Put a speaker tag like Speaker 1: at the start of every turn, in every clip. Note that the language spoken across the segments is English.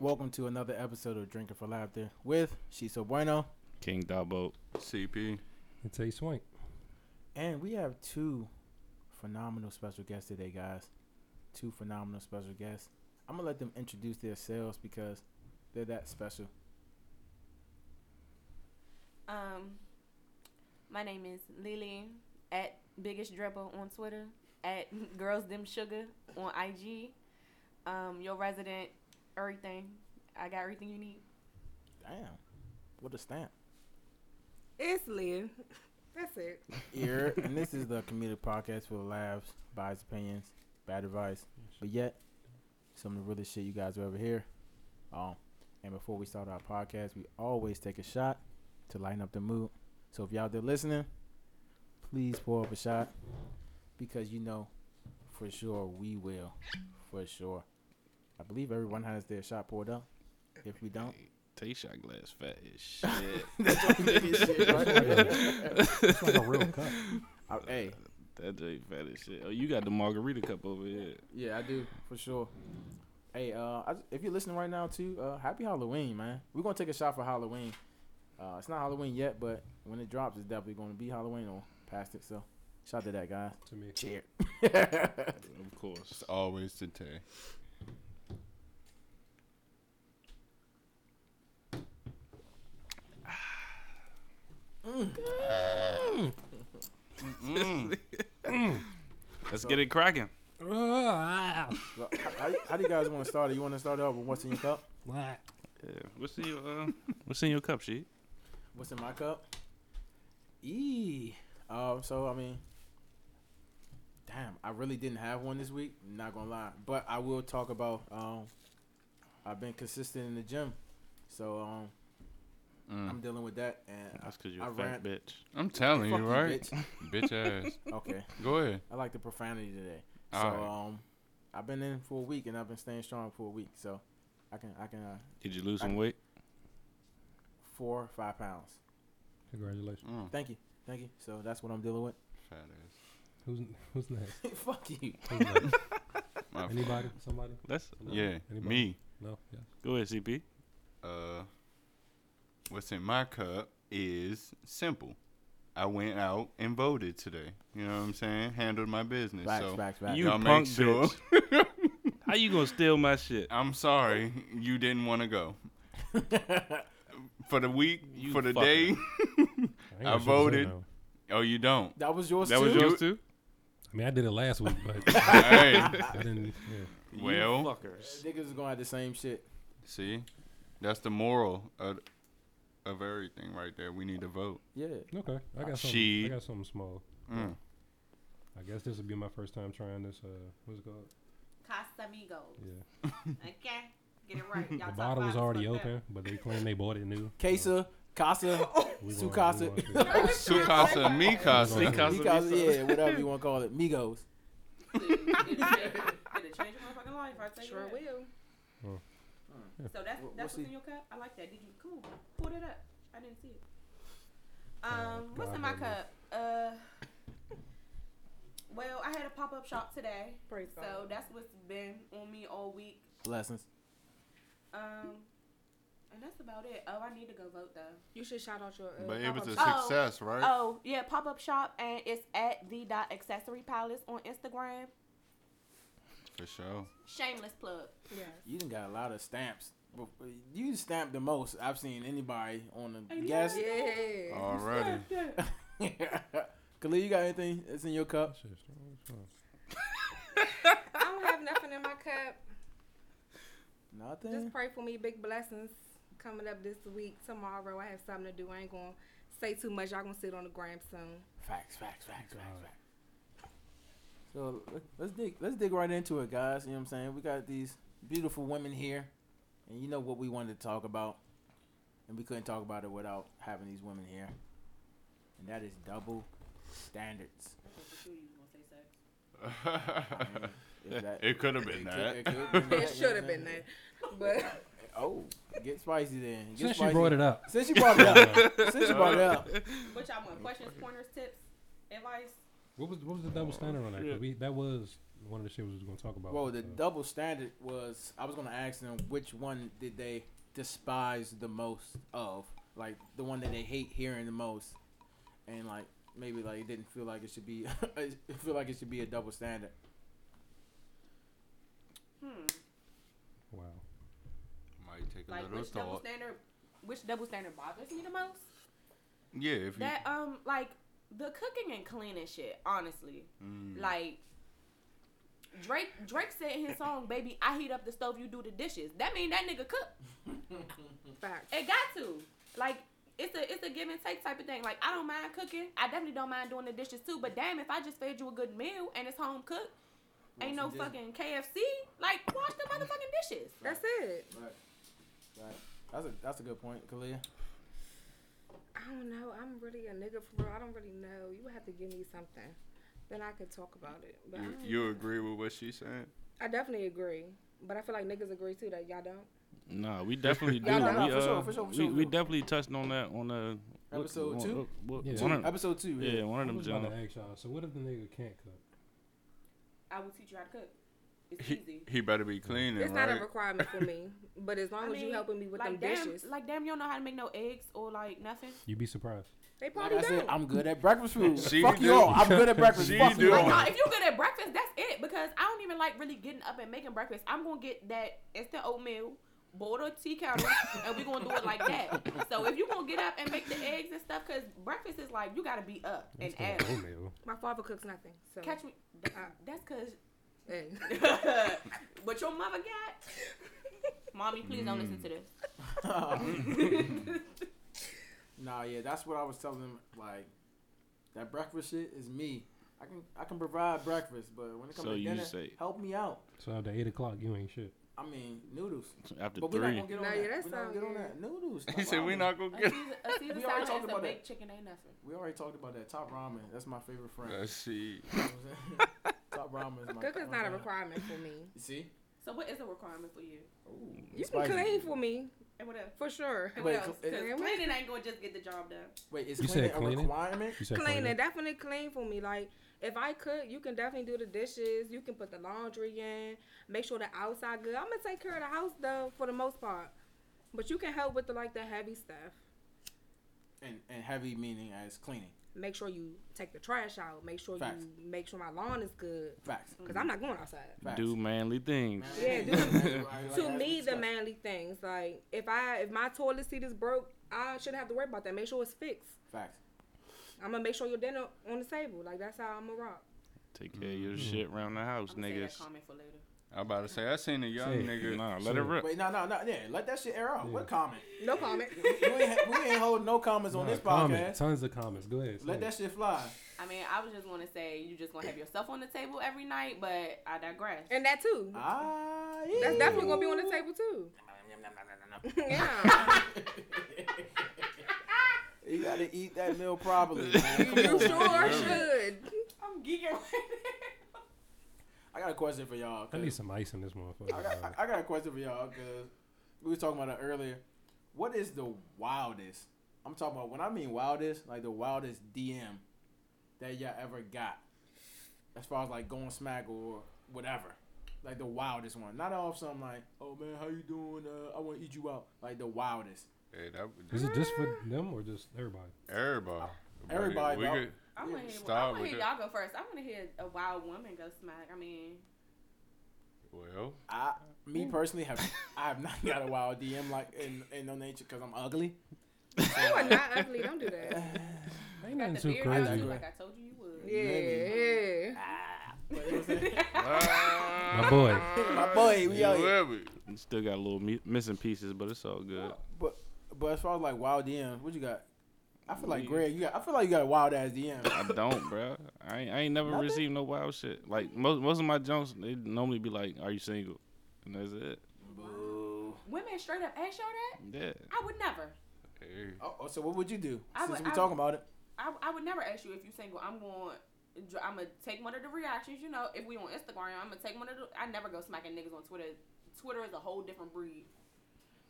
Speaker 1: welcome to another episode of Drinking for Laughter with She's So Bueno.
Speaker 2: King Dabo.
Speaker 3: CP.
Speaker 4: It's Ace Swank.
Speaker 1: And we have two phenomenal special guests today, guys. Two phenomenal special guests. I'm going to let them introduce themselves because they're that special.
Speaker 5: Um, my name is Lily at Biggest Dribble on Twitter, at Girls Them Sugar on IG. Um, your resident, everything. I got everything you need.
Speaker 1: Damn. What a stamp.
Speaker 6: It's Liv. That's it.
Speaker 1: Ear. and this is the comedic podcast for laughs, biased opinions, bad advice, but yet some of the realest shit you guys will ever hear. Um, and before we start our podcast, we always take a shot to lighten up the mood. So if y'all there listening, please pour up a shot because you know for sure we will, for sure. I believe everyone has their shot poured up. If we don't,
Speaker 2: T shot glass fat as shit.
Speaker 4: It's like a real cup.
Speaker 1: I, hey,
Speaker 2: that joint fat as shit. Oh, you got the margarita cup over here.
Speaker 1: yeah, I do for sure. Hey, uh, I, if you're listening right now too, uh, happy Halloween, man. We're gonna take a shot for Halloween. Uh, it's not Halloween yet, but when it drops, it's definitely gonna be Halloween or past it. So, shout out to that guy.
Speaker 4: To me.
Speaker 1: Cheer.
Speaker 2: Of course.
Speaker 3: It's always today.
Speaker 2: Mm. Let's get it cracking.
Speaker 1: Well, how, how- how do you guys want to start it? You want to start it off with what's in your cup?
Speaker 2: Yeah. What's in your uh, What's in your cup, sheet?
Speaker 1: What's in my cup? E. Um. So I mean, damn, I really didn't have one this week. Not gonna lie, but I will talk about. Um, I've been consistent in the gym, so um, I'm dealing with that, and
Speaker 2: That's because you're
Speaker 1: I
Speaker 2: a
Speaker 1: ran-
Speaker 2: fat bitch.
Speaker 3: Mm. I'm telling
Speaker 1: Fuck
Speaker 3: you,
Speaker 1: you,
Speaker 3: right?
Speaker 1: bitch.
Speaker 3: Bitch. ass.
Speaker 1: okay,
Speaker 3: Go ahead.
Speaker 1: I like the profanity today. So
Speaker 3: Alright.
Speaker 1: um, I've been in for a week, and I've been staying strong for a week. So I can I can uh,
Speaker 2: Did you lose some weight?
Speaker 1: four five pounds.
Speaker 4: Congratulations.
Speaker 3: Mm,
Speaker 1: Thank you, thank you. So that's what I'm dealing with.
Speaker 3: fat ass.
Speaker 4: Who's who's next?
Speaker 1: Fuck you.
Speaker 4: Who's next?
Speaker 3: My f-
Speaker 4: Anybody? Somebody?
Speaker 2: Let's
Speaker 3: yeah,
Speaker 4: Anybody?
Speaker 3: me.
Speaker 4: No. Yeah.
Speaker 2: go ahead, CP.
Speaker 3: Uh, what's in my cup is simple. I went out and voted today. You know what I'm saying? Handled my business.
Speaker 1: Facts,
Speaker 3: so
Speaker 1: facts, facts.
Speaker 2: You
Speaker 3: Y'all make
Speaker 2: punk
Speaker 3: sure.
Speaker 2: bitch. How you gonna steal my shit?
Speaker 3: I'm sorry you didn't want to go. For the week,
Speaker 2: You
Speaker 3: for the
Speaker 2: fucker.
Speaker 3: day.
Speaker 4: ain't
Speaker 3: I
Speaker 4: got shit to say
Speaker 3: voted.
Speaker 4: now.
Speaker 3: oh, you don't.
Speaker 1: that was yours
Speaker 2: That
Speaker 1: too.
Speaker 2: was yours too.
Speaker 4: I mean, I did it last week, but
Speaker 3: All right.
Speaker 4: I didn't. Yeah.
Speaker 3: Well,
Speaker 2: you fuckers.
Speaker 1: Niggas is gonna have the same shit.
Speaker 3: See, that's the moral of, of everything right there. We need to vote.
Speaker 1: Yeah.
Speaker 4: Okay. I got something.
Speaker 3: She-
Speaker 4: I got something small.
Speaker 3: Mm.
Speaker 4: I guess this will be my first time trying this. Uh, what's it called?
Speaker 5: Casamigos.
Speaker 4: Yeah.
Speaker 5: Okay, get it right. Y'all
Speaker 4: The
Speaker 5: top
Speaker 4: bottle was
Speaker 5: five is
Speaker 4: already
Speaker 5: fucked up.
Speaker 4: open, but they claim they bought it new.
Speaker 1: Casa, Casa,
Speaker 4: We
Speaker 1: Su
Speaker 4: won't- we
Speaker 1: Casa.
Speaker 4: won't do it.
Speaker 3: Sukasa and
Speaker 4: See,
Speaker 3: Mikasa.
Speaker 4: Ka-
Speaker 2: Because
Speaker 1: Mi
Speaker 2: of
Speaker 1: Casa,
Speaker 2: me, son.
Speaker 1: yeah, whatever you want to call it. Migos.
Speaker 5: Dude, it'll change- it'll change your motherfucking life, I tell you
Speaker 6: Sure
Speaker 5: that.
Speaker 6: will.
Speaker 5: So that's
Speaker 1: We'll- we'll
Speaker 5: that's what's
Speaker 1: see.
Speaker 5: in your cup. I like that. Did you cool? Pull it up. I didn't see it.
Speaker 4: Uh,
Speaker 5: Um, what's in my
Speaker 4: God,
Speaker 5: cup? Uh, well, I had a pop up shop today,
Speaker 6: Praise God.
Speaker 5: so that's what's been on me all week.
Speaker 1: Blessings.
Speaker 5: Um, and that's about it. Oh, I need to go vote though.
Speaker 6: you should shout out your. Uh,
Speaker 3: But it was
Speaker 5: Oh.
Speaker 3: a
Speaker 6: pop-up shop.
Speaker 3: success, right?
Speaker 5: Oh yeah, pop up shop, and it's at the dot accessory palace on Instagram.
Speaker 3: For sure.
Speaker 5: Shameless plug.
Speaker 6: Yeah.
Speaker 1: You done got a lot of stamps. But You stamped the most I've seen anybody on the
Speaker 5: Hey,
Speaker 1: guest.
Speaker 6: Yeah.
Speaker 3: Alrighty.
Speaker 1: Khalil, you got anything that's in your cup?
Speaker 4: Shit, strong as fuck.
Speaker 6: I don't have nothing in my cup.
Speaker 1: Nothing.
Speaker 6: Just pray for me. Big blessings coming up this week. Tomorrow I have something to do. I ain't gonna say too much. Y'all gonna sit on the gram soon.
Speaker 1: Facts, facts, facts, facts, facts. So let- let's dig let's dig right into it, guys. You know what I'm saying? We got these beautiful women here and you know what we wanted to talk about. And we couldn't talk about it without having these women here. And that is double standards. I mean, if that-
Speaker 3: It could have been
Speaker 1: could-
Speaker 3: that.
Speaker 1: it could have been
Speaker 6: It should have been that, but
Speaker 1: Oh, get spicy then. Get
Speaker 4: Since
Speaker 1: spicy.
Speaker 4: you brought it up,
Speaker 1: Since you brought it up. Since you brought it up.
Speaker 5: What y'all want? Questions, pointers, tips, advice.
Speaker 4: what was what was the double standard on that? 'Cause
Speaker 2: shit.
Speaker 4: We, that was one of the shit we was gonna talk about.
Speaker 1: Well, the
Speaker 4: uh,
Speaker 1: double standard was I was gonna ask them which one did they despise the most of, like the one that they hate hearing the most, and like maybe like it didn't feel like it should be, it feel like it should be a double standard.
Speaker 5: Hmm.
Speaker 4: wow.
Speaker 3: Might take a
Speaker 5: Like
Speaker 3: little
Speaker 5: which double
Speaker 3: thought.
Speaker 5: standard? Which double standard bothers me the most?
Speaker 3: Yeah, if you.
Speaker 5: That um, like the cooking and cleaning shit. Honestly,
Speaker 3: Mm,
Speaker 5: like Drake. Drake said in his song, "Baby, I heat up the stove, you do the dishes." That mean that nigga cook.
Speaker 6: Facts.
Speaker 5: It got to. Like it's a it's a give and take type of thing. Like I don't mind cooking. I definitely don't mind doing the dishes too. But damn, if I just fed you a good meal and it's home cooked, ain't no
Speaker 1: Once you did-
Speaker 5: fucking KFC. Like wash the motherfucking dishes.
Speaker 6: That's it.
Speaker 1: Right. Right. That's a that's a good point, Kalia.
Speaker 6: I don't know. I'm really a nigga for real. I don't really know. You would have to give me something, then I could talk about it. But I
Speaker 3: you,
Speaker 6: don't-
Speaker 3: you agree with what she said?
Speaker 6: I definitely agree. But I feel like niggas agree too that y'all don't.
Speaker 2: Nah, we definitely do.
Speaker 1: Yeah, no,
Speaker 2: we,
Speaker 1: no, for
Speaker 2: uh,
Speaker 1: sure, for sure, for
Speaker 2: we,
Speaker 1: sure.
Speaker 2: we definitely touched on that on uh, what-
Speaker 1: Episode
Speaker 2: what-
Speaker 1: two?
Speaker 2: what-
Speaker 4: Yeah.
Speaker 2: one
Speaker 3: Hmm.
Speaker 2: of-
Speaker 1: Episode two.
Speaker 2: yeah, one of
Speaker 4: I
Speaker 2: them
Speaker 4: was about
Speaker 2: John.
Speaker 4: to ask y'all. So what if the nigga can't cook?
Speaker 5: I will teach you how to cook. It's
Speaker 3: He,
Speaker 5: easy.
Speaker 3: he better be cleaning,
Speaker 6: it's
Speaker 3: right?
Speaker 6: not a requirement for me. But as long
Speaker 5: I
Speaker 6: as
Speaker 5: mean,
Speaker 6: you helping me with
Speaker 5: like
Speaker 6: them
Speaker 5: damn,
Speaker 6: dishes,
Speaker 5: like damn, you don't know how to make no eggs or like nothing.
Speaker 4: You'd be surprised.
Speaker 6: they
Speaker 1: Like
Speaker 6: probably
Speaker 1: I said,
Speaker 6: don't.
Speaker 1: I'm good at breakfast food.
Speaker 3: She
Speaker 1: Fuck
Speaker 3: do.
Speaker 1: you all. I'm good at breakfast.
Speaker 3: She
Speaker 1: Fuck
Speaker 3: do.
Speaker 1: you
Speaker 5: Like, no,
Speaker 1: all.
Speaker 5: if you good at breakfast, that's it. Because I don't even like really getting up and making breakfast. I'm gonna get that instant oatmeal, boil the tea kettle, and we're gonna do it like that. So if you gonna get up and make the eggs and stuff, because breakfast is like you gotta be up and
Speaker 4: That's the
Speaker 5: at it.
Speaker 4: oatmeal.
Speaker 6: My father cooks nothing, so
Speaker 5: Catch me. uh, That's
Speaker 6: hey.
Speaker 5: because what your mother got. Mommy, please don't listen to this.
Speaker 1: Mm. Nah, yeah, that's what I was telling him. Like that breakfast shit is me. I can I can provide breakfast, but when it comes
Speaker 2: So
Speaker 1: to
Speaker 2: you
Speaker 1: dinner,
Speaker 2: say-
Speaker 1: help me out.
Speaker 4: So after eight o'clock, you ain't shit.
Speaker 1: I mean noodles,
Speaker 2: After
Speaker 1: but we're not
Speaker 2: three,
Speaker 1: gonna get on
Speaker 6: Nah,
Speaker 1: that.
Speaker 6: yeah, that
Speaker 1: we're not gonna
Speaker 6: sound
Speaker 1: get on
Speaker 6: good.
Speaker 1: that noodles.
Speaker 3: He
Speaker 1: top
Speaker 3: said we
Speaker 1: ramen.
Speaker 3: not gonna
Speaker 5: A
Speaker 3: get.
Speaker 5: Caesar, a Caesar
Speaker 1: We already
Speaker 5: salad
Speaker 1: talked
Speaker 5: and
Speaker 1: about
Speaker 5: some
Speaker 1: that.
Speaker 5: baked chicken ain't nothing.
Speaker 1: We already talked about that top ramen. That's my favorite friend.
Speaker 3: Let's see.
Speaker 1: You know what I'm saying? top ramen is my. oh
Speaker 6: Cooking's
Speaker 1: my
Speaker 6: not a
Speaker 1: jam.
Speaker 6: requirement for me.
Speaker 1: You see,
Speaker 5: So what is a requirement for you?
Speaker 1: Ooh,
Speaker 6: You can
Speaker 1: spicy.
Speaker 6: clean for me
Speaker 5: And what else?
Speaker 6: for sure.
Speaker 5: And
Speaker 1: Wait,
Speaker 5: what else?
Speaker 1: cl-
Speaker 5: 'Cause
Speaker 6: it-
Speaker 5: cleaning ain't gonna just get the job done.
Speaker 1: Wait, is
Speaker 4: You
Speaker 1: cleaning
Speaker 4: said
Speaker 1: a
Speaker 4: cleaning?
Speaker 1: requirement?
Speaker 4: You said
Speaker 6: Clean
Speaker 4: cleaning?
Speaker 6: it, definitely clean for me. Like if I cook, you can definitely do the dishes. You can put the laundry in. Make sure the outside good. I'm gonna take care of the house though for the most part. But you can help with the like the heavy stuff.
Speaker 1: And and heavy meaning as cleaning.
Speaker 6: Make sure you take the trash out. Make sure
Speaker 1: Facts.
Speaker 6: you make sure my lawn is good.
Speaker 1: Facts.
Speaker 6: Cause I'm not going outside.
Speaker 1: Facts.
Speaker 2: do manly things.
Speaker 6: Yeah, do-
Speaker 1: Like,
Speaker 6: to
Speaker 1: as we
Speaker 6: me the
Speaker 1: discussed.
Speaker 6: manly things like if i if my toilet seat is broke i shouldn't have to worry about that make sure it's fixed
Speaker 1: Facts.
Speaker 6: i'm gonna make sure your dinner on the table like that's how i'm gonna rock
Speaker 2: Take care of your
Speaker 1: Mm-hmm.
Speaker 2: shit around the house,
Speaker 5: I'm gonna save
Speaker 2: niggas.
Speaker 5: that comment for later.
Speaker 3: I about to say I seen a young
Speaker 4: Say it.
Speaker 3: nigga.
Speaker 2: Nah, let
Speaker 4: Say
Speaker 2: it
Speaker 4: it.
Speaker 2: rip.
Speaker 1: Wait, no, no, no. Yeah, let that shit air out. What
Speaker 4: Yeah.
Speaker 1: comment?
Speaker 6: no comment
Speaker 1: we, ain't, we ain't holding no comments on
Speaker 4: Nah,
Speaker 1: this podcast.
Speaker 4: comment. Tons of comments. Go ahead.
Speaker 1: Let
Speaker 4: say it.
Speaker 1: that shit fly.
Speaker 5: I mean, I was just gonna say you just gonna have yourself on the table every night, but I digress.
Speaker 6: and that too
Speaker 1: Ah,
Speaker 6: that's
Speaker 1: yeah.
Speaker 6: definitely gonna be on the table too yeah
Speaker 1: You gotta eat that meal properly. Man. Come
Speaker 6: you
Speaker 1: on,
Speaker 6: sure
Speaker 1: man.
Speaker 6: should
Speaker 5: I'm geeking right
Speaker 1: I got a question for y'all.
Speaker 4: I need
Speaker 1: 'cause
Speaker 4: some ice in this motherfucker.
Speaker 1: I got,
Speaker 4: dog.
Speaker 1: I- I got a question for y'all because we was talking about it earlier. What is the wildest? I'm talking about when I mean wildest, like the wildest DM that y'all ever got, as far as like going smack or whatever. Like the wildest one, not off something like, "Oh man, how you doing? Uh, I want to eat you out." Like the wildest.
Speaker 3: Hey, that,
Speaker 4: Is it just for them or just everybody?
Speaker 3: everybody.
Speaker 1: Everybody,
Speaker 3: We
Speaker 1: dog.
Speaker 3: could,
Speaker 5: I'm
Speaker 1: Yeah,
Speaker 5: gonna hear,
Speaker 3: start
Speaker 5: I'm gonna
Speaker 3: with
Speaker 5: hear
Speaker 3: it.
Speaker 5: y'all go first. I'm gonna hear a wild woman go smack. I mean,
Speaker 3: well,
Speaker 1: I, me personally, have I have not got a wild DM like in in no nature because I'm ugly.
Speaker 6: you are not ugly don't do that
Speaker 4: Ain't
Speaker 5: got
Speaker 4: nothing
Speaker 5: the
Speaker 4: too
Speaker 5: beard out
Speaker 4: crazy.
Speaker 5: too, like I told you you would.
Speaker 6: yeah
Speaker 1: But it was a-
Speaker 4: My
Speaker 3: my
Speaker 4: boy.
Speaker 1: my boy, we out here.
Speaker 2: Still got a little mi- missing pieces, but it's all good.
Speaker 1: But but as far as like wild DMs, what you got? I feel like
Speaker 2: We-
Speaker 1: Greg, you got. I feel like you got a wild ass DM.
Speaker 2: I don't, bro. I ain't, I ain't never
Speaker 1: Nothing?
Speaker 2: received no wild shit. Like most most of my jokes, they normally be like, "Are you single?" and that's it.
Speaker 1: Boo.
Speaker 5: Women straight up ask y'all that?
Speaker 2: Yeah.
Speaker 5: I would never.
Speaker 3: Hey,
Speaker 1: Oh, oh, so what would you do
Speaker 5: I
Speaker 1: since
Speaker 5: would-
Speaker 1: we
Speaker 5: I
Speaker 1: talking
Speaker 5: would-
Speaker 1: about it?
Speaker 5: I, I would never ask you if you single. I'm going. I'm gonna take one of the reactions. You know, if we on Instagram, I'm gonna take one of the. I never go smacking niggas on Twitter. Twitter is a whole different breed.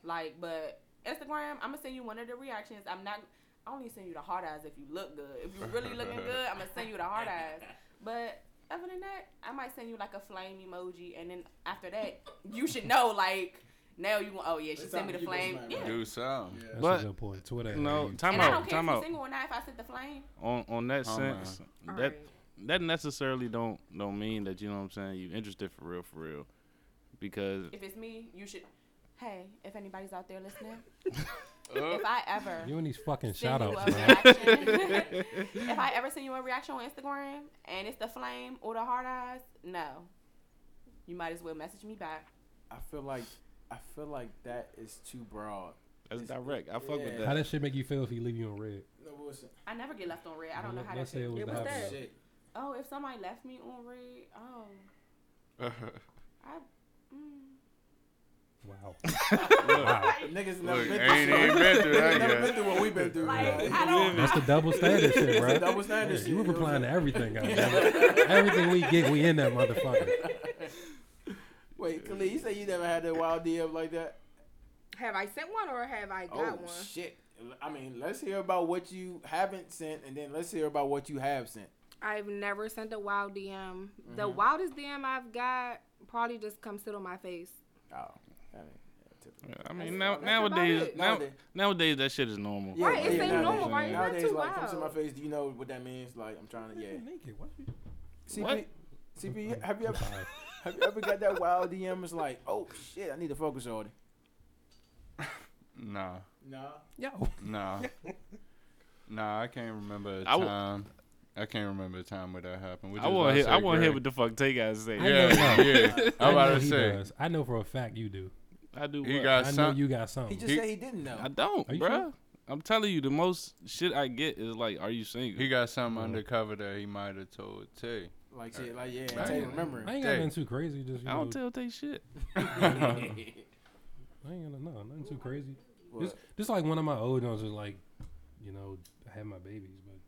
Speaker 5: Like, but Instagram, I'm gonna send you one of the reactions. I'm not. I only send you the hard eyes if you look good. If you really looking good, I'm gonna send you the hard eyes. But other than that, I might send you like a flame emoji, and then after that, you should know like now you want. Oh yeah, she
Speaker 1: It's
Speaker 5: sent me
Speaker 1: time
Speaker 5: the
Speaker 1: for you to
Speaker 5: flame.
Speaker 1: smile,
Speaker 5: Yeah.
Speaker 1: right?
Speaker 3: Do something.
Speaker 4: That's
Speaker 2: But-
Speaker 4: a good point. Twitter.
Speaker 2: No,
Speaker 4: ain't-
Speaker 2: time
Speaker 5: and I don't
Speaker 2: out,
Speaker 5: care
Speaker 2: time
Speaker 5: if
Speaker 2: out.
Speaker 5: she's single or not. If I sent the flame,
Speaker 2: On on that
Speaker 3: Oh, man.
Speaker 2: sense,
Speaker 6: All
Speaker 2: that
Speaker 6: right.
Speaker 2: that necessarily don't don't mean that you know what I'm saying. You interested for real, for real, because
Speaker 5: if it's me, you should. Hey, if anybody's out there listening,
Speaker 3: Uh,
Speaker 5: if I ever
Speaker 4: You and these fucking shout
Speaker 5: send you
Speaker 4: outs,
Speaker 5: a
Speaker 4: man.
Speaker 5: reaction, if I ever send you a reaction on Instagram and it's the flame or the hard eyes, no, you might as well message me back.
Speaker 1: I feel like I feel like that is too broad.
Speaker 2: that's
Speaker 1: It's-
Speaker 2: direct. I fuck
Speaker 1: yeah.
Speaker 2: with
Speaker 4: How
Speaker 2: that.
Speaker 4: that shit make you feel if he leave you on red?
Speaker 1: No bullshit.
Speaker 5: I never get left on red. I don't know how
Speaker 4: Let's
Speaker 5: to.
Speaker 4: say it was
Speaker 6: It
Speaker 4: the
Speaker 6: was
Speaker 4: opposite.
Speaker 6: that.
Speaker 1: Shit.
Speaker 5: Oh, if somebody left me on red, oh, I. Mm.
Speaker 4: Wow.
Speaker 3: Look,
Speaker 1: Niggas never
Speaker 3: look,
Speaker 1: been
Speaker 3: ain't
Speaker 1: through
Speaker 3: ain't been through
Speaker 1: Niggas never
Speaker 3: that
Speaker 1: been
Speaker 3: yet.
Speaker 1: through what we've been through.
Speaker 5: Like,
Speaker 1: bro.
Speaker 5: I don't.
Speaker 4: That's the double standard shit,
Speaker 1: It's the
Speaker 4: bro.
Speaker 1: double standard shit,
Speaker 4: You were
Speaker 1: you know what I'm
Speaker 4: replying to
Speaker 1: saying?
Speaker 4: everything. goddamn. everything we get, we in that motherfucker.
Speaker 1: Wait, Khalid, you say you never had that wild DM like that?
Speaker 6: Have I sent one or have I got
Speaker 1: oh
Speaker 6: one?
Speaker 1: shit! I mean, let's hear about what you haven't sent, and then let's hear about what you have sent.
Speaker 6: I've never sent a wild DM. The
Speaker 1: Mhm.
Speaker 6: wildest DM I've got probably just come sit on my face.
Speaker 1: Oh, I mean, yeah, typical.
Speaker 2: Yeah, I
Speaker 1: That's
Speaker 2: mean, now,
Speaker 1: about
Speaker 2: nowadays,
Speaker 6: it.
Speaker 2: now,
Speaker 1: Nowadays-
Speaker 2: nowadays, that shit is normal.
Speaker 1: yeah,
Speaker 6: Right, it's
Speaker 1: yeah,
Speaker 6: ain't
Speaker 1: nowadays,
Speaker 6: normal, right? It's not
Speaker 1: Nowadays,
Speaker 6: too
Speaker 1: like, come to my
Speaker 6: wild.
Speaker 1: face. Do you know what that means? Like, I'm trying to, yeah.
Speaker 4: Naked, what?
Speaker 1: CP,
Speaker 2: What?
Speaker 1: CP, have you
Speaker 4: I'm
Speaker 1: ever,
Speaker 4: sorry.
Speaker 1: have you ever got that wild DM? It's like, oh shit, I need to focus on it.
Speaker 3: Nah,
Speaker 1: No.
Speaker 4: Yo.
Speaker 3: nah, nah. I can't remember a
Speaker 2: I w-
Speaker 3: time. I can't remember a time where that happened.
Speaker 2: I want to hear. I want to
Speaker 3: to
Speaker 2: hear what the fuck Tay guys say.
Speaker 4: I
Speaker 3: Yeah,
Speaker 4: know, no.
Speaker 3: yeah.
Speaker 4: I
Speaker 3: I'm
Speaker 4: know
Speaker 3: about to
Speaker 4: he
Speaker 3: say
Speaker 4: does. I know for a fact you do.
Speaker 2: I do.
Speaker 3: he
Speaker 2: what?
Speaker 3: got
Speaker 4: I know
Speaker 3: some.
Speaker 4: you got
Speaker 1: He
Speaker 4: something.
Speaker 1: just
Speaker 3: He-
Speaker 1: said he didn't know.
Speaker 2: I don't,
Speaker 4: Are you
Speaker 2: bruh.
Speaker 4: sure?
Speaker 2: I'm telling you, the most shit I get is like, "Are you single?"
Speaker 3: He got something
Speaker 4: Yeah.
Speaker 3: undercover that he might have told Tay.
Speaker 1: Like shit, like yeah,
Speaker 3: I
Speaker 1: I
Speaker 3: ain't-
Speaker 1: ain't remembering.
Speaker 4: I ain't got
Speaker 3: Hey.
Speaker 4: nothing too crazy. Just you
Speaker 2: I
Speaker 4: know,
Speaker 2: don't tell Tay shit.
Speaker 4: I ain't gonna no, nothing too crazy.
Speaker 1: Well,
Speaker 4: Just, just like one of my old ones was like, you know, I had my babies, but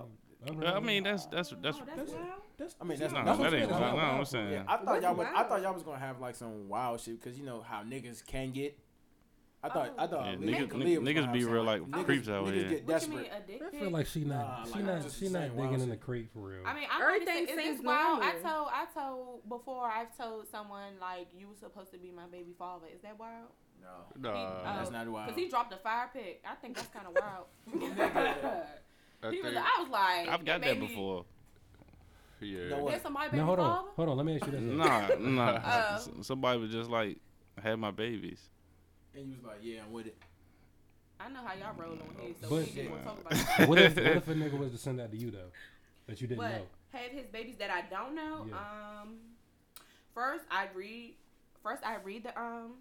Speaker 4: other than
Speaker 2: Oh. I
Speaker 4: that,
Speaker 2: mean, that's that's that's.
Speaker 5: Oh, that's wild.
Speaker 4: that's
Speaker 1: I mean, that's
Speaker 2: no,
Speaker 1: that's
Speaker 2: that
Speaker 1: what's
Speaker 2: ain't.
Speaker 1: been
Speaker 2: No,
Speaker 1: going on.
Speaker 2: I'm saying.
Speaker 1: Yeah, I thought
Speaker 6: What's
Speaker 1: y'all was. I
Speaker 6: wild?
Speaker 1: thought y'all was gonna have like some wild shit because you know how niggas can get. I thought. I thought.
Speaker 2: Yeah,
Speaker 1: at
Speaker 2: niggas-
Speaker 1: least
Speaker 2: niggas-
Speaker 1: Khalid was
Speaker 2: niggas
Speaker 1: gonna have
Speaker 2: be
Speaker 1: some,
Speaker 2: real, like, creeps out
Speaker 1: niggas
Speaker 2: here.
Speaker 1: Get
Speaker 5: Oh. What you
Speaker 1: desperate.
Speaker 5: mean, a dick
Speaker 4: I
Speaker 5: pic?
Speaker 4: feel like she not,
Speaker 1: Nah,
Speaker 4: she
Speaker 1: like,
Speaker 4: not,
Speaker 1: just
Speaker 4: she
Speaker 1: saying
Speaker 4: not
Speaker 1: wild
Speaker 4: digging in the
Speaker 1: shit.
Speaker 4: crate for real.
Speaker 5: I mean, I
Speaker 6: Everything
Speaker 5: everything it's,
Speaker 6: seems
Speaker 5: it's wild. I
Speaker 6: normal.
Speaker 5: told, I told before. I've told someone like you were supposed to be my baby father. Is that wild?
Speaker 1: No,
Speaker 5: Oh,
Speaker 3: Nah,
Speaker 1: that's not wild.
Speaker 5: Cause he dropped a fire pick. I think that's kind of wild.
Speaker 1: Nigga.
Speaker 3: I
Speaker 5: he was,
Speaker 3: think,
Speaker 5: I was like,
Speaker 2: I've got
Speaker 5: it
Speaker 2: that
Speaker 5: made me-
Speaker 2: before.
Speaker 3: yeah.
Speaker 1: No,
Speaker 5: There's somebody baby
Speaker 4: now hold on,
Speaker 5: father.
Speaker 4: hold on. Let me ask you this.
Speaker 2: Nah, nah.
Speaker 5: Oh.
Speaker 2: S- Somebody was just like, "Had my babies."
Speaker 1: and you was like, yeah, I'm with it.
Speaker 5: I know how y'all roll on here, so
Speaker 4: But-
Speaker 5: we didn't want to talk about that.
Speaker 4: what if what if a nigga was to send that to you though, that you didn't
Speaker 5: But
Speaker 4: know?
Speaker 5: have his babies that I don't know.
Speaker 4: Yeah.
Speaker 5: Um, first I read, first I read the um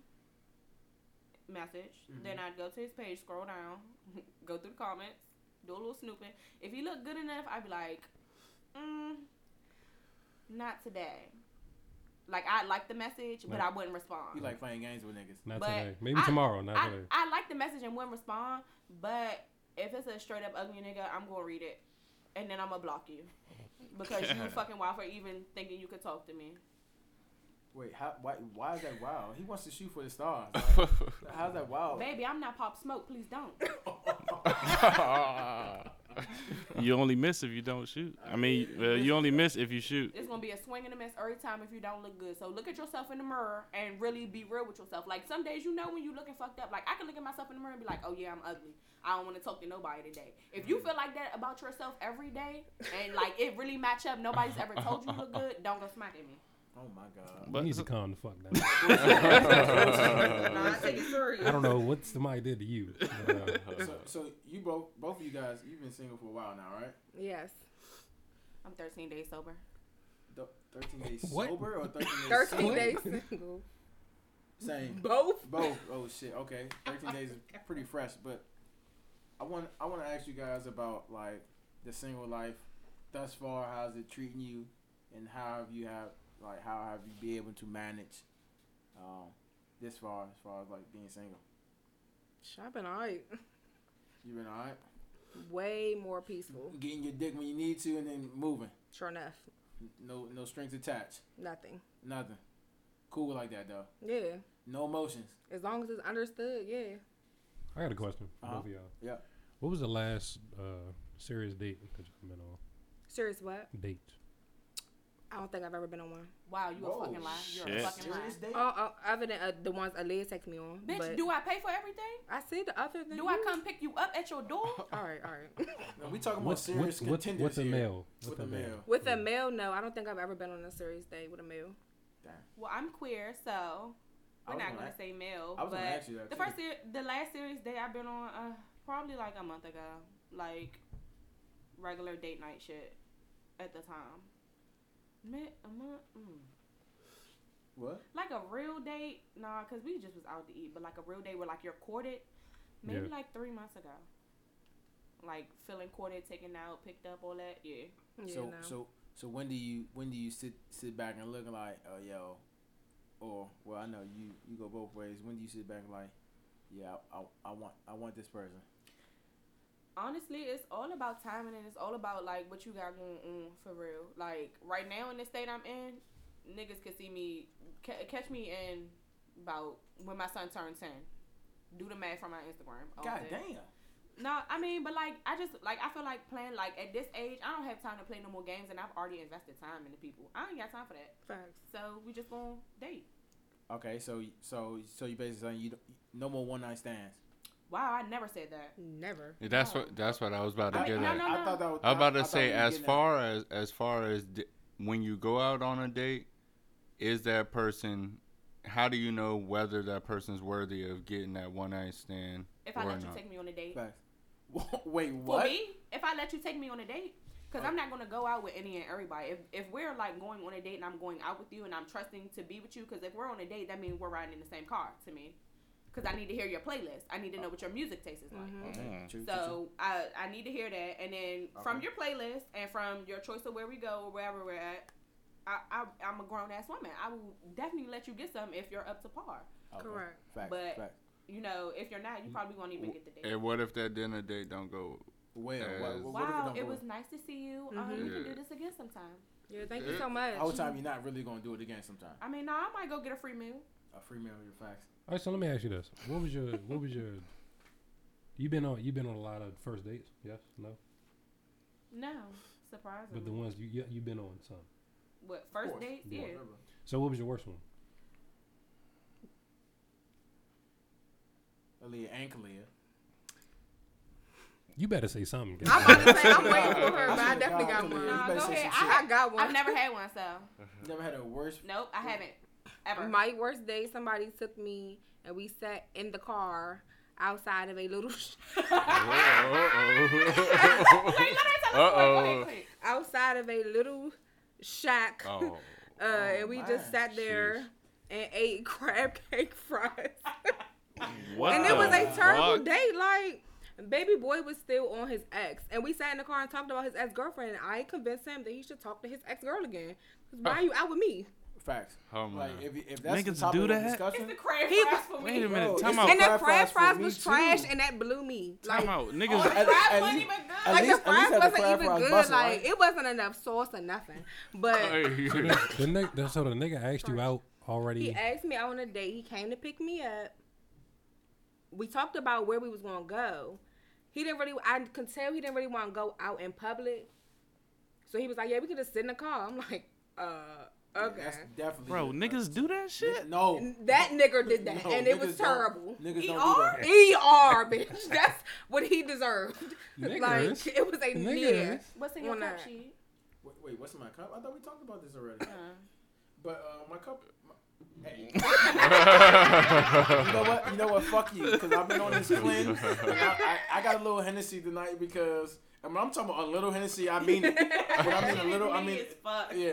Speaker 5: message. Then
Speaker 4: Mm-hmm.
Speaker 5: I'd go to his page, scroll down, go through the comments, do a little snooping. If he looked good enough, I'd be like, mm, not today. Like I like the message, but
Speaker 4: Right.
Speaker 5: I wouldn't respond.
Speaker 1: You like playing games with niggas.
Speaker 4: Not
Speaker 5: but
Speaker 4: today. Maybe
Speaker 5: I-
Speaker 4: tomorrow. Not
Speaker 5: I,
Speaker 4: today.
Speaker 5: I like the message and wouldn't respond, but if it's a straight up ugly nigga, I'm gonna read it, and then I'm gonna block you because you fucking wild for even thinking you could talk to me.
Speaker 1: Wait, how? Why? Why is that wild? He wants to shoot for the stars. like, how's that wild? Oh
Speaker 5: Baby, I'm not Pop Smoke. Please don't.
Speaker 4: uh,
Speaker 2: You only miss if you don't shoot. I mean, uh, you only miss if you shoot.
Speaker 5: It's gonna be a swing and a miss every time if you don't look good. So look at yourself in the mirror and really be real with yourself. Like some days you know when you looking fucked up. Like I can look at myself in the mirror and be like, oh yeah, I'm ugly. I don't want to talk to nobody today. If you feel like that about yourself every day and like it really match up, nobody's ever told you you look good. Don't go smack at me.
Speaker 1: Oh my god.
Speaker 2: But
Speaker 4: you need to calm the fuck down.
Speaker 5: Nah, I take it serious.
Speaker 4: I don't know what somebody did to you. but, uh,
Speaker 1: So, so you both, both of you guys, you've been single for a while now, right?
Speaker 6: Yes.
Speaker 5: I'm 13 days sober.
Speaker 1: Th- Thirteen days
Speaker 4: What?
Speaker 1: sober or thirteen days?
Speaker 6: 13
Speaker 1: single?
Speaker 6: days single.
Speaker 1: Same.
Speaker 6: Both?
Speaker 1: Both. Oh shit. Okay. Thirteen days is pretty fresh, but I want I want to ask you guys about like the single life thus far. How's it treating you, and how have you have like how have you been able to manage um, this far as far as like being single?
Speaker 6: Shit, I've been alright.
Speaker 1: You been alright?
Speaker 6: Way more peaceful.
Speaker 1: Getting your dick when you need to, and then moving.
Speaker 6: Sure enough.
Speaker 1: No no strings attached.
Speaker 6: Nothing.
Speaker 1: Nothing. Cool like that though.
Speaker 6: Yeah.
Speaker 1: No emotions.
Speaker 6: As long as it's understood, yeah.
Speaker 4: I got a question for
Speaker 1: Uh-huh.
Speaker 4: both of y'all.
Speaker 1: Yeah.
Speaker 4: What was the last uh, serious date that y'all been on?
Speaker 6: Serious what?
Speaker 4: Date.
Speaker 6: I don't think I've ever been on one.
Speaker 5: Wow, you
Speaker 1: Whoa,
Speaker 5: a fucking liar. You're
Speaker 2: shit.
Speaker 5: a fucking liar.
Speaker 1: Serious date?
Speaker 6: Oh, oh other than uh, the ones Aaliyah texted me on.
Speaker 5: Bitch,
Speaker 6: but
Speaker 5: do I pay for everything?
Speaker 6: I see the other than
Speaker 5: Do I
Speaker 6: you.
Speaker 5: come pick you up at your door?
Speaker 6: All right, all right.
Speaker 1: No, we talking about
Speaker 4: With-
Speaker 1: serious
Speaker 4: with- with-
Speaker 1: contenders
Speaker 4: with a
Speaker 1: here.
Speaker 4: male.
Speaker 1: With, a male.
Speaker 6: With a male, no, I don't think I've ever been on a serious date with a male.
Speaker 5: Well, I'm queer, so
Speaker 1: I
Speaker 5: we're
Speaker 1: was
Speaker 5: not
Speaker 1: gonna
Speaker 5: gonna
Speaker 1: ask-
Speaker 5: say male.
Speaker 1: I was
Speaker 5: but
Speaker 1: gonna ask you that.
Speaker 5: the
Speaker 1: too.
Speaker 5: first, ser- the last serious date I've been on, uh, probably like a month ago, like regular date night shit. At the time, Mid- a month, mm.
Speaker 1: What?
Speaker 5: like a real date, nah, cause we just was out to eat, but like a real date where like you're courted, maybe
Speaker 4: Yeah.
Speaker 5: like three months ago. Like feeling courted, taken out, picked up, all that. Yeah,
Speaker 6: Yeah,
Speaker 1: so
Speaker 6: no.
Speaker 1: so so when do you when do you sit sit back and look like oh yo, or well I know you you go both ways. When do you sit back and like, yeah I, I, I want I want this person.
Speaker 5: honestly, it's all about timing and it's all about like what you got going on for real. Like right now in the state I'm in, niggas could see me ca- catch me in about when my son turned ten. Do the math from my Instagram. all
Speaker 1: God
Speaker 5: day.
Speaker 1: damn.
Speaker 5: No, I mean, but like, I just like I feel like playing like at this age, I don't have time to play no more games, and I've already invested time into people. I ain't got time for that.
Speaker 6: Facts.
Speaker 5: So we just gonna date.
Speaker 1: Okay, so so so you basically saying you don't, no more one night stands.
Speaker 5: Wow, I never said that.
Speaker 6: Never.
Speaker 3: That's
Speaker 5: No.
Speaker 3: what that's what I was about to
Speaker 5: I-
Speaker 3: get
Speaker 5: no,
Speaker 3: at.
Speaker 5: no,
Speaker 1: I thought that was,
Speaker 3: I'm about
Speaker 1: I
Speaker 3: to
Speaker 1: thought
Speaker 3: say
Speaker 1: we were
Speaker 3: as
Speaker 1: getting at-
Speaker 3: far as as far as d- when you go out on a date, is that person? How do you know whether that person's worthy of getting that one night stand?
Speaker 5: If I
Speaker 3: Why
Speaker 5: let you
Speaker 3: not?
Speaker 5: take me on a date,
Speaker 1: Facts. Wait,
Speaker 5: for
Speaker 1: what?
Speaker 5: me, if I let you take me on a date, because I'm not gonna go out with any and everybody. If if we're like going on a date and I'm going out with you and I'm trusting to be with you, because if we're on a date, that means we're riding in the same car to me. Because I need to hear your playlist. I need to know what your music taste is like.
Speaker 6: Mhm.
Speaker 1: Okay,
Speaker 2: Mm.
Speaker 1: true, true, true.
Speaker 5: So I I need to hear that, and then from
Speaker 1: Okay.
Speaker 5: your playlist and from your choice of where we go or wherever we're at, I, I I'm a grown ass woman. I will definitely let you get some if you're up to par.
Speaker 1: Okay,
Speaker 6: Correct.
Speaker 1: Facts,
Speaker 5: but-
Speaker 1: facts.
Speaker 5: You know, if you're
Speaker 1: Mm.
Speaker 5: not, you probably won't even get the date.
Speaker 3: And what if that dinner date don't go?
Speaker 1: Well,
Speaker 3: Uh,
Speaker 1: what, what, what if it
Speaker 5: Wow,
Speaker 1: don't
Speaker 5: it
Speaker 1: go well?
Speaker 5: was
Speaker 1: Mm-hmm.
Speaker 5: nice to see you. Um,
Speaker 6: Mhm.
Speaker 5: we can
Speaker 3: Yeah.
Speaker 5: do this again sometime.
Speaker 6: Yeah, thank you so much.
Speaker 1: All the time you're not really gonna do it again. Sometime
Speaker 5: I mean, nah, I might go get a free meal.
Speaker 1: a free meal, your facts.
Speaker 4: All right, so let me ask you this: What was your what was your you been on you been on a lot of first dates? Yes, no,
Speaker 5: No,
Speaker 4: but the
Speaker 5: surprisingly.
Speaker 4: ones you you you been on some.
Speaker 5: What
Speaker 1: Of
Speaker 5: first
Speaker 1: course.
Speaker 5: dates?
Speaker 4: Yeah.
Speaker 5: Yeah.
Speaker 1: Whatever.
Speaker 4: So what was your worst one?
Speaker 1: Aaliyah and Kalia.
Speaker 4: You better say something.
Speaker 6: I'm about to say I'm waiting for her, but I definitely got
Speaker 1: Nah,
Speaker 6: one.
Speaker 5: Nah,
Speaker 1: you
Speaker 5: go
Speaker 1: better say
Speaker 5: ahead.
Speaker 1: some
Speaker 5: I,
Speaker 6: I got one.
Speaker 5: I've never had one, so
Speaker 1: You never had a worse.
Speaker 5: nope, I haven't ever.
Speaker 6: My worst day, somebody took me and we sat in the car outside of a little sh-
Speaker 5: Wait, let me tell the story. Go ahead,
Speaker 3: Uh-oh.
Speaker 5: quick.
Speaker 6: outside of a little shack.
Speaker 3: Oh.
Speaker 6: Uh, and we just
Speaker 1: my.
Speaker 6: sat there
Speaker 3: Sheesh.
Speaker 6: and ate crab cake fries.
Speaker 2: What
Speaker 6: and it was
Speaker 2: the
Speaker 6: a terrible
Speaker 2: fuck?
Speaker 6: date. Like, baby boy was still on his ex, and we sat in the car and talked about his ex girlfriend. And I convinced him that he should talk to his ex girl again. 'Cause Why are you out with me?
Speaker 1: Facts.
Speaker 3: Oh my.
Speaker 1: Like if, if that's the
Speaker 2: Niggas
Speaker 1: topic
Speaker 2: do
Speaker 1: of
Speaker 2: that?
Speaker 1: discussion,
Speaker 5: It's the crab
Speaker 6: He-
Speaker 5: fries for me.
Speaker 2: Wait a minute.
Speaker 1: Bro,
Speaker 6: Oh,
Speaker 2: time
Speaker 1: it's-
Speaker 2: out.
Speaker 6: And the
Speaker 1: crab fries
Speaker 6: crab
Speaker 1: for
Speaker 6: fries
Speaker 1: me
Speaker 6: was
Speaker 1: too.
Speaker 6: trash, and that blew me. Like,
Speaker 2: Time out.
Speaker 5: Oh, the
Speaker 2: Niggas.
Speaker 1: At-
Speaker 5: fries
Speaker 1: at
Speaker 5: wasn't
Speaker 1: least-
Speaker 5: even good.
Speaker 1: at
Speaker 6: like
Speaker 1: least-
Speaker 6: the fries
Speaker 1: at the
Speaker 6: wasn't
Speaker 1: crab
Speaker 6: even
Speaker 1: fries
Speaker 6: good.
Speaker 1: bussin',
Speaker 6: like
Speaker 1: right?
Speaker 6: it wasn't enough sauce or nothing. But
Speaker 4: the, ni- so the nigga asked you out
Speaker 6: he
Speaker 4: already.
Speaker 6: asked me out on a date. He came to pick me up. We talked about where we was gonna go. He didn't really. I could tell he didn't really want to go out in public. So he was like, "Yeah, we could just sit in the car." I'm like, "Uh, okay."
Speaker 1: that's definitely
Speaker 2: Bro,
Speaker 1: it.
Speaker 2: niggas do that shit.
Speaker 1: No,
Speaker 6: that nigga did that,
Speaker 1: No,
Speaker 6: and it was
Speaker 1: niggas don't-
Speaker 6: terrible. E
Speaker 1: Niggas don't do
Speaker 5: ER?
Speaker 1: that.
Speaker 6: ER, bitch. That's what he deserved.
Speaker 4: Niggers?
Speaker 6: Like it was a
Speaker 4: Niggers?
Speaker 6: near.
Speaker 5: What's in your
Speaker 6: Well,
Speaker 5: cup
Speaker 6: nah.
Speaker 5: sheet?
Speaker 1: Wait, wait, what's in my cup? I thought we talked about this already.
Speaker 5: Uh,
Speaker 1: But uh, my cup. My, hey. you know what? You know what? Fuck you, because I've been on this cleanse. and I, I, I got a little Hennessy tonight because I mean, I'm talking about a little Hennessy. I mean it. When I mean a little, I mean
Speaker 5: as fuck.
Speaker 1: yeah,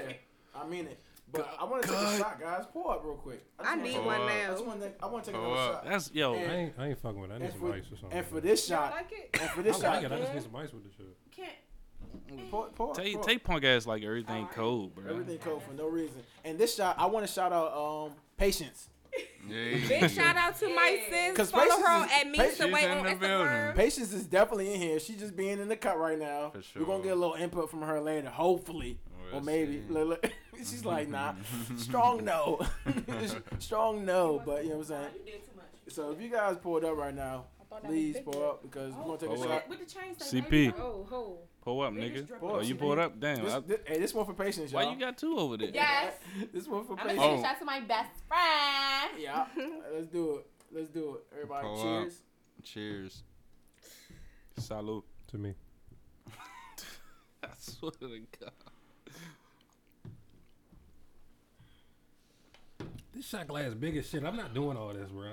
Speaker 1: I mean it. But I want to take a shot, guys. Pour up real quick. just
Speaker 6: I
Speaker 1: wanna
Speaker 6: need
Speaker 1: take-
Speaker 6: one
Speaker 3: Oh, uh,
Speaker 1: I just
Speaker 6: now.
Speaker 1: want to. I want to take
Speaker 3: Oh,
Speaker 1: another
Speaker 3: uh,
Speaker 1: shot.
Speaker 2: That's yo.
Speaker 4: I
Speaker 1: And-
Speaker 4: ain't, I ain't fucking with it. I need
Speaker 1: And
Speaker 4: some
Speaker 1: for,
Speaker 4: ice or something.
Speaker 1: and for this
Speaker 6: Y'all
Speaker 1: shot,
Speaker 6: like it?
Speaker 1: and for
Speaker 4: I
Speaker 1: this
Speaker 4: like
Speaker 1: shot,
Speaker 4: it. I just
Speaker 6: yeah.
Speaker 4: need some ice with this shit.
Speaker 5: Can't.
Speaker 1: pour, pour,
Speaker 2: Take
Speaker 1: pour.
Speaker 2: take punk ass like everything cold, bro.
Speaker 1: everything cold for no reason. And this shot, I want to shout out um patience.
Speaker 6: Big shout out to my
Speaker 5: Yeah.
Speaker 6: sis.
Speaker 1: 'Cause
Speaker 6: Follow
Speaker 1: Patience
Speaker 6: her
Speaker 1: is-
Speaker 6: at Meets
Speaker 1: Patience
Speaker 6: the Way
Speaker 3: in
Speaker 6: on
Speaker 3: the
Speaker 6: Instagram.
Speaker 1: Patience is definitely in here. She's just being in the cut right now.
Speaker 3: For
Speaker 1: We're gonna
Speaker 3: sure.
Speaker 1: get a little input from her later, hopefully, or maybe. Look, look. She's like, nah, strong no, strong no. But you know what I'm saying.
Speaker 5: You did too much.
Speaker 1: So if you guys pulled up right now,
Speaker 6: thought that
Speaker 1: Please
Speaker 6: was big
Speaker 1: pull up because we're
Speaker 3: Oh,
Speaker 1: gonna take a
Speaker 2: Pull
Speaker 1: shot.
Speaker 2: up.
Speaker 5: What the chain say?
Speaker 2: CP.
Speaker 5: baby?
Speaker 6: drip. Oh, ho.
Speaker 2: Pull up,
Speaker 5: Biggest
Speaker 2: nigga.
Speaker 5: drip
Speaker 1: Pull
Speaker 2: Oh,
Speaker 1: up,
Speaker 2: you
Speaker 1: CP.
Speaker 2: pulled up? Damn.
Speaker 1: This,
Speaker 2: I,
Speaker 1: this, hey, this one for patience, y'all.
Speaker 2: why you got two over there?
Speaker 5: Yes.
Speaker 1: This one for
Speaker 5: I'm gonna
Speaker 1: patience.
Speaker 5: take
Speaker 3: Oh.
Speaker 5: a shot to my best friend.
Speaker 1: Yeah, let's do it. Let's do it. Everybody,
Speaker 3: Pull up.
Speaker 1: cheers.
Speaker 3: Cheers.
Speaker 2: Salute.
Speaker 4: to me.
Speaker 2: I swear to God.
Speaker 4: This shot glass big as shit. I'm not doing all this, bro.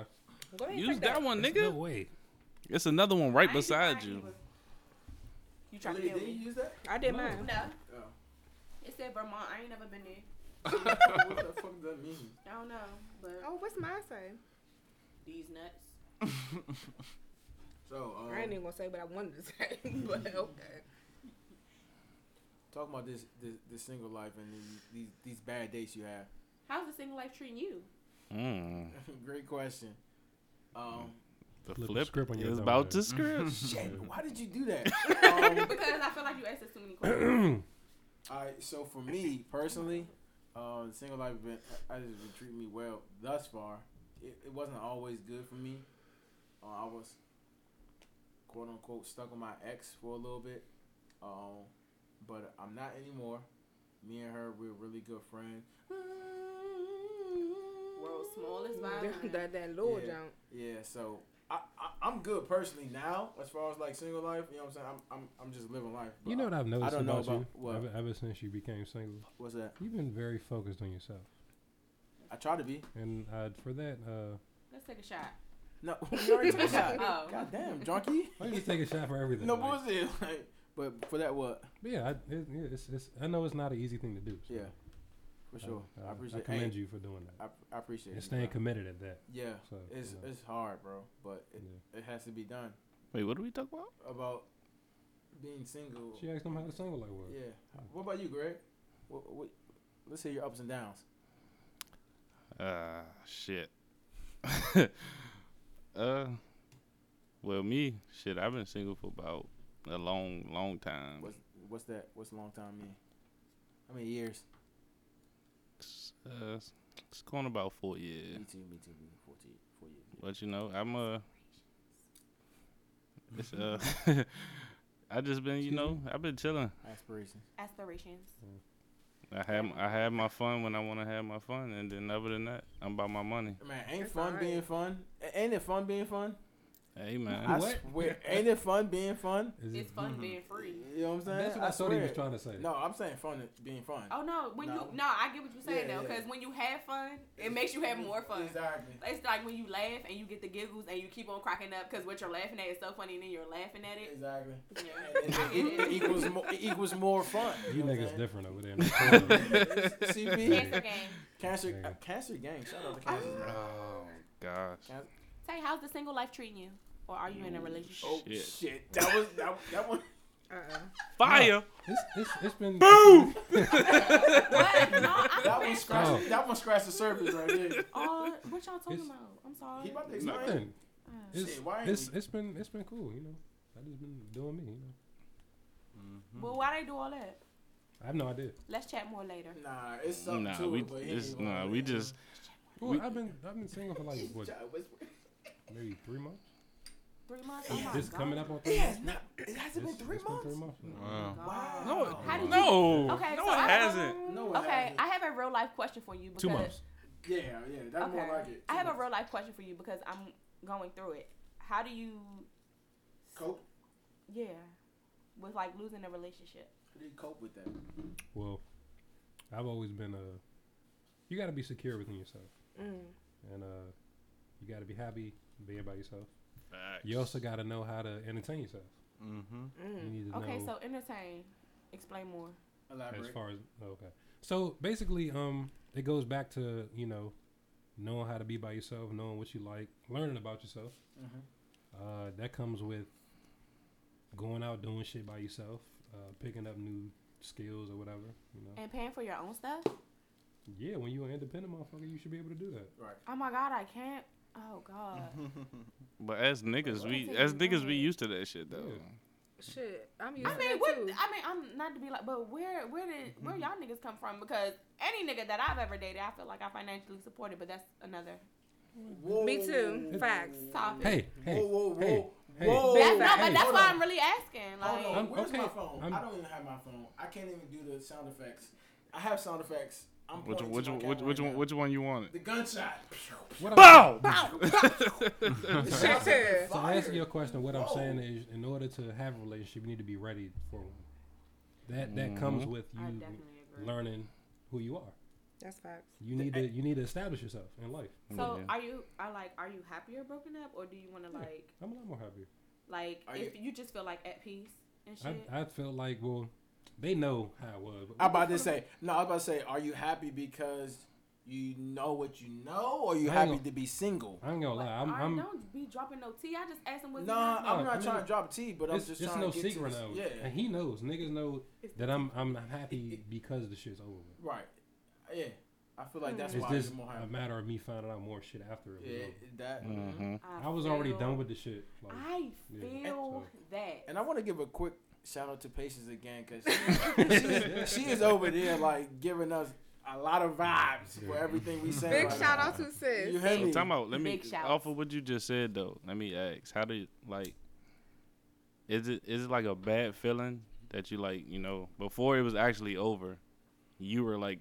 Speaker 6: Go ahead,
Speaker 2: Use
Speaker 6: take
Speaker 2: that one,
Speaker 4: There's No
Speaker 2: nigga.
Speaker 4: way.
Speaker 2: It's another one right
Speaker 5: I ain't
Speaker 2: beside
Speaker 5: trying
Speaker 2: you.
Speaker 5: to- You trying to
Speaker 1: Lee,
Speaker 5: kill
Speaker 1: did
Speaker 5: me?
Speaker 1: you use that?
Speaker 6: I did
Speaker 4: No.
Speaker 6: mine.
Speaker 5: No.
Speaker 1: Oh.
Speaker 5: It said Vermont. I ain't never been there.
Speaker 1: what the fuck does that mean?
Speaker 5: I don't know, but
Speaker 6: Oh, what's mine say?
Speaker 5: these nuts.
Speaker 1: So, um,
Speaker 6: I ain't even gonna say what I wanted to say, but okay.
Speaker 1: talking about this, this this single life and these these, these bad dates you have.
Speaker 5: How's the single life treating you?
Speaker 2: Mm.
Speaker 1: Great question. Um,
Speaker 2: The
Speaker 4: Flip the
Speaker 2: flip
Speaker 4: script on your
Speaker 2: is
Speaker 4: thumb
Speaker 2: about
Speaker 4: there.
Speaker 2: to script.
Speaker 1: shit, why did you do that? um,
Speaker 5: Because I feel like you asked us too many questions.
Speaker 1: all right, so for me personally, um, single life been I just been treating me well thus far. It, it wasn't always good for me. Uh, I was quote unquote stuck on my ex for a little bit, um, but I'm not anymore. Me and her, we're really good friends.
Speaker 5: World's smallest
Speaker 6: That-
Speaker 5: violin.
Speaker 6: that that little
Speaker 1: Yeah.
Speaker 6: jump.
Speaker 1: Yeah, so I, I I'm good personally now as far as like single life. You know what I'm saying? I'm I'm, I'm just living life.
Speaker 4: You know what I've noticed
Speaker 1: don't know
Speaker 4: about, you
Speaker 1: about- what?
Speaker 4: Ever, ever since you became single?
Speaker 1: What's that?
Speaker 4: You've been very focused on yourself,
Speaker 1: I try to be.
Speaker 4: and uh, for that, uh,
Speaker 5: Let's take a shot.
Speaker 1: No, we already took a shot.
Speaker 5: Oh.
Speaker 1: God damn, junkie.
Speaker 4: I just take a shot for everything.
Speaker 1: No
Speaker 4: like-
Speaker 1: bullshit. Like, but for that, what?
Speaker 4: but yeah, I, it, yeah, it's, it's, I know it's not an easy thing to do. so
Speaker 1: Yeah, for
Speaker 4: I- uh,
Speaker 1: sure. I, appreciate.
Speaker 4: I commend
Speaker 1: hey,
Speaker 4: you for doing that
Speaker 1: I, I appreciate.
Speaker 4: and
Speaker 1: it,
Speaker 4: staying
Speaker 1: bro.
Speaker 4: committed at that.
Speaker 1: Yeah,
Speaker 4: So
Speaker 1: it's
Speaker 4: you know,
Speaker 1: it's hard, bro, but it,
Speaker 4: yeah.
Speaker 1: it has to be done.
Speaker 2: Wait, what do we talk about?
Speaker 1: About being single.
Speaker 4: She asked him how the single life was.
Speaker 1: Yeah. What about you, Greg? What, what, let's hear your ups and downs.
Speaker 2: Ah, shit. uh, well, me, shit, I've been single for about a long, long time.
Speaker 1: What's what's that? What's a long time mean? How many years?
Speaker 2: It's, uh, it's going about four years.
Speaker 1: Me too. Me too. Me four, two, four years.
Speaker 2: But you know, I'm uh, it's, uh, I just been, you know, I've been chilling.
Speaker 1: Aspirations.
Speaker 5: Aspirations.
Speaker 2: I had I had my fun when I want to have my fun, and then other than that, I'm about my money.
Speaker 1: Man, ain't
Speaker 6: It's
Speaker 1: fun
Speaker 6: alright.
Speaker 1: being fun. A- Ain't it fun being fun?
Speaker 2: Hey man,
Speaker 1: I
Speaker 4: What?
Speaker 1: swear. ain't it fun being fun?
Speaker 4: Is
Speaker 5: It's
Speaker 4: it-
Speaker 5: fun being free.
Speaker 1: You know what I'm saying?
Speaker 4: That's what I, thought he was
Speaker 1: swear.
Speaker 4: trying to say.
Speaker 1: No, I'm saying fun is being fun.
Speaker 5: Oh no, when
Speaker 1: No.
Speaker 5: you no, I get what you're saying
Speaker 1: Yeah,
Speaker 5: though,
Speaker 1: yeah.
Speaker 5: because when you have fun, it makes you have more fun.
Speaker 1: Exactly.
Speaker 5: It's like when you laugh and you get the giggles and you keep on cracking up because what you're laughing at is so funny and then you're laughing at it.
Speaker 1: Exactly.
Speaker 5: Yeah.
Speaker 1: And
Speaker 5: I
Speaker 1: it,
Speaker 5: get
Speaker 1: it
Speaker 5: it.
Speaker 1: equals more. It equals more fun.
Speaker 4: You
Speaker 1: know what
Speaker 4: niggas
Speaker 1: I'm
Speaker 4: different over there. In the
Speaker 1: saying? CP
Speaker 5: Cancer
Speaker 1: cancer
Speaker 5: game.
Speaker 4: Yeah.
Speaker 1: uh, cancer gang. Shout
Speaker 5: Ah.
Speaker 1: out to cancer. gang.
Speaker 2: oh gosh,
Speaker 5: Say, how's the single life treating you? Or are you in a relationship?
Speaker 1: Oh
Speaker 2: Shit.
Speaker 1: shit. That was that, that one.
Speaker 6: Uh-uh.
Speaker 2: fire!
Speaker 4: it's, it's, it's been. Boom!
Speaker 5: what? No,
Speaker 1: That
Speaker 5: I'm
Speaker 1: one
Speaker 5: finished.
Speaker 1: scratched.
Speaker 4: Oh.
Speaker 1: That one scratched the surface right there.
Speaker 5: Uh, what y'all talking
Speaker 4: It's-
Speaker 5: about? I'm sorry.
Speaker 1: He about to explain.
Speaker 4: Nothing.
Speaker 5: Uh,
Speaker 4: It's,
Speaker 1: Shit, why ain't
Speaker 4: it's,
Speaker 1: we-
Speaker 4: it's been it's been cool, you know. I just been doing me, you know.
Speaker 5: Well, why they do all that?
Speaker 4: I have no idea.
Speaker 5: Let's chat more later.
Speaker 1: Nah, it's something
Speaker 2: Nah,
Speaker 1: to
Speaker 2: we
Speaker 1: it, but he
Speaker 2: this
Speaker 1: ain't gonna
Speaker 2: nah,
Speaker 1: do
Speaker 2: we
Speaker 1: it.
Speaker 2: just
Speaker 4: Well,
Speaker 2: We-
Speaker 4: I've been I've been single for like what,
Speaker 1: Try to whisper.
Speaker 4: maybe three months.
Speaker 5: Three months. Oh my
Speaker 4: This
Speaker 5: God.
Speaker 4: coming up on three
Speaker 1: It
Speaker 4: months.
Speaker 1: has not. It
Speaker 4: It's-
Speaker 1: hasn't been three
Speaker 4: it's been
Speaker 1: months.
Speaker 3: Wow.
Speaker 1: Wow.
Speaker 2: no,
Speaker 5: How did you-
Speaker 2: no,
Speaker 5: Okay,
Speaker 2: no,
Speaker 5: so
Speaker 2: it
Speaker 5: I have a-
Speaker 2: hasn't.
Speaker 1: No. it
Speaker 5: Okay,
Speaker 1: hasn't.
Speaker 5: I have a real life question for you. Because,
Speaker 4: Two months.
Speaker 1: Yeah, yeah, that's
Speaker 5: Okay.
Speaker 1: more like it.
Speaker 5: I have a real life question for you because I'm going through it. How do you,
Speaker 1: cope.
Speaker 5: yeah, with like losing a relationship?
Speaker 1: How do you cope with that?
Speaker 4: Well, I've always been uh you gotta be secure within yourself.
Speaker 6: Mm.
Speaker 4: And uh you gotta be happy being by yourself. You also gotta know how to entertain yourself.
Speaker 3: Mm-hmm.
Speaker 4: You
Speaker 6: Mm.
Speaker 4: need to
Speaker 5: Okay,
Speaker 4: know
Speaker 5: so entertain. Explain more.
Speaker 4: as
Speaker 1: Elaborate.
Speaker 4: far as okay. So basically, um it goes back to, you know, knowing how to be by yourself, knowing what you like, learning about yourself.
Speaker 1: Mhm.
Speaker 4: Uh, that comes with going out doing shit by yourself, uh, picking up new skills or whatever. You know.
Speaker 5: And paying for your own stuff? Oh
Speaker 4: Yeah, when you're an independent motherfucker, you should be able to do that.
Speaker 1: Right.
Speaker 5: Oh my God, I can't. Oh God.
Speaker 2: But as niggas, we
Speaker 5: That's
Speaker 2: as
Speaker 5: even
Speaker 2: niggas, we
Speaker 5: bad.
Speaker 2: used to that shit though.
Speaker 4: Yeah.
Speaker 6: Shit, I'm used
Speaker 5: I
Speaker 6: to
Speaker 5: mean,
Speaker 6: that
Speaker 5: what? I
Speaker 6: too.
Speaker 5: mean, I'm not to be like, but where, where did, where y'all niggas come from? Because any nigga that I've ever dated, I feel like I financially supported, but that's another
Speaker 6: Me too. Facts.
Speaker 5: Stop it.
Speaker 4: Hey, hey,
Speaker 1: whoa, whoa, whoa,
Speaker 4: hey, hey.
Speaker 1: whoa.
Speaker 5: That's not,
Speaker 4: fact-
Speaker 5: but
Speaker 4: hey,
Speaker 5: that's
Speaker 1: hold
Speaker 5: why
Speaker 1: on.
Speaker 5: I'm really asking. Like,
Speaker 1: Hold on,
Speaker 4: I'm-
Speaker 1: where's my
Speaker 4: okay,
Speaker 1: phone?
Speaker 4: I'm-
Speaker 1: I don't even have my phone. I can't even do the sound effects. I have sound effects. I'm
Speaker 2: Which
Speaker 1: pointing
Speaker 2: which
Speaker 1: to my
Speaker 2: which
Speaker 1: camera
Speaker 2: which
Speaker 1: right
Speaker 2: one
Speaker 1: now.
Speaker 2: which one you wanted?
Speaker 1: The gunshot.
Speaker 4: What I'm,
Speaker 2: Bow.
Speaker 1: The shots have been
Speaker 4: so answer
Speaker 1: fired.
Speaker 4: your question. What I'm
Speaker 1: Whoa.
Speaker 4: saying is, in order to have a relationship, you need to be ready for one. That that
Speaker 1: Mm-hmm.
Speaker 4: comes with
Speaker 5: I
Speaker 4: you
Speaker 5: definitely agree.
Speaker 4: learning who you are.
Speaker 6: That's facts.
Speaker 4: You need
Speaker 1: e-
Speaker 4: to you need to establish yourself in life.
Speaker 5: So
Speaker 2: Yeah.
Speaker 5: are you are like are you happier broken up or do you want to
Speaker 4: Yeah.
Speaker 5: like
Speaker 4: I'm a lot more happier.
Speaker 5: like
Speaker 1: Are
Speaker 5: if you just feel like at peace and shit?
Speaker 4: I I feel like well, they know how it was. but
Speaker 1: I'm
Speaker 4: what
Speaker 1: about
Speaker 4: the
Speaker 1: to
Speaker 4: fuck-
Speaker 1: say. No, I'm about to say. Are you happy because you know what you know, or you
Speaker 4: I
Speaker 1: happy
Speaker 4: ain't
Speaker 1: to be single?
Speaker 4: I ain't gonna
Speaker 5: Like,
Speaker 4: lie. I'm
Speaker 5: I
Speaker 4: I'm
Speaker 5: don't be dropping no tea. I just ask them what's
Speaker 1: Nah,
Speaker 5: going on.
Speaker 1: I'm
Speaker 4: No,
Speaker 1: not
Speaker 4: I
Speaker 1: trying
Speaker 4: mean,
Speaker 1: to drop tea, but I'm
Speaker 4: it's,
Speaker 1: just
Speaker 4: it's
Speaker 1: trying
Speaker 4: no
Speaker 1: to get
Speaker 4: secret
Speaker 1: to
Speaker 4: now.
Speaker 1: this. Yeah,
Speaker 4: And he knows. Niggas know
Speaker 5: It's-
Speaker 4: that I'm I'm happy because the shit's over. with.
Speaker 1: right. Yeah, I feel like
Speaker 6: Hmm.
Speaker 1: that's
Speaker 4: It's
Speaker 1: why
Speaker 4: just
Speaker 1: I'm more
Speaker 4: a
Speaker 1: happy.
Speaker 4: matter of me finding out more shit after it. was
Speaker 1: Yeah,
Speaker 4: over.
Speaker 1: that.
Speaker 2: Mm-hmm.
Speaker 4: I was already
Speaker 5: feel-
Speaker 4: done with the shit. Like,
Speaker 5: I
Speaker 4: Yeah.
Speaker 5: feel that.
Speaker 1: And I want to give a quick shout out to Patience again because she, is over there like giving us a lot of vibes for everything we say.
Speaker 6: Big
Speaker 1: right
Speaker 6: shout
Speaker 1: now.
Speaker 6: out to
Speaker 1: You
Speaker 6: sis.
Speaker 1: hear
Speaker 2: So
Speaker 1: me?
Speaker 2: time out. Let me
Speaker 5: Big shouts.
Speaker 2: off of what you just said though. Let me ask. How do you like? Is it is it like a bad feeling that you like? You know, before it was actually over, you were like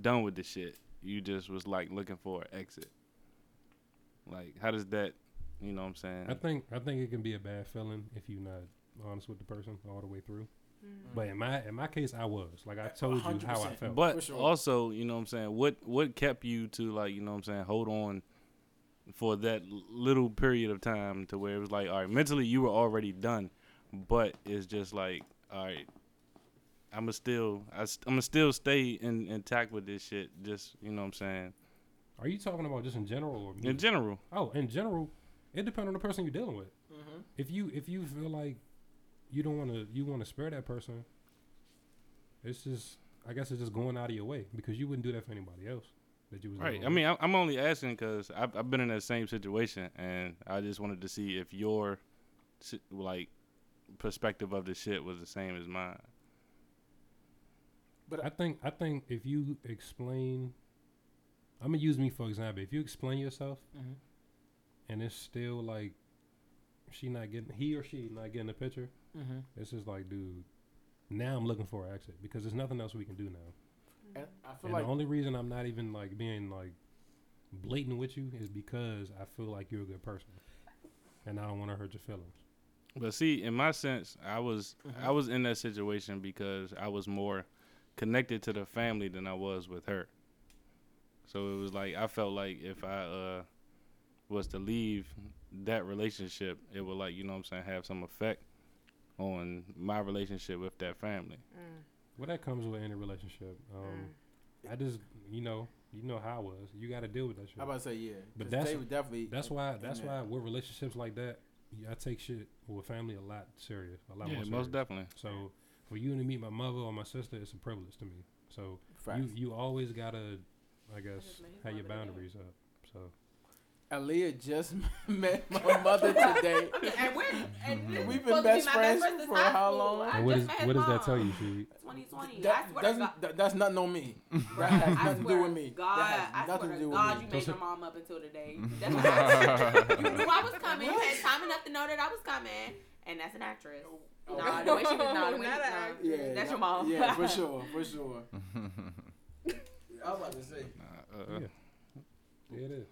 Speaker 2: done with the shit. You just was like looking for an exit. Like, how does that? You know what I'm saying?
Speaker 4: I think I think it can be a bad feeling if you're not honest with the person all the way through.
Speaker 1: Mm.
Speaker 4: But in my in my case, I was like I told you how I
Speaker 1: 100%.
Speaker 4: felt.
Speaker 1: For
Speaker 2: But
Speaker 1: sure.
Speaker 2: also, you know what I'm saying? What what kept you to like, you know what I'm saying, hold on for that l- little period of time to where it was like, all right, mentally you were already done, but it's just like, all right, I'ma still I st- I'ma still stay in intact with this shit. Just you know what I'm saying.
Speaker 4: Are you talking about just in general or
Speaker 2: In
Speaker 4: music?
Speaker 2: general,
Speaker 4: oh in general? It depends on the person you're dealing with.
Speaker 1: Mhm.
Speaker 4: If you if you feel like you don't want to you want to spare that person, it's just I guess it's just going out of your way because you wouldn't do that for anybody else that you was
Speaker 2: right?
Speaker 4: dealing
Speaker 2: I
Speaker 4: with.
Speaker 2: mean, I- I'm only asking because I've I've been in that same situation, and I just wanted to see if your si- like perspective of the shit was the same as mine.
Speaker 4: I think I think if you explain, I'm gonna use me for example. If you explain yourself,
Speaker 2: Mm-hmm.
Speaker 1: Mhm.
Speaker 4: and it's still like she not getting he or she not getting the picture,
Speaker 1: Mhm.
Speaker 4: it's just like, dude, now I'm looking for an exit because there's nothing else we can do now.
Speaker 1: And I feel
Speaker 4: and
Speaker 1: like
Speaker 4: the only reason I'm not even like being like blatant with you is because I feel like you're a good person, and I don't want to hurt your feelings.
Speaker 2: But see, in my sense, I was I was in that situation because I was more connected to the family than I was with her. So it was like I felt like if I uh was to leave that relationship, it would like, you know what I'm saying, have some effect on my relationship with that family.
Speaker 4: Well, that comes with any relationship. Um, I just you know you know how I was. You got to deal with that shit.
Speaker 1: I'm about to say yeah,
Speaker 4: But
Speaker 1: 'cause
Speaker 4: that's-
Speaker 1: they would definitely.
Speaker 4: That's why. That's
Speaker 1: that.
Speaker 4: why with relationships like that, y- I take shit with family a lot serious, a lot
Speaker 2: yeah,
Speaker 4: more
Speaker 2: most
Speaker 4: serious.
Speaker 2: definitely.
Speaker 4: so for you to meet my mother or my sister, it's a privilege to me. So
Speaker 1: Facts.
Speaker 4: you you always gotta, I guess,
Speaker 5: just made his
Speaker 4: have your
Speaker 5: mother today.
Speaker 4: boundaries up. So
Speaker 1: Aaliyah just met my mother today.
Speaker 5: and we're and this is
Speaker 1: We've been
Speaker 5: supposed to
Speaker 1: best
Speaker 5: my
Speaker 1: friends
Speaker 5: since
Speaker 1: for
Speaker 5: high
Speaker 1: how
Speaker 5: school.
Speaker 1: long?
Speaker 5: I
Speaker 4: Mm-hmm. and what
Speaker 5: just
Speaker 4: is
Speaker 5: met
Speaker 4: what does
Speaker 5: his
Speaker 4: that tell
Speaker 5: mom.
Speaker 4: you, Sheed?
Speaker 5: 2020. I
Speaker 1: That
Speaker 5: swear to
Speaker 1: doesn't.
Speaker 5: God.
Speaker 1: That, that's nothing on me. That has
Speaker 5: I
Speaker 1: nothing to
Speaker 5: swear
Speaker 1: do with me.
Speaker 5: God,
Speaker 1: that has
Speaker 5: I
Speaker 1: nothing
Speaker 5: swear
Speaker 1: to do with
Speaker 5: God,
Speaker 1: me. Mm-hmm.
Speaker 5: you made
Speaker 4: Don't
Speaker 5: your
Speaker 4: say-
Speaker 5: mom up until today. That's what I You knew I was coming. You had time enough to know that I was coming, and that's an actress. No, nah, the way she was, nah, the way,
Speaker 6: Not an
Speaker 5: nah.
Speaker 6: actress.
Speaker 1: Oh, Yeah,
Speaker 5: That's your
Speaker 1: nah-
Speaker 5: mom.
Speaker 1: Yeah, for sure, for sure. I was about to say.
Speaker 2: Nah, uh,
Speaker 4: Yeah. Yeah, it is.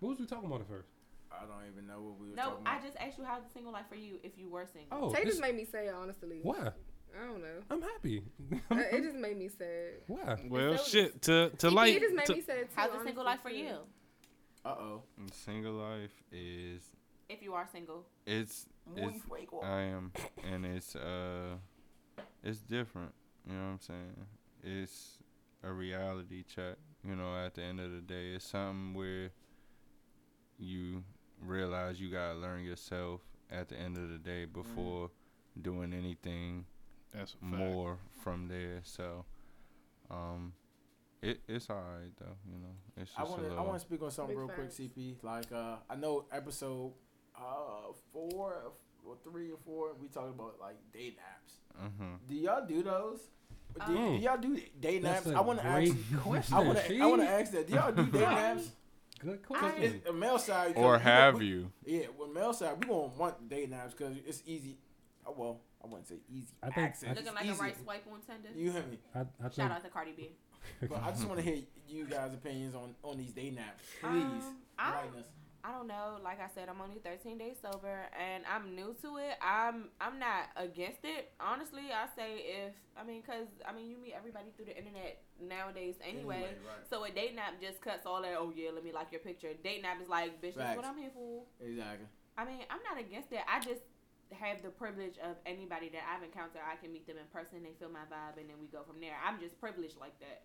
Speaker 4: What was we talking about at first?
Speaker 1: I don't even know what we were
Speaker 5: No,
Speaker 1: talking
Speaker 5: I
Speaker 1: about.
Speaker 5: just asked you how's the single life for you if you were single.
Speaker 4: Oh,
Speaker 6: Tay
Speaker 4: this,
Speaker 6: just made me sad, honestly.
Speaker 4: why?
Speaker 6: I don't know.
Speaker 4: I'm happy.
Speaker 6: Uh, it just made me sad.
Speaker 4: why?
Speaker 2: Well,
Speaker 6: so-
Speaker 2: shit. To to
Speaker 6: It-
Speaker 2: like
Speaker 6: it just made
Speaker 2: to,
Speaker 6: me sad too.
Speaker 5: How's the single
Speaker 6: honestly,
Speaker 5: life for
Speaker 6: too.
Speaker 5: you
Speaker 1: Uh oh.
Speaker 3: Single life is
Speaker 5: if you are single?
Speaker 3: it's it's I am and it's uh it's different. You know what I'm saying? It's a reality check. You know, at the end of the day, it's something where you realize you gotta learn yourself at the end of the day
Speaker 1: Mm-hmm.
Speaker 3: before doing anything
Speaker 2: that's a fact.
Speaker 3: more from there. So, um, it it's alright though. You know, it's
Speaker 1: I
Speaker 3: just
Speaker 1: want
Speaker 3: a
Speaker 1: to I
Speaker 3: little.
Speaker 1: want to speak on something
Speaker 6: Big
Speaker 1: real quick,
Speaker 6: facts.
Speaker 1: CP. Like uh, I know episode uh four or three or four, we talking about like dating apps.
Speaker 3: Mhm.
Speaker 1: Do y'all do those? Do,
Speaker 4: Um,
Speaker 1: do y'all do dating
Speaker 4: That's
Speaker 1: apps?
Speaker 4: a
Speaker 1: I want to ask.
Speaker 4: great question.
Speaker 1: I want to. I want to
Speaker 4: Sheed.
Speaker 1: ask that. Do y'all do dating apps?
Speaker 4: good
Speaker 5: I-
Speaker 4: question.
Speaker 1: It's a male side. 'cause
Speaker 3: Or
Speaker 1: we-
Speaker 3: have
Speaker 1: we-
Speaker 3: you?
Speaker 1: Yeah, with male side, we gonna want day knives because it's easy. oh, Well, I wouldn't say easy
Speaker 4: I think-
Speaker 1: access.
Speaker 5: Looking
Speaker 1: it's
Speaker 5: like a
Speaker 1: easy.
Speaker 5: right swipe on Tinder.
Speaker 1: You hear me?
Speaker 4: I, I
Speaker 5: Shout
Speaker 4: think
Speaker 5: out to Cardi B.
Speaker 1: But I just want to hear you guys' opinions on on these day naps, please.
Speaker 5: Um, I
Speaker 1: enlighten us.
Speaker 5: I don't know. Like I said, I'm only 13 days sober, and I'm new to it. I'm I'm not against it. Honestly, I say if I mean, cause I mean, you meet everybody through the internet nowadays anyway.
Speaker 1: right?
Speaker 5: So a date nap just cuts all that. Oh yeah, let me like your picture. Date nap is like, bitch, that's what
Speaker 1: Facts.
Speaker 5: I'm here for.
Speaker 1: Exactly.
Speaker 5: I mean, I'm not against it. I just have the privilege of anybody that I've encountered, I can meet them in person. They feel my vibe, and then we go from there. I'm just privileged like that.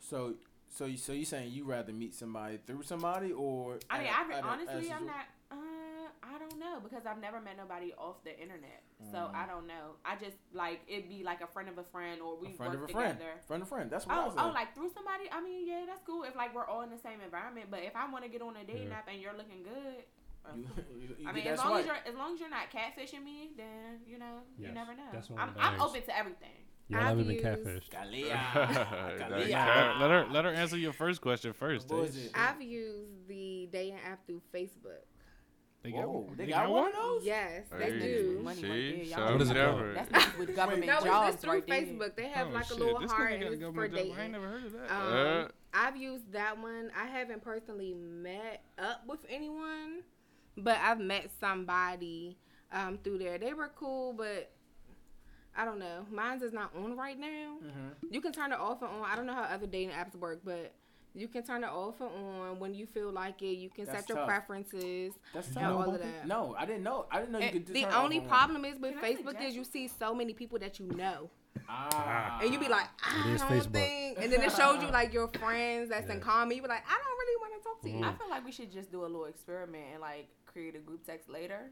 Speaker 1: So, so you so you saying you rather meet somebody through somebody or?
Speaker 5: I mean,
Speaker 1: at a-
Speaker 5: I
Speaker 1: at a- as
Speaker 5: honestly, I'm
Speaker 1: you-
Speaker 5: not. Uh, I don't know because I've never met nobody off the internet, so
Speaker 1: Mm.
Speaker 5: I don't know. I just like it'd be like a friend of a friend, or we
Speaker 1: a friend
Speaker 5: work
Speaker 1: of a
Speaker 5: together.
Speaker 1: friend, friend of a friend. That's what I
Speaker 5: Oh,
Speaker 1: was
Speaker 5: oh, like through somebody. I mean, yeah, that's cool if like we're all in the same environment. But if I want to get on a dating
Speaker 4: Yeah.
Speaker 5: app and you're looking good, uh,
Speaker 1: You, you, you
Speaker 5: I
Speaker 1: get
Speaker 5: mean,
Speaker 1: that
Speaker 5: as long
Speaker 1: swipe.
Speaker 5: as you're as long as you're not catfishing me, then you know you
Speaker 4: Yes,
Speaker 5: never know.
Speaker 4: that's what
Speaker 5: I'm,
Speaker 4: I'm
Speaker 5: I'm
Speaker 4: about.
Speaker 5: open to everything.
Speaker 4: y'all haven't been
Speaker 6: I've used-
Speaker 4: catfished.
Speaker 1: Kalia.
Speaker 3: Like,
Speaker 1: Kalia.
Speaker 2: Let her let her answer your first question first.
Speaker 1: What
Speaker 2: They,
Speaker 1: was it?
Speaker 6: I've used the dating app through Facebook.
Speaker 2: they got
Speaker 1: Whoa,
Speaker 2: one.
Speaker 1: they got one of those?
Speaker 6: Yes, they
Speaker 5: Hey,
Speaker 6: do.
Speaker 5: Money right there,
Speaker 3: See,
Speaker 5: y'all.
Speaker 3: so
Speaker 4: What is it called?
Speaker 3: never.
Speaker 5: That's niggas with government
Speaker 1: Wait,
Speaker 6: No,
Speaker 5: jobs
Speaker 6: it's just through
Speaker 5: right there.
Speaker 6: Facebook. They have
Speaker 2: Oh,
Speaker 6: like a
Speaker 2: shit.
Speaker 6: little
Speaker 2: This
Speaker 6: heart
Speaker 2: nigga
Speaker 6: and
Speaker 2: got
Speaker 6: it's for
Speaker 2: government job. I ain't
Speaker 6: dating.
Speaker 2: never heard of that.
Speaker 3: Uh.
Speaker 6: Um, I've used that one. I haven't personally met up with anyone, but I've met somebody um, through there. They were cool, but I don't know. Mine's is not on right now.
Speaker 1: Mhm.
Speaker 6: You can turn it off and on. I don't know how other dating apps work, but you can turn it off and on when you feel like it. You can
Speaker 1: That's
Speaker 6: set your
Speaker 1: tough.
Speaker 6: preferences.
Speaker 1: That's
Speaker 6: know
Speaker 1: tough.
Speaker 6: all of that.
Speaker 1: No, I didn't know. I didn't know you
Speaker 6: And
Speaker 1: could. just
Speaker 6: the
Speaker 1: turn it off
Speaker 6: only
Speaker 1: and on.
Speaker 6: problem is with
Speaker 5: Can I
Speaker 6: Facebook
Speaker 5: suggest-
Speaker 6: is you see so many people that you know.
Speaker 1: Ah.
Speaker 6: And you be like,
Speaker 4: It
Speaker 6: I
Speaker 4: is
Speaker 6: don't
Speaker 4: Facebook.
Speaker 6: think. And then it shows you like your friends that's in
Speaker 4: Yeah. Mm-hmm.
Speaker 6: common. You be like, I don't really want to talk
Speaker 2: Hmm.
Speaker 6: to you.
Speaker 5: I feel like we should just do a little experiment and like create a group text later.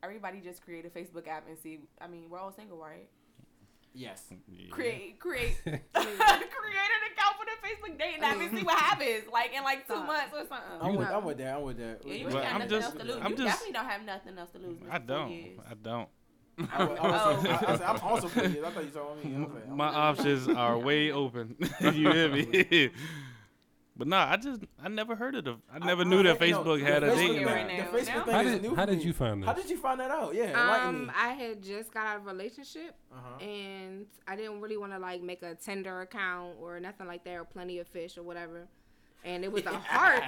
Speaker 5: Everybody just create a Facebook app and see. I mean, we're all single, right?
Speaker 1: yes.
Speaker 3: Yeah.
Speaker 5: Create, create, create an account for the Facebook dating app and see what happens. Like in like two
Speaker 6: Stop.
Speaker 5: months or something.
Speaker 1: I'm
Speaker 4: You-
Speaker 1: with, I'm with that. I'm with that.
Speaker 5: Yeah, you
Speaker 2: But
Speaker 5: ain't
Speaker 2: I'm
Speaker 5: got nothing
Speaker 2: just-
Speaker 5: else to lose.
Speaker 2: I'm
Speaker 5: you
Speaker 2: just-
Speaker 5: definitely don't have nothing else to lose. Mr.
Speaker 2: I don't.
Speaker 5: Funyuns.
Speaker 2: I don't.
Speaker 1: I was, I was, I was, I'm also for you. I thought you told me. I was like, I'm
Speaker 2: My options are way open. you hear me? but nah, I just I never heard of the. I never knew that
Speaker 1: you know,
Speaker 2: Facebook
Speaker 1: the
Speaker 2: had a
Speaker 1: Facebook
Speaker 2: dating
Speaker 1: thing-
Speaker 5: right
Speaker 2: app.
Speaker 5: now.
Speaker 1: The Facebook
Speaker 5: Now?
Speaker 1: thing
Speaker 4: How
Speaker 1: is
Speaker 4: did-
Speaker 1: new
Speaker 4: how
Speaker 1: for
Speaker 4: did
Speaker 1: me.
Speaker 4: you find
Speaker 1: How
Speaker 4: this?
Speaker 1: did you find that out? Yeah, enlighten
Speaker 6: Um,
Speaker 1: me.
Speaker 6: I had just got out of a relationship
Speaker 1: Uh-huh.
Speaker 6: and I didn't really want to like make a Tinder account or nothing like that or plenty of fish or whatever. And it was a heart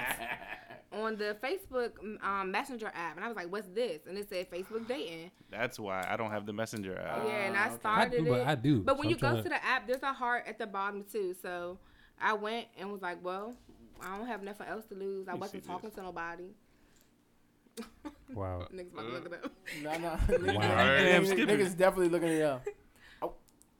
Speaker 6: on the Facebook um, Messenger app, and I was like, "What's this?" And it said Facebook dating.
Speaker 2: That's why I don't have the messenger app.
Speaker 6: yeah, and
Speaker 1: Ah,
Speaker 6: I
Speaker 1: okay.
Speaker 4: I
Speaker 6: started
Speaker 4: do, but
Speaker 6: it.
Speaker 4: I do.
Speaker 6: But when
Speaker 4: so
Speaker 6: you
Speaker 4: I'm
Speaker 6: go
Speaker 4: tryna-
Speaker 6: to the app, there's a heart at the bottom too. So I went and was like, "Well, I don't have nothing else to lose. I
Speaker 2: Let me
Speaker 6: wasn't
Speaker 2: see
Speaker 6: talking to nobody."
Speaker 4: wow.
Speaker 6: Niggas about to
Speaker 1: Uh.
Speaker 6: look it up.
Speaker 1: No, no.
Speaker 2: Damn,
Speaker 1: Niggas,
Speaker 2: skip it.
Speaker 1: niggas definitely looking it up.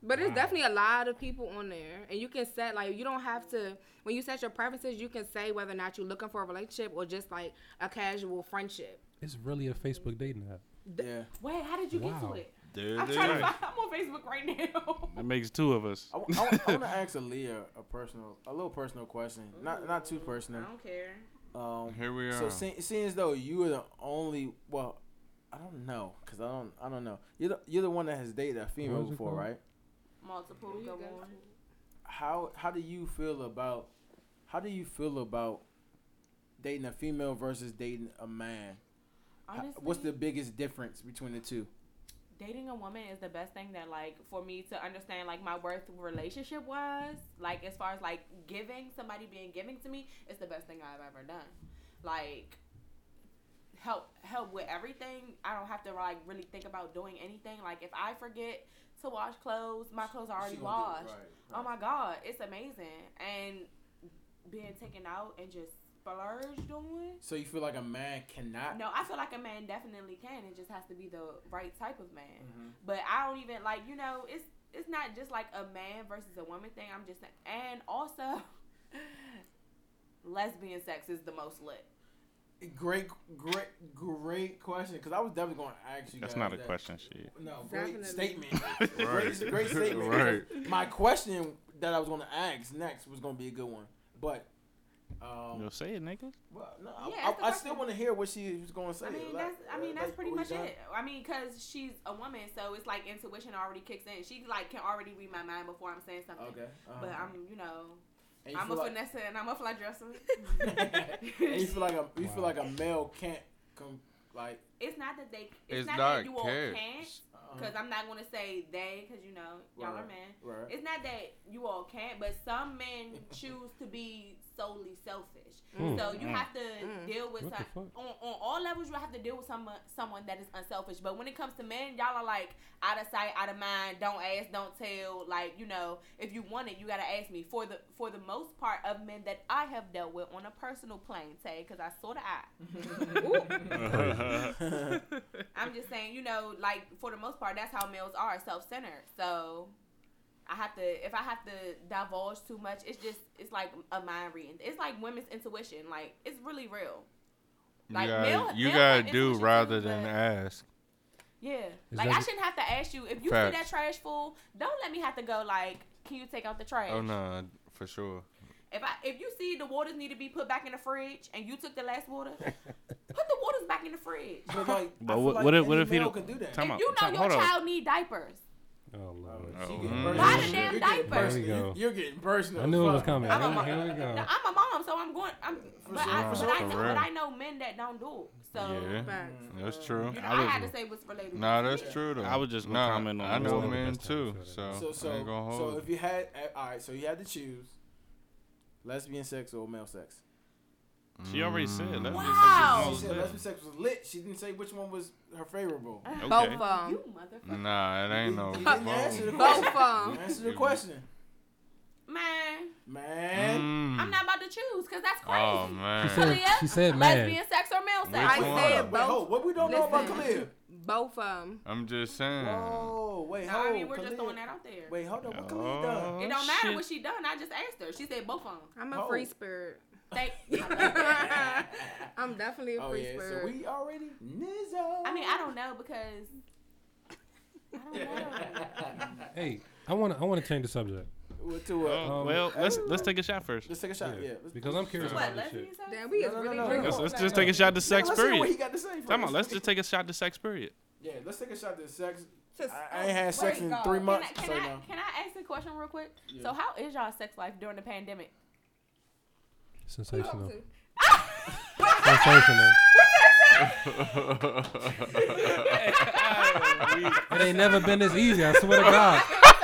Speaker 6: But there's definitely a lot of people on there, and you can set like you don't have to. When you set your preferences, you can say whether or not you're looking for a relationship or just like a casual friendship.
Speaker 4: It's really a Facebook dating app.
Speaker 1: Yeah.
Speaker 5: Wait, how did you get
Speaker 4: Wow.
Speaker 5: to it?
Speaker 3: There
Speaker 5: I'm
Speaker 3: they
Speaker 5: trying to
Speaker 3: are.
Speaker 5: find. I'm on Facebook right now.
Speaker 2: That makes two of us.
Speaker 1: I, wa- I, wa- I want to ask Aaliyah a personal, a little personal question. Not not too personal.
Speaker 6: don't care.
Speaker 1: Um,
Speaker 3: Here we
Speaker 1: So
Speaker 3: are.
Speaker 1: seeing, seeing as though you were the only, well, I don't know, cause I don't, I don't know. You're the, you're the one that has dated a female
Speaker 4: was it
Speaker 1: before,
Speaker 4: called?
Speaker 1: right?
Speaker 5: Multiple. Go on.
Speaker 1: How how do you feel about, how do you feel about dating a female versus dating a man? How-
Speaker 5: Honestly,
Speaker 1: What's the biggest difference between the two?
Speaker 5: dating a woman is the best thing that like for me to understand like my worth relationship wise like as far as like giving somebody being giving to me it's the best thing i've ever done like help help with everything i don't have to like really think about doing anything like if i forget to wash clothes my clothes are already washed oh my god it's amazing and being taken out and just splurged on
Speaker 1: So you feel like a man cannot?
Speaker 5: no i feel like a man definitely can it just has to be the right type of man
Speaker 1: Mhm.
Speaker 5: but I don't even like you know it's it's not just like a man versus a woman thing. I'm just and also lesbian sex is the most lit.
Speaker 1: Great, great, great question. Cause I was definitely going to ask you.
Speaker 2: That's
Speaker 1: guys
Speaker 2: not a
Speaker 1: that.
Speaker 2: question. Shit.
Speaker 1: No,
Speaker 6: Definitely.
Speaker 1: great statement.
Speaker 3: Right.
Speaker 1: great, great statement.
Speaker 3: Right.
Speaker 1: My question that I was gonna ask next was gonna be a good one, but um,
Speaker 2: Yo, say it, nigga.
Speaker 1: well, no, I-
Speaker 5: Yeah,
Speaker 1: I,
Speaker 5: ask the
Speaker 1: I,
Speaker 5: question.
Speaker 1: still want to hear what she was gonna say.
Speaker 5: I mean
Speaker 1: Like,
Speaker 5: that's I mean
Speaker 1: uh,
Speaker 5: that's
Speaker 1: like,
Speaker 5: pretty
Speaker 1: we
Speaker 5: much
Speaker 1: done?
Speaker 5: it. I mean because she's a woman, so it's like intuition already kicks in. She like can already read my mind before I'm saying something.
Speaker 1: Okay. uh-huh.
Speaker 5: But I'm you know
Speaker 1: And you
Speaker 5: I'm a
Speaker 1: feel like-
Speaker 5: finesse and I'm a fly dresser.
Speaker 1: and you feel like a you feel
Speaker 4: Wow.
Speaker 1: like a male can't come like
Speaker 5: It's not that they. It's,
Speaker 3: It's
Speaker 5: not,
Speaker 3: not
Speaker 5: that you all
Speaker 3: cares.
Speaker 5: can't.
Speaker 1: uh,
Speaker 4: Uh-huh.
Speaker 5: Because I'm not gonna say they, because you know y'all
Speaker 1: Right.
Speaker 5: are men.
Speaker 1: right.
Speaker 5: It's not that you all can't, but some men choose to be solely selfish.
Speaker 4: Mm.
Speaker 5: So you
Speaker 2: Mm.
Speaker 5: have to
Speaker 6: Mm.
Speaker 5: deal with
Speaker 4: What the
Speaker 5: some,
Speaker 4: fuck?
Speaker 5: on, on all levels. You have to deal with someone someone that is unselfish. But when it comes to men, y'all are like out of sight, out of mind. Don't ask, don't tell. Like you know, if you want it, you gotta ask me. For the for the most part of men that I have dealt with on a personal plane, Tay, because I saw the eye. I'm just saying, you know, like for the most part, that's how males are self-centered. So I have to, if I have to divulge too much, it's just, it's like a mind reading. It's like women's intuition. Like it's really real. Like,
Speaker 3: you gotta,
Speaker 5: male-
Speaker 3: you
Speaker 5: male
Speaker 3: gotta
Speaker 5: got
Speaker 3: do
Speaker 5: intuition
Speaker 3: rather
Speaker 5: too,
Speaker 3: than
Speaker 5: but-
Speaker 3: ask.
Speaker 5: Yeah. like I
Speaker 4: that-
Speaker 5: shouldn't have to ask you if you see that
Speaker 3: Facts.
Speaker 5: trash full. Don't let me have to go like, can you take out the trash?
Speaker 3: Oh no, for sure.
Speaker 5: If I if you see the waters need to be put back in the fridge and you took the last water, put the waters back in the fridge.
Speaker 1: But like,
Speaker 2: But
Speaker 1: I feel
Speaker 2: what-
Speaker 1: like
Speaker 2: what if- what
Speaker 1: any
Speaker 2: if he
Speaker 1: male
Speaker 2: don't-
Speaker 1: can do that?
Speaker 2: Time
Speaker 5: if
Speaker 2: out,
Speaker 5: you know
Speaker 2: time-
Speaker 5: your
Speaker 2: hold on.
Speaker 5: child need diapers,
Speaker 4: Oh lord.
Speaker 1: She
Speaker 3: Oh,
Speaker 1: getting
Speaker 3: mm.
Speaker 1: personal.
Speaker 3: Buy the
Speaker 1: You're
Speaker 5: damn
Speaker 1: getting
Speaker 5: diaper.
Speaker 1: personal.
Speaker 4: There we go.
Speaker 1: You're, you're getting personal.
Speaker 4: I knew it was
Speaker 1: Fuck.
Speaker 4: coming.
Speaker 5: I'm a
Speaker 4: Here,
Speaker 5: mo-
Speaker 4: here we go.
Speaker 5: Now, I'm a mom, so I'm going. I'm, but, I,
Speaker 1: sure,
Speaker 5: but,
Speaker 1: for
Speaker 5: I
Speaker 3: sure.
Speaker 5: know,
Speaker 3: For real.
Speaker 5: but I know men that don't do it. So
Speaker 3: Yeah,
Speaker 6: Facts.
Speaker 1: Hmm.
Speaker 3: that's true.
Speaker 5: you know,
Speaker 2: I
Speaker 5: I,
Speaker 2: was-
Speaker 5: had to say what's related.
Speaker 3: Nah,
Speaker 5: to
Speaker 3: that's
Speaker 5: me.
Speaker 3: true though.
Speaker 2: I was just gonna
Speaker 3: nah,
Speaker 2: comment on
Speaker 3: I
Speaker 2: that.
Speaker 3: know
Speaker 2: That's the
Speaker 3: men
Speaker 4: best time
Speaker 3: too,
Speaker 4: to say
Speaker 3: so,
Speaker 4: that.
Speaker 1: So
Speaker 3: I
Speaker 1: so
Speaker 3: ain't gonna hold.
Speaker 1: so if you had all right, so you had to choose lesbian sex or male sex.
Speaker 2: She already
Speaker 3: Mm.
Speaker 2: said. Let's
Speaker 5: Wow.
Speaker 1: She said lesbian sex was lit. She didn't say which one was her favorable.
Speaker 5: Okay.
Speaker 6: Both of them.
Speaker 5: You
Speaker 3: Mm.
Speaker 5: motherfucker.
Speaker 3: Nah, it ain't no.
Speaker 1: You
Speaker 3: vote.
Speaker 1: didn't answer the
Speaker 6: Both
Speaker 1: question.
Speaker 6: of
Speaker 1: You
Speaker 6: them.
Speaker 1: answer the question,
Speaker 5: Man,
Speaker 1: man.
Speaker 3: Mm.
Speaker 5: I'm not about to choose because that's crazy.
Speaker 3: Oh
Speaker 4: She
Speaker 3: man.
Speaker 4: said,
Speaker 5: Talia,
Speaker 4: she said man.
Speaker 5: Lesbian sex or male
Speaker 3: Which
Speaker 5: sex?
Speaker 6: I
Speaker 3: one?
Speaker 6: said
Speaker 1: Wait,
Speaker 6: both.
Speaker 1: hold. What we don't know about
Speaker 6: Listen.
Speaker 1: Khalil?
Speaker 6: Both of them.
Speaker 3: I'm just
Speaker 4: Hmm.
Speaker 3: saying.
Speaker 1: Whoa, Oh, wait,
Speaker 5: No,
Speaker 1: hold.
Speaker 5: I mean, we're just
Speaker 1: Khalil.
Speaker 5: throwing that out there.
Speaker 1: Wait, hold on. What
Speaker 4: Oh.
Speaker 1: Khalil done?
Speaker 5: it don't matter what she done. I just asked her. She said both of them.
Speaker 6: I'm a
Speaker 1: Oh.
Speaker 6: free spirit.
Speaker 5: Thank.
Speaker 6: I'm definitely a
Speaker 1: Oh
Speaker 6: free
Speaker 1: yeah,
Speaker 6: spirit.
Speaker 1: so we already Nizzo.
Speaker 5: I mean, I don't know because I don't know.
Speaker 4: Hey, I want to I want to change the subject.
Speaker 1: What to what?
Speaker 4: Um,
Speaker 2: well, let's let's take a shot first.
Speaker 1: Let's take a shot. Yeah. let's,
Speaker 4: Because I'm curious
Speaker 5: What
Speaker 4: about this shit.
Speaker 5: lesbian sex?
Speaker 6: Damn, we
Speaker 1: No,
Speaker 6: is
Speaker 1: no, no,
Speaker 6: really
Speaker 1: no, no.
Speaker 6: drinking.
Speaker 2: Let's, let's
Speaker 1: no,
Speaker 2: just
Speaker 1: no.
Speaker 2: take a shot to sex.
Speaker 1: let's hear what he
Speaker 2: Period.
Speaker 1: got to say. First.
Speaker 2: Come on, let's just take a shot to sex. Period.
Speaker 1: Yeah, let's take a shot to sex.
Speaker 6: To-
Speaker 1: I, I ain't had sex
Speaker 6: Praise
Speaker 1: in
Speaker 6: God.
Speaker 1: three
Speaker 5: Can
Speaker 1: months.
Speaker 5: I, can,
Speaker 1: so
Speaker 5: I,
Speaker 1: no.
Speaker 5: can I ask a question real quick?
Speaker 1: Yeah.
Speaker 5: So how is y'all sex life during the pandemic?
Speaker 6: Talk
Speaker 4: Sensational.
Speaker 6: to. Oh.
Speaker 4: Sensational. It ain't never been this easy. I swear to God.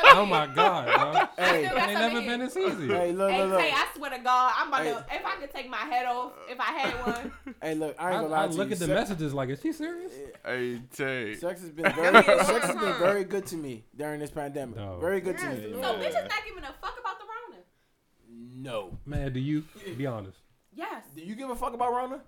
Speaker 4: Oh my God, bro.
Speaker 5: I
Speaker 1: Hey,
Speaker 5: still
Speaker 4: It
Speaker 5: got
Speaker 4: ain't
Speaker 5: some
Speaker 4: never
Speaker 5: in.
Speaker 4: been this easy.
Speaker 1: hey, look,
Speaker 5: Hey,
Speaker 1: look, look.
Speaker 5: Tay, I swear to God, I'm about
Speaker 1: Hey.
Speaker 5: to. If I could take my head off, if I had one,
Speaker 1: Hey, look, I
Speaker 4: I,
Speaker 1: ain't gonna lie
Speaker 4: I
Speaker 1: to
Speaker 4: look
Speaker 1: you.
Speaker 4: at the
Speaker 1: Sex- eh,
Speaker 4: messages like, is she serious?
Speaker 3: hey, Tay.
Speaker 1: Sex has been very, sex has been very good to me during this pandemic.
Speaker 4: No.
Speaker 1: Very good
Speaker 6: Yes,
Speaker 1: to me.
Speaker 6: Lord.
Speaker 5: so bitch is not giving a fuck about the Rona.
Speaker 1: No.
Speaker 4: Man, do you be honest?
Speaker 5: Yes.
Speaker 1: Do you give a fuck about Rona?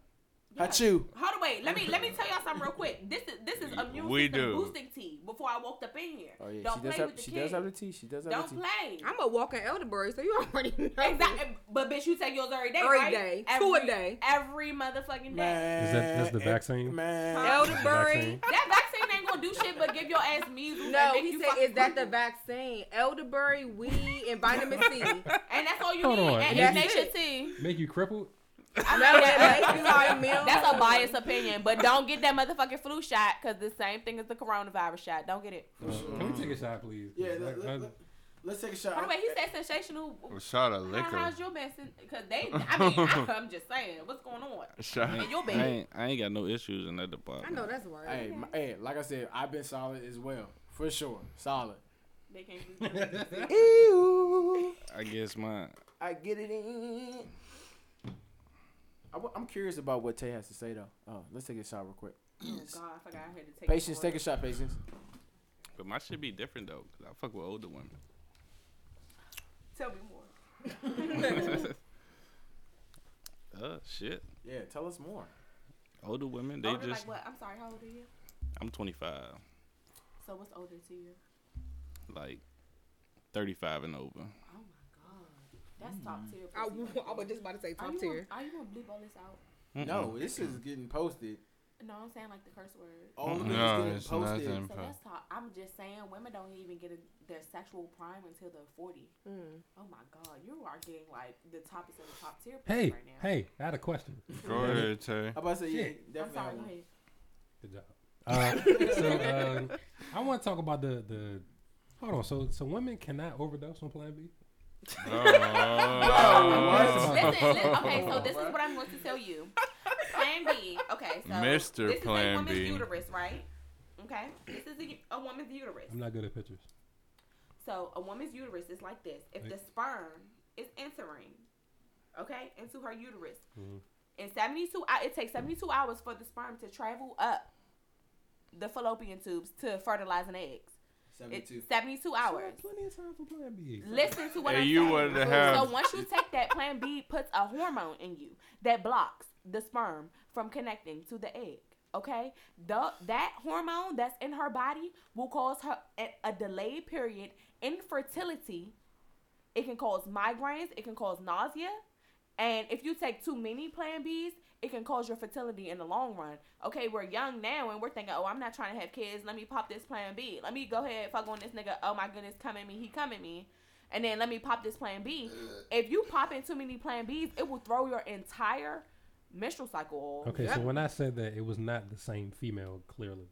Speaker 5: yes.
Speaker 1: How you?
Speaker 5: Hold on, wait. Let me let me tell y'all something real quick. This is this is immune
Speaker 3: We
Speaker 5: system
Speaker 3: do.
Speaker 5: boosting tea. Before I walked up in here,
Speaker 1: Oh yeah,
Speaker 5: don't
Speaker 1: she
Speaker 5: play
Speaker 1: does have
Speaker 5: with the
Speaker 1: she
Speaker 5: kid.
Speaker 1: does have the tea. She does have
Speaker 5: don't
Speaker 1: the tea.
Speaker 5: play.
Speaker 6: I'm a walking elderberry, so you already know.
Speaker 5: Exactly. But bitch, you take yours every day,
Speaker 6: Every
Speaker 5: right?
Speaker 6: day. Two a day.
Speaker 5: Every motherfucking day.
Speaker 4: Is that- that's the
Speaker 1: Man,
Speaker 4: vaccine?
Speaker 1: Man.
Speaker 6: Elderberry.
Speaker 4: Vaccine.
Speaker 5: That vaccine ain't gonna do shit but give your ass measles.
Speaker 6: No,
Speaker 5: and make
Speaker 6: he
Speaker 5: you
Speaker 6: said,
Speaker 5: fucking
Speaker 6: is that the
Speaker 5: crippled.
Speaker 6: vaccine? Elderberry, weed, and vitamin C. no,
Speaker 5: And that's all you
Speaker 4: Hold
Speaker 5: need.
Speaker 4: on,
Speaker 5: And
Speaker 6: that's
Speaker 5: you nation
Speaker 6: it.
Speaker 5: tea.
Speaker 4: Make you crippled?
Speaker 6: that makes me like immune.
Speaker 5: That's a biased opinion, but don't get that motherfucking flu shot because the same thing as the coronavirus shot. Don't get it.
Speaker 1: Uh,
Speaker 4: Can we take a shot, please?
Speaker 1: Yeah,
Speaker 4: Like,
Speaker 1: let, let,
Speaker 4: I-
Speaker 1: let, let's take a shot.
Speaker 5: By the way, he said sensational.
Speaker 3: A shot of
Speaker 5: How,
Speaker 3: liquor.
Speaker 5: how's your been? Because they, I mean, I, am just saying, what's going on?
Speaker 3: Shot.
Speaker 5: And your
Speaker 2: I
Speaker 5: baby.
Speaker 2: ain't, I ain't got no issues in that
Speaker 6: I
Speaker 2: department.
Speaker 6: know that's right.
Speaker 1: Hey, my, hey, like I said, I've been solid as well, for sure, solid.
Speaker 5: They can't do that.
Speaker 1: Ew,
Speaker 2: I guess my
Speaker 1: I get it in. I, am curious about what Tay has to say though. Oh, let's take a shot real quick.
Speaker 5: Oh God, I forgot I had to take.
Speaker 1: Patience,
Speaker 5: a
Speaker 1: take a
Speaker 5: shot.
Speaker 1: shot, patience.
Speaker 2: but my should be different though. 'cause I fuck with older women.
Speaker 5: Tell me more.
Speaker 2: uh shit.
Speaker 1: Yeah, tell us more.
Speaker 2: Older women, they
Speaker 5: older
Speaker 2: just
Speaker 5: like what? I'm sorry. How old are you?
Speaker 2: I'm 25,
Speaker 5: So what's older to you?
Speaker 2: like 35 and over.
Speaker 5: Oh my God, that's top tier.
Speaker 6: I,
Speaker 5: pussy right
Speaker 6: Oh, I
Speaker 5: there.
Speaker 6: was just about to say
Speaker 5: Are
Speaker 6: top
Speaker 5: you
Speaker 6: tier.
Speaker 5: Gonna, are you gonna bleep all this out?
Speaker 1: No, this is getting posted.
Speaker 5: No, I'm saying like the curse word.
Speaker 4: Oh,
Speaker 1: All of it
Speaker 3: No,
Speaker 1: is
Speaker 3: it's
Speaker 1: getting posted.
Speaker 3: nothing.
Speaker 5: So that's top. I'm just saying, women don't even get a, their sexual prime until they're 40.
Speaker 6: Mm.
Speaker 5: Oh my God, you are getting like the toppest of the top tier pussy
Speaker 4: Hey,
Speaker 5: right now.
Speaker 4: hey, I had a question.
Speaker 3: Go ahead, Tay.
Speaker 1: I'm about to say, yeah,
Speaker 4: Shit.
Speaker 1: definitely.
Speaker 5: I'm sorry.
Speaker 1: have
Speaker 5: Go
Speaker 1: one.
Speaker 5: ahead.
Speaker 4: Good job. Uh, so um, I want to talk about the the. Hold on. So so women cannot overdose on Plan B.
Speaker 3: Oh.
Speaker 5: Listen, listen, okay, so this is what I'm going to tell you. Plan B. Okay, so
Speaker 3: Mr.
Speaker 5: this is
Speaker 3: Plan
Speaker 5: a woman's
Speaker 3: B.
Speaker 5: uterus, right? Okay, this is a, a woman's uterus.
Speaker 4: I'm not good at pictures.
Speaker 5: So a woman's uterus is like this. If the sperm is entering, okay, into her uterus,
Speaker 4: Mhm.
Speaker 5: in 72, hou- it takes 72 hours for the sperm to travel up the fallopian tubes to fertilize an egg. It's 72 hours.
Speaker 4: Plenty of time for Plan B.
Speaker 5: Listen to what
Speaker 3: Hey,
Speaker 5: I'm
Speaker 3: you
Speaker 5: saying.
Speaker 3: wanted to
Speaker 5: So
Speaker 3: have-
Speaker 5: once you take that Plan B, puts a hormone in you that blocks the sperm from connecting to the egg. Okay, the that hormone that's in her body will cause her a, a delayed period, infertility. It can cause migraines. It can cause nausea, and if you take too many Plan Bs, it can cause your fertility in the long run. Okay, we're young now and we're thinking, oh, I'm not trying to have kids. Let me pop this Plan B. Let me go ahead fuck on this nigga. Oh my goodness, come at me. He come at me and then let me pop this plan B. If you pop in too many plan Bs, it will throw your entire menstrual cycle off.
Speaker 4: Okay,
Speaker 6: Yep.
Speaker 4: so when I said that, it was not the same female, clearly.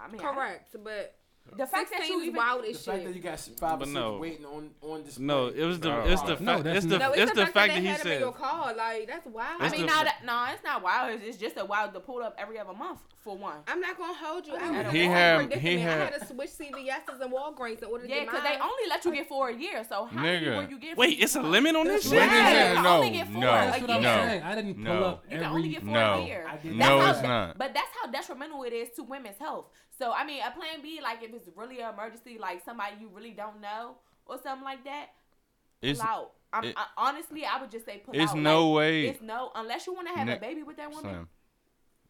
Speaker 5: I mean, I-
Speaker 6: Correct, but
Speaker 5: the fact that you
Speaker 6: 16 is
Speaker 5: even,
Speaker 6: wild
Speaker 7: The
Speaker 6: as
Speaker 7: fact that you
Speaker 6: shit.
Speaker 7: got five
Speaker 2: But
Speaker 7: or six
Speaker 2: no.
Speaker 7: waiting on on this.
Speaker 2: No, it was the it's the
Speaker 4: No,
Speaker 2: fact
Speaker 4: that's
Speaker 2: it's the
Speaker 4: not-
Speaker 6: No,
Speaker 2: it's the fact that he
Speaker 6: had him in
Speaker 2: said
Speaker 6: your car. Like that's wild.
Speaker 5: I
Speaker 2: It's
Speaker 5: mean,
Speaker 2: the-
Speaker 5: not that, no, it's not wild. It's, it's just a wild to pull up every other month for one.
Speaker 6: I'm not gonna hold you. I was
Speaker 5: He
Speaker 6: he
Speaker 3: had-
Speaker 6: had,
Speaker 3: he
Speaker 6: I
Speaker 3: had-
Speaker 6: had to switch CVS's and Walgreens in order to
Speaker 5: Yeah,
Speaker 6: get
Speaker 5: because they
Speaker 6: mine.
Speaker 5: only let you get four a year. So how many
Speaker 3: Nigga.
Speaker 5: will you get?
Speaker 2: wait it's a limit on this
Speaker 3: When
Speaker 2: shit.
Speaker 3: is
Speaker 5: Yeah,
Speaker 3: it?
Speaker 5: you can
Speaker 3: No,
Speaker 5: only get four
Speaker 3: no,
Speaker 4: That's what I'm
Speaker 3: no.
Speaker 4: saying. I didn't pull
Speaker 3: No.
Speaker 4: up
Speaker 5: You
Speaker 4: every.
Speaker 5: can only get four
Speaker 3: No.
Speaker 5: a year.
Speaker 7: did
Speaker 3: No,
Speaker 5: how
Speaker 3: it's
Speaker 5: de-
Speaker 3: not.
Speaker 5: But that's how detrimental it is to women's health. So I mean, a plan B, like if it's really an emergency, like somebody you really don't know or something like that, pull
Speaker 3: It's
Speaker 5: out. I'm,
Speaker 3: it-
Speaker 5: I, honestly, I would just say pull out.
Speaker 3: it's
Speaker 5: Like,
Speaker 3: no way.
Speaker 5: It's no unless you want to have
Speaker 3: Ne-
Speaker 5: a baby with that woman.
Speaker 3: Slim.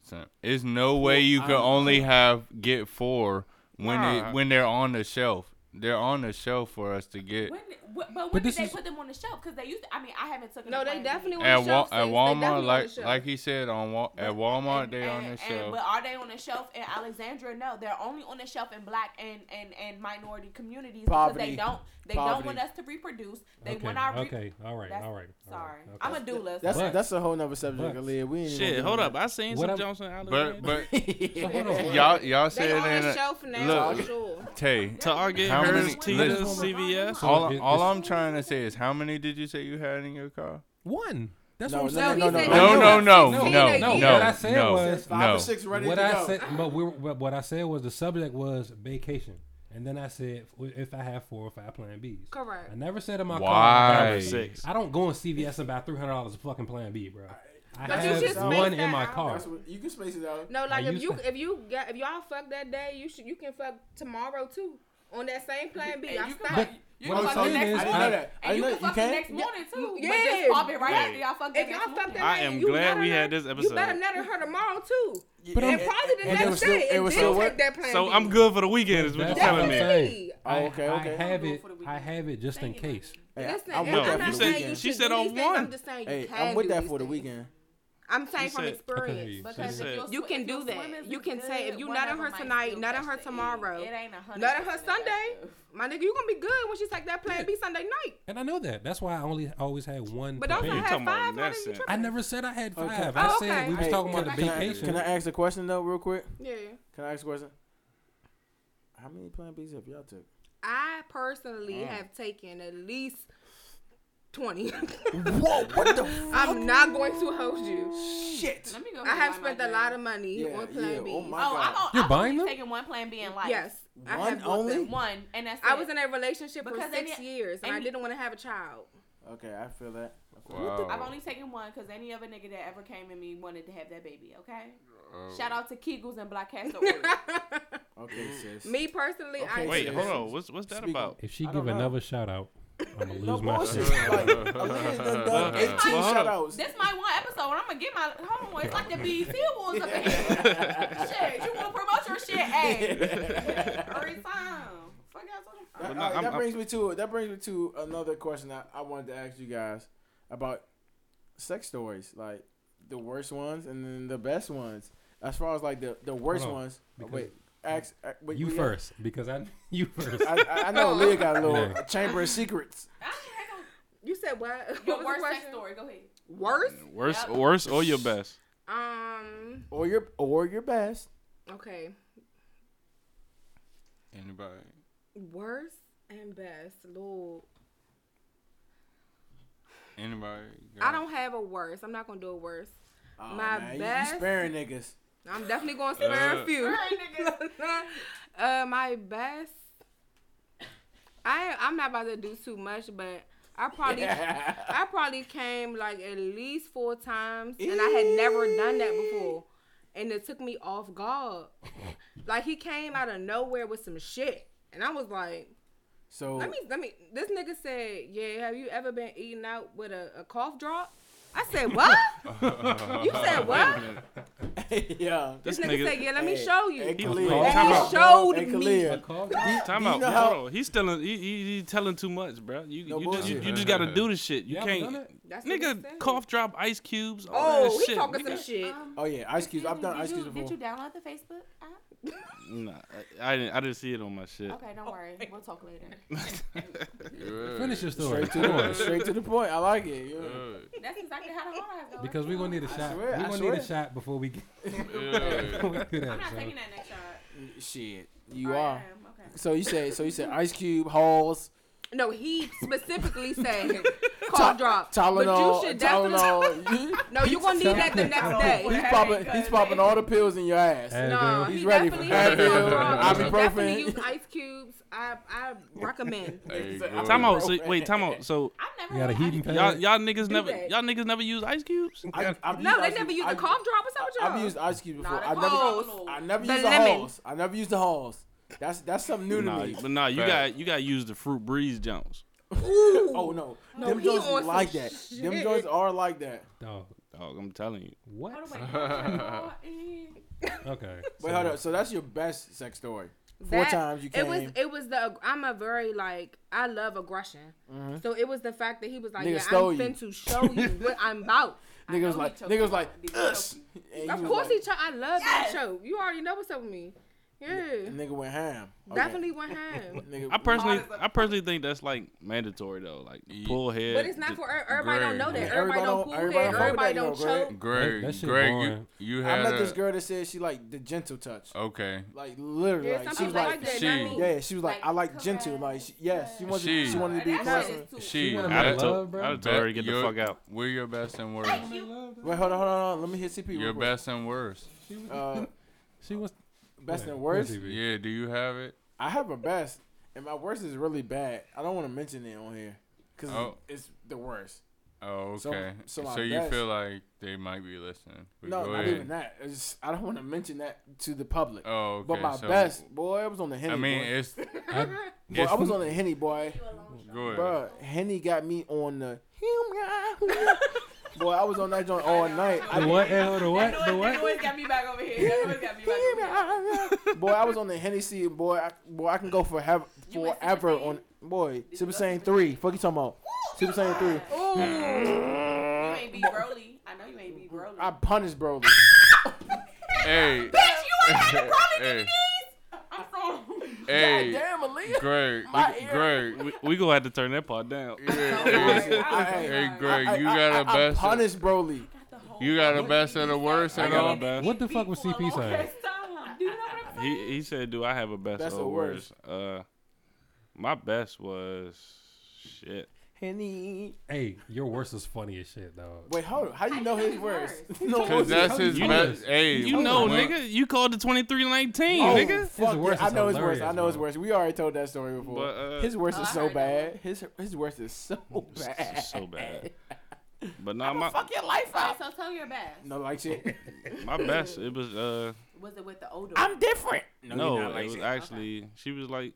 Speaker 3: Slim. It's no way you could
Speaker 7: I'm-
Speaker 3: only have get four when
Speaker 2: Nah.
Speaker 3: it, when they're on the shelf. They're on the shelf for us to get.
Speaker 5: When, wh- but when
Speaker 4: But
Speaker 5: did
Speaker 4: this
Speaker 5: they
Speaker 4: is-
Speaker 5: put them on the shelf? Because they used. To, I mean, I haven't taken.
Speaker 6: No,
Speaker 5: a
Speaker 6: they
Speaker 5: Plan B.
Speaker 6: definitely on
Speaker 3: At,
Speaker 6: the
Speaker 3: Wa-
Speaker 6: shelf.
Speaker 3: at
Speaker 6: sis. They definitely
Speaker 3: Walmart,
Speaker 6: on the
Speaker 3: like
Speaker 6: shelf.
Speaker 3: like he said, on Wa- at
Speaker 5: But-
Speaker 3: Walmart
Speaker 5: and-
Speaker 3: they on
Speaker 5: and-
Speaker 3: the
Speaker 5: and-
Speaker 3: shelf.
Speaker 5: But are they on the shelf in Alexandria? No, they're only on the shelf in black and and and minority communities because
Speaker 7: Poverty.
Speaker 5: they don't they
Speaker 7: Poverty.
Speaker 5: don't want us to reproduce. They
Speaker 4: okay,
Speaker 5: want our. Re-
Speaker 4: okay, all right,
Speaker 5: That's-
Speaker 4: all right. all
Speaker 5: Sorry,
Speaker 4: right,
Speaker 5: I'm a
Speaker 4: okay.
Speaker 5: doula.
Speaker 7: That's
Speaker 4: But-
Speaker 7: that's a whole nother subject,
Speaker 4: but-
Speaker 7: Aaliyah. We ain't even
Speaker 2: Shit,
Speaker 7: gonna
Speaker 2: hold
Speaker 7: do
Speaker 2: up. I seen
Speaker 4: What
Speaker 2: some
Speaker 4: I'm-
Speaker 2: Johnson Island.
Speaker 3: But but
Speaker 7: that.
Speaker 4: So hold on.
Speaker 3: y'all y'all
Speaker 6: They
Speaker 3: said
Speaker 6: on
Speaker 3: in
Speaker 6: the
Speaker 3: a,
Speaker 6: shelf now
Speaker 3: look.
Speaker 6: for sure.
Speaker 3: Tay.
Speaker 2: Target,
Speaker 3: How many-
Speaker 2: Hers, Tita,
Speaker 4: listen.
Speaker 2: CVS.
Speaker 4: So
Speaker 3: All
Speaker 4: it-
Speaker 3: all
Speaker 4: it's-
Speaker 3: I'm trying to say is how many did you say you had in your car?
Speaker 4: One. That's
Speaker 7: No,
Speaker 4: what I'm
Speaker 7: no,
Speaker 4: saying.
Speaker 7: no, no,
Speaker 3: No no no no
Speaker 6: No,
Speaker 3: no
Speaker 6: no,
Speaker 3: no.
Speaker 6: what
Speaker 4: I said was-
Speaker 7: There's five
Speaker 3: No.
Speaker 7: or six ready
Speaker 4: What
Speaker 7: to
Speaker 4: I
Speaker 7: go.
Speaker 4: said, but we were, but what I said was the subject was vacation, and then I said if I have four or five Plan Bs.
Speaker 6: Correct.
Speaker 4: I never said in my car.
Speaker 3: Why?
Speaker 2: Six.
Speaker 4: I don't go in CVS and buy three hundred dollars of fucking Plan B, bro. I
Speaker 7: But you
Speaker 4: have
Speaker 7: just
Speaker 4: one
Speaker 6: spaced
Speaker 4: in my
Speaker 6: that out.
Speaker 4: car.
Speaker 7: That's what, you can space it out.
Speaker 6: No, like
Speaker 4: Now, you
Speaker 6: if you
Speaker 4: said-
Speaker 6: if you got if y'all fuck that day, you should you can fuck tomorrow too on that same plan B.
Speaker 5: And
Speaker 6: I
Speaker 5: you can
Speaker 6: stopped.
Speaker 5: fuck-
Speaker 4: But
Speaker 5: you
Speaker 4: what
Speaker 5: can
Speaker 4: I'm
Speaker 5: fuck the
Speaker 4: saying
Speaker 5: next
Speaker 7: I
Speaker 4: is
Speaker 5: morning.
Speaker 7: didn't know that. I
Speaker 5: And you
Speaker 7: didn't know you
Speaker 5: can fuck the
Speaker 7: can.
Speaker 5: next morning too. Yeah. But
Speaker 6: Yeah.
Speaker 5: just pop it right
Speaker 2: Yeah.
Speaker 5: after y'all fuck the
Speaker 6: If
Speaker 5: next
Speaker 6: y'all fuck
Speaker 5: morning.
Speaker 6: that
Speaker 2: I
Speaker 6: day,
Speaker 2: am
Speaker 6: you
Speaker 2: glad
Speaker 6: better
Speaker 2: we had
Speaker 6: not-
Speaker 2: this
Speaker 6: You
Speaker 2: episode.
Speaker 6: better nut her tomorrow too.
Speaker 7: Yeah,
Speaker 4: But I'm-
Speaker 6: And probably
Speaker 7: and
Speaker 6: the
Speaker 7: it was
Speaker 6: next
Speaker 7: still-
Speaker 6: day.
Speaker 7: it
Speaker 6: And
Speaker 7: was
Speaker 6: then
Speaker 7: still
Speaker 6: take
Speaker 7: work.
Speaker 6: that plan
Speaker 2: So
Speaker 6: B.
Speaker 2: I'm good for the weekend. Is what you're
Speaker 4: That's
Speaker 2: telling
Speaker 4: what I'm
Speaker 2: me?
Speaker 4: saying.
Speaker 6: Definitely.
Speaker 7: Oh,
Speaker 4: I-
Speaker 7: okay, okay.
Speaker 4: I have it.
Speaker 5: for the
Speaker 4: I
Speaker 5: weekend.
Speaker 4: have it just in
Speaker 5: Thank you,
Speaker 4: case.
Speaker 7: Hey,
Speaker 6: Listen,
Speaker 7: I'm
Speaker 6: and
Speaker 7: with
Speaker 2: No,
Speaker 7: that
Speaker 6: I'm
Speaker 7: for
Speaker 6: not
Speaker 2: you
Speaker 7: the
Speaker 2: said-
Speaker 6: saying
Speaker 2: you
Speaker 7: weekend.
Speaker 2: she
Speaker 6: should
Speaker 2: said
Speaker 6: do
Speaker 2: on
Speaker 6: these things.
Speaker 2: one.
Speaker 6: I'm just saying you
Speaker 7: Hey,
Speaker 6: can
Speaker 7: I'm with
Speaker 6: do
Speaker 7: that
Speaker 6: these
Speaker 7: for the
Speaker 6: things.
Speaker 7: weekend.
Speaker 6: I'm saying from
Speaker 2: said-
Speaker 6: experience.
Speaker 4: Okay,
Speaker 5: Because
Speaker 2: said-
Speaker 5: if your
Speaker 6: You
Speaker 5: sw-
Speaker 6: can
Speaker 5: if
Speaker 6: do
Speaker 5: your
Speaker 6: that.
Speaker 5: swimmers
Speaker 6: You
Speaker 5: is
Speaker 6: can say if
Speaker 5: good,
Speaker 6: you
Speaker 5: one
Speaker 6: nut
Speaker 5: of
Speaker 6: on her
Speaker 5: them might
Speaker 6: tonight,
Speaker 5: still
Speaker 6: nut on
Speaker 5: catch
Speaker 6: her
Speaker 5: the
Speaker 6: tomorrow.
Speaker 5: It ain't a hundred.
Speaker 6: Nut on her
Speaker 5: percent
Speaker 6: Sunday.
Speaker 5: effective.
Speaker 6: My nigga, you gonna be good when she take that plan B Sunday night.
Speaker 4: And I know that. That's why I only always had one.
Speaker 6: But don't
Speaker 4: plan.
Speaker 6: I
Speaker 2: You
Speaker 6: have
Speaker 2: talking about
Speaker 6: five? Why
Speaker 2: that
Speaker 6: didn't you
Speaker 2: shit.
Speaker 6: try?
Speaker 4: I never said I had
Speaker 7: Okay.
Speaker 4: five.
Speaker 6: Oh,
Speaker 4: I
Speaker 6: okay.
Speaker 4: said we was
Speaker 7: Hey,
Speaker 4: talking about the
Speaker 7: can I-
Speaker 4: vacation.
Speaker 7: Can I ask a question though, real quick?
Speaker 6: Yeah.
Speaker 7: Can I ask a question? How many Plan Bs have y'all took?
Speaker 6: I personally
Speaker 7: Mm.
Speaker 6: have taken at least 20.
Speaker 7: Whoa! What the
Speaker 6: I'm not going to hold you.
Speaker 7: shit?
Speaker 5: Let me go.
Speaker 6: I
Speaker 5: ahead
Speaker 6: have
Speaker 5: and buy my
Speaker 6: spent a
Speaker 5: drink.
Speaker 6: lot of money
Speaker 7: Yeah,
Speaker 6: on Plan
Speaker 7: yeah,
Speaker 6: B.
Speaker 7: oh my-
Speaker 5: Oh, I'm
Speaker 7: God.
Speaker 5: on,
Speaker 4: You're
Speaker 5: I'm
Speaker 4: buying
Speaker 5: only
Speaker 4: them?
Speaker 5: taking one Plan B in life.
Speaker 6: yes. I
Speaker 7: One
Speaker 6: have bought
Speaker 7: only?
Speaker 6: them.
Speaker 5: one, and that's
Speaker 6: I
Speaker 5: it.
Speaker 6: was in a relationship
Speaker 5: Because
Speaker 6: for
Speaker 5: they
Speaker 6: six
Speaker 5: didn't-
Speaker 6: years and I
Speaker 5: and-
Speaker 6: didn't want to have a child.
Speaker 7: Okay, I feel that.
Speaker 5: I've
Speaker 3: Wow.
Speaker 5: only taken one because any other nigga that ever came at me wanted to have that baby. Okay. Shout out to Kegels and Black Castle. Oil.
Speaker 7: Okay, sis.
Speaker 6: Me personally, I
Speaker 7: Okay,
Speaker 2: Wait,
Speaker 7: Yeah.
Speaker 2: hold on. What's what's that
Speaker 7: Speaking-
Speaker 2: about?
Speaker 4: if she
Speaker 7: I
Speaker 4: give
Speaker 7: don't know.
Speaker 4: another shout out, I'm gonna
Speaker 7: No
Speaker 4: lose my
Speaker 7: bullshit.
Speaker 4: shit.
Speaker 7: like, Aaliyah's done done
Speaker 2: Well,
Speaker 7: 18
Speaker 2: hold up.
Speaker 7: shoutouts.
Speaker 5: this my one episode, and I'm gonna get my hold on. It's like the BET Awards up in here. shit, you wanna promote your shit? Hey, every time. Fuck y'all talking about?
Speaker 7: That,
Speaker 2: But no,
Speaker 7: all right,
Speaker 2: I'm-
Speaker 7: that
Speaker 2: I'm-
Speaker 7: brings me to that brings me to another question that I wanted to ask you guys about sex stories, like the worst ones and then the best ones. As far as like the the worst
Speaker 4: on,
Speaker 7: ones. oh,
Speaker 4: because-
Speaker 7: wait, ask uh, wait,
Speaker 4: You
Speaker 7: we-
Speaker 4: first, because I you first.
Speaker 7: I, I- I know Leah got a little
Speaker 4: Yeah.
Speaker 7: chamber of secrets.
Speaker 5: I ain't
Speaker 6: you said what?
Speaker 5: had no-
Speaker 6: What
Speaker 5: Your
Speaker 6: was the
Speaker 5: worst sex
Speaker 6: question?
Speaker 5: story. Go ahead.
Speaker 6: Worst?
Speaker 2: Worst,
Speaker 5: Yep.
Speaker 2: worst, or your best?
Speaker 6: Um.
Speaker 7: Or your or your best.
Speaker 6: Okay.
Speaker 3: Anybody?
Speaker 6: Worst and best, Lord.
Speaker 3: Anybody?
Speaker 6: I don't have a worse. I'm not gonna do a worse.
Speaker 1: Oh,
Speaker 6: My
Speaker 1: man, you-
Speaker 6: best-
Speaker 1: You, sparing niggas.
Speaker 6: I'm definitely gonna spare
Speaker 3: Uh.
Speaker 6: a few. uh, my best. I I'm not about to do too much, but I probably I probably came like at least four times, and I had never done that before, and it took me off guard. like he came out of nowhere with some shit, and I was like,
Speaker 1: So
Speaker 6: "Let me, let me." This nigga said, "Yeah, have you ever been eating out with a, a cough drop?" I said, "What? you said what?"
Speaker 1: yeah.
Speaker 2: This
Speaker 6: This nigga
Speaker 2: nigga-
Speaker 6: said, "Yeah, let me
Speaker 1: Hey,
Speaker 6: show you."
Speaker 1: hey,
Speaker 6: And
Speaker 2: He
Speaker 1: Khalid.
Speaker 2: was
Speaker 1: Hey,
Speaker 2: Time
Speaker 6: he
Speaker 2: out.
Speaker 6: showed
Speaker 1: Hey,
Speaker 6: me.
Speaker 1: Khalid.
Speaker 2: Time
Speaker 1: Do you
Speaker 2: out,
Speaker 1: know
Speaker 2: hold
Speaker 1: how-
Speaker 2: on. He's telling, he, he, he telling too much, bro. You,
Speaker 1: No
Speaker 2: you, just, you,
Speaker 1: bullshit.
Speaker 2: you just gotta do the shit. You
Speaker 4: Y'all ever done
Speaker 2: can't,
Speaker 4: it?
Speaker 6: That's what he
Speaker 2: nigga.
Speaker 6: said.
Speaker 2: Cough drop, ice cubes, all
Speaker 6: Oh,
Speaker 2: that
Speaker 6: he
Speaker 2: shit.
Speaker 6: talking
Speaker 2: nigga.
Speaker 6: some shit.
Speaker 5: Um,
Speaker 1: Oh yeah, Ice Cubes.
Speaker 5: Excuse
Speaker 1: I've
Speaker 5: me,
Speaker 1: done
Speaker 5: did
Speaker 1: Ice
Speaker 5: you,
Speaker 1: Cubes before.
Speaker 5: Did you download the Facebook app?
Speaker 2: Nah, I, I didn't. I didn't see it on my shit.
Speaker 5: Okay, don't worry. We'll talk later.
Speaker 4: Finish your story.
Speaker 1: Straight to
Speaker 4: Come
Speaker 1: the
Speaker 4: on.
Speaker 1: point. Straight to the point. I like it. you know.
Speaker 3: Good.
Speaker 5: That's exactly how the hard I go.
Speaker 4: Because we're gonna need a
Speaker 1: I
Speaker 4: shot.
Speaker 1: swear,
Speaker 4: we're
Speaker 1: I
Speaker 4: gonna need
Speaker 1: swear.
Speaker 4: a shot before we get
Speaker 3: Good.
Speaker 4: before we do
Speaker 5: I'm
Speaker 4: that.
Speaker 5: not
Speaker 4: So.
Speaker 5: taking that next shot.
Speaker 1: Shit, you
Speaker 6: Oh,
Speaker 5: All right,
Speaker 1: are.
Speaker 5: I am, Okay.
Speaker 1: So you said. So you said Ice Cube, Halls,
Speaker 6: No, he specifically said
Speaker 1: Ty-
Speaker 6: cough drop.
Speaker 1: Tylenol,
Speaker 6: but you should definitely.
Speaker 1: Tylenol. You-
Speaker 6: No, you gonna need that the next
Speaker 1: He's
Speaker 6: day.
Speaker 1: popping. He's popping all the pills in your ass.
Speaker 4: Hey,
Speaker 6: No,
Speaker 4: girl.
Speaker 1: He's
Speaker 6: he
Speaker 1: ready for
Speaker 6: definitely
Speaker 1: that.
Speaker 6: had cough drop.
Speaker 1: Ibuprofen.
Speaker 6: You should definitely use ice cubes. I I recommend.
Speaker 3: There you
Speaker 1: Time
Speaker 2: Time
Speaker 3: go.
Speaker 2: out. So, wait, time out. So
Speaker 5: I've never.
Speaker 4: You got a
Speaker 5: had ice
Speaker 4: heating
Speaker 5: cream.
Speaker 4: pad.
Speaker 2: y'all y'all niggas never
Speaker 6: that.
Speaker 2: y'all niggas never use ice cubes.
Speaker 1: I, I've
Speaker 6: No, they
Speaker 1: Ice
Speaker 6: never
Speaker 1: Cube-
Speaker 6: use the
Speaker 1: I've-
Speaker 6: cough drop or something.
Speaker 1: I've used ice cubes before.
Speaker 5: Not a
Speaker 1: I've never,
Speaker 5: cold.
Speaker 1: I never
Speaker 6: The
Speaker 1: used the
Speaker 6: lemon.
Speaker 1: halls. I never used the halls. That's that's something new to
Speaker 2: Nah,
Speaker 1: me.
Speaker 2: but nah, you
Speaker 3: Fact.
Speaker 2: got you got to use the fruit breeze Jones.
Speaker 6: Ooh.
Speaker 1: Oh no,
Speaker 6: No,
Speaker 1: them
Speaker 6: he
Speaker 1: joints
Speaker 6: on some
Speaker 1: like that. Them
Speaker 6: shit.
Speaker 1: joints are like that.
Speaker 4: Dog.
Speaker 2: Dog, I'm telling you.
Speaker 4: What?
Speaker 5: Hold on, wait, hold on.
Speaker 4: Okay.
Speaker 1: Wait, hold up. So that's your best sex story. Four
Speaker 6: That-
Speaker 1: times you came.
Speaker 6: It was it was the I'm a very like I love aggression. So it was the fact that he was like,
Speaker 1: Mm-hmm. Nigga
Speaker 6: yeah,
Speaker 1: stole
Speaker 6: I'm
Speaker 1: you.
Speaker 6: fin to show you what I'm about.
Speaker 1: nigga was
Speaker 5: know
Speaker 1: like,
Speaker 5: he
Speaker 1: nigga was
Speaker 5: choked
Speaker 1: like,
Speaker 5: you. Did he
Speaker 1: "Us." And
Speaker 6: Of
Speaker 1: you was
Speaker 6: course
Speaker 1: like-
Speaker 6: he cho- I love that show. You already know what's up with me. Yeah,
Speaker 1: Nigga went ham. Okay.
Speaker 6: definitely went ham.
Speaker 1: Nigga,
Speaker 2: I personally I personally think that's like mandatory though. Like pull head.
Speaker 6: But it's not for er- everybody. Don't know
Speaker 3: Greg.
Speaker 6: that everybody,
Speaker 1: Everybody
Speaker 6: don't
Speaker 1: don't-
Speaker 6: cool
Speaker 1: everybody
Speaker 6: head.
Speaker 1: don't fuck with
Speaker 6: Everybody
Speaker 1: that,
Speaker 6: don't
Speaker 1: you know, Greg.
Speaker 6: choke.
Speaker 3: Greg,
Speaker 4: That shit
Speaker 3: Greg,
Speaker 4: boring.
Speaker 3: you, you
Speaker 1: I
Speaker 3: had
Speaker 1: met
Speaker 3: a,
Speaker 1: this girl that said she like the gentle touch.
Speaker 3: Okay.
Speaker 1: Like literally,
Speaker 6: Yeah,
Speaker 1: like,
Speaker 6: some
Speaker 1: she was
Speaker 6: people
Speaker 1: like,
Speaker 6: like that.
Speaker 3: she-
Speaker 6: not me.
Speaker 1: yeah, she was like,
Speaker 5: Like,
Speaker 1: I like gentle.
Speaker 5: caress,
Speaker 1: Like, she, yes, she wanted,
Speaker 3: She-
Speaker 1: she, wanted to be a
Speaker 5: That shit
Speaker 1: caressing.
Speaker 5: is too-
Speaker 3: She,
Speaker 4: You wanna
Speaker 3: I
Speaker 4: make
Speaker 2: I
Speaker 4: love,
Speaker 2: told
Speaker 4: bro?
Speaker 2: I told her to get the
Speaker 3: your-
Speaker 2: fuck out.
Speaker 3: We're your best and worst.
Speaker 1: Wait, hold on, hold on, hold on. Let me hit CP. real
Speaker 3: Your
Speaker 1: quick.
Speaker 3: best and worst.
Speaker 1: Uh,
Speaker 4: She was
Speaker 1: best
Speaker 4: Go
Speaker 1: and
Speaker 4: ahead.
Speaker 1: worst.
Speaker 4: Go ahead,
Speaker 3: Yeah, do you have it?
Speaker 1: I have a best, and my worst is really bad. I don't want to mention it on here because
Speaker 3: Oh.
Speaker 1: it's the worst.
Speaker 3: Oh,
Speaker 1: So-
Speaker 3: okay.
Speaker 1: so
Speaker 3: So,
Speaker 1: my
Speaker 3: you
Speaker 1: best-
Speaker 3: feel like they might be listening. But
Speaker 1: No,
Speaker 3: go
Speaker 1: not
Speaker 3: ahead.
Speaker 1: even that. It's just, I don't want to mention that to the public.
Speaker 3: Oh, okay.
Speaker 1: but my
Speaker 3: so,
Speaker 1: best, boy, I was on the Henny.
Speaker 3: I mean,
Speaker 1: boy.
Speaker 3: it's.
Speaker 4: baby. I-
Speaker 1: Boy, I
Speaker 3: it's-
Speaker 1: was on the Henny, boy.
Speaker 3: Go ahead.
Speaker 1: Bruh, Henny got me on the. boy, I was on that joint all night. I
Speaker 4: The what? L, the what? The
Speaker 5: That
Speaker 4: what?
Speaker 5: noise got me back over here. That noise got me back over here.
Speaker 1: boy, I was on the Hennessy, boy. I, boy, I can go forever,
Speaker 5: You went Super
Speaker 1: forever
Speaker 5: Saiyan?
Speaker 1: on. Boy,
Speaker 5: you
Speaker 1: Super
Speaker 5: go
Speaker 1: Saiyan
Speaker 5: Super
Speaker 1: three. Fuck you talking about? Super Saiyan three.
Speaker 5: You ain't be Broly. I know you ain't be Broly.
Speaker 1: I punished Broly.
Speaker 3: Hey. hey,
Speaker 5: I'm from.
Speaker 3: hey,
Speaker 1: Damn, Aaliyah.
Speaker 3: Greg,
Speaker 1: My ear.
Speaker 3: Greg.
Speaker 2: We, we gonna have to turn that part down.
Speaker 3: Yeah,
Speaker 1: Listen,
Speaker 3: hey,
Speaker 1: I- hey,
Speaker 3: hey,
Speaker 1: I-
Speaker 3: Greg,
Speaker 1: I-
Speaker 3: you
Speaker 1: I-
Speaker 3: got a
Speaker 1: I- I
Speaker 3: best. and-
Speaker 1: punished Broly.
Speaker 3: You got a best and a worst
Speaker 2: I
Speaker 3: and
Speaker 2: got a
Speaker 3: all.
Speaker 2: best.
Speaker 4: What the fuck was CP saying?
Speaker 5: Do you know what I'm saying?
Speaker 2: He he said, "Do I have a best,
Speaker 1: Best
Speaker 2: or
Speaker 1: or
Speaker 2: worst?" Uh, my best was shit.
Speaker 1: Henny.
Speaker 4: Hey, your worst is funny as shit, dog.
Speaker 1: Wait, hold up. How you know his words? no,
Speaker 3: Cause
Speaker 1: bullshit.
Speaker 3: that's his
Speaker 2: You
Speaker 3: best.
Speaker 4: know-
Speaker 3: Hey,
Speaker 2: You know,
Speaker 3: when-
Speaker 2: nigga, you called the twenty three nineteen,
Speaker 1: Oh,
Speaker 2: nigga.
Speaker 1: fuck
Speaker 4: His worst
Speaker 1: yeah. I
Speaker 4: is
Speaker 1: know his worst. I
Speaker 4: hilarious,
Speaker 1: know his
Speaker 4: bro.
Speaker 1: worst. We already told that story before.
Speaker 2: But uh,
Speaker 1: his worst
Speaker 5: Oh,
Speaker 1: is
Speaker 5: I
Speaker 1: so
Speaker 5: heard that
Speaker 1: bad. His his worst is so
Speaker 2: it's
Speaker 1: bad.
Speaker 2: so bad. But nah,
Speaker 1: I'ma
Speaker 2: my
Speaker 1: fuck your life
Speaker 5: Alright,
Speaker 1: up.
Speaker 5: so tell your best.
Speaker 1: No, like shit.
Speaker 2: my best. It was uh
Speaker 5: Was it with the older?
Speaker 1: I'm different. No,
Speaker 2: no,
Speaker 1: you're not
Speaker 2: it
Speaker 1: like
Speaker 2: was
Speaker 1: shit.
Speaker 2: actually she was like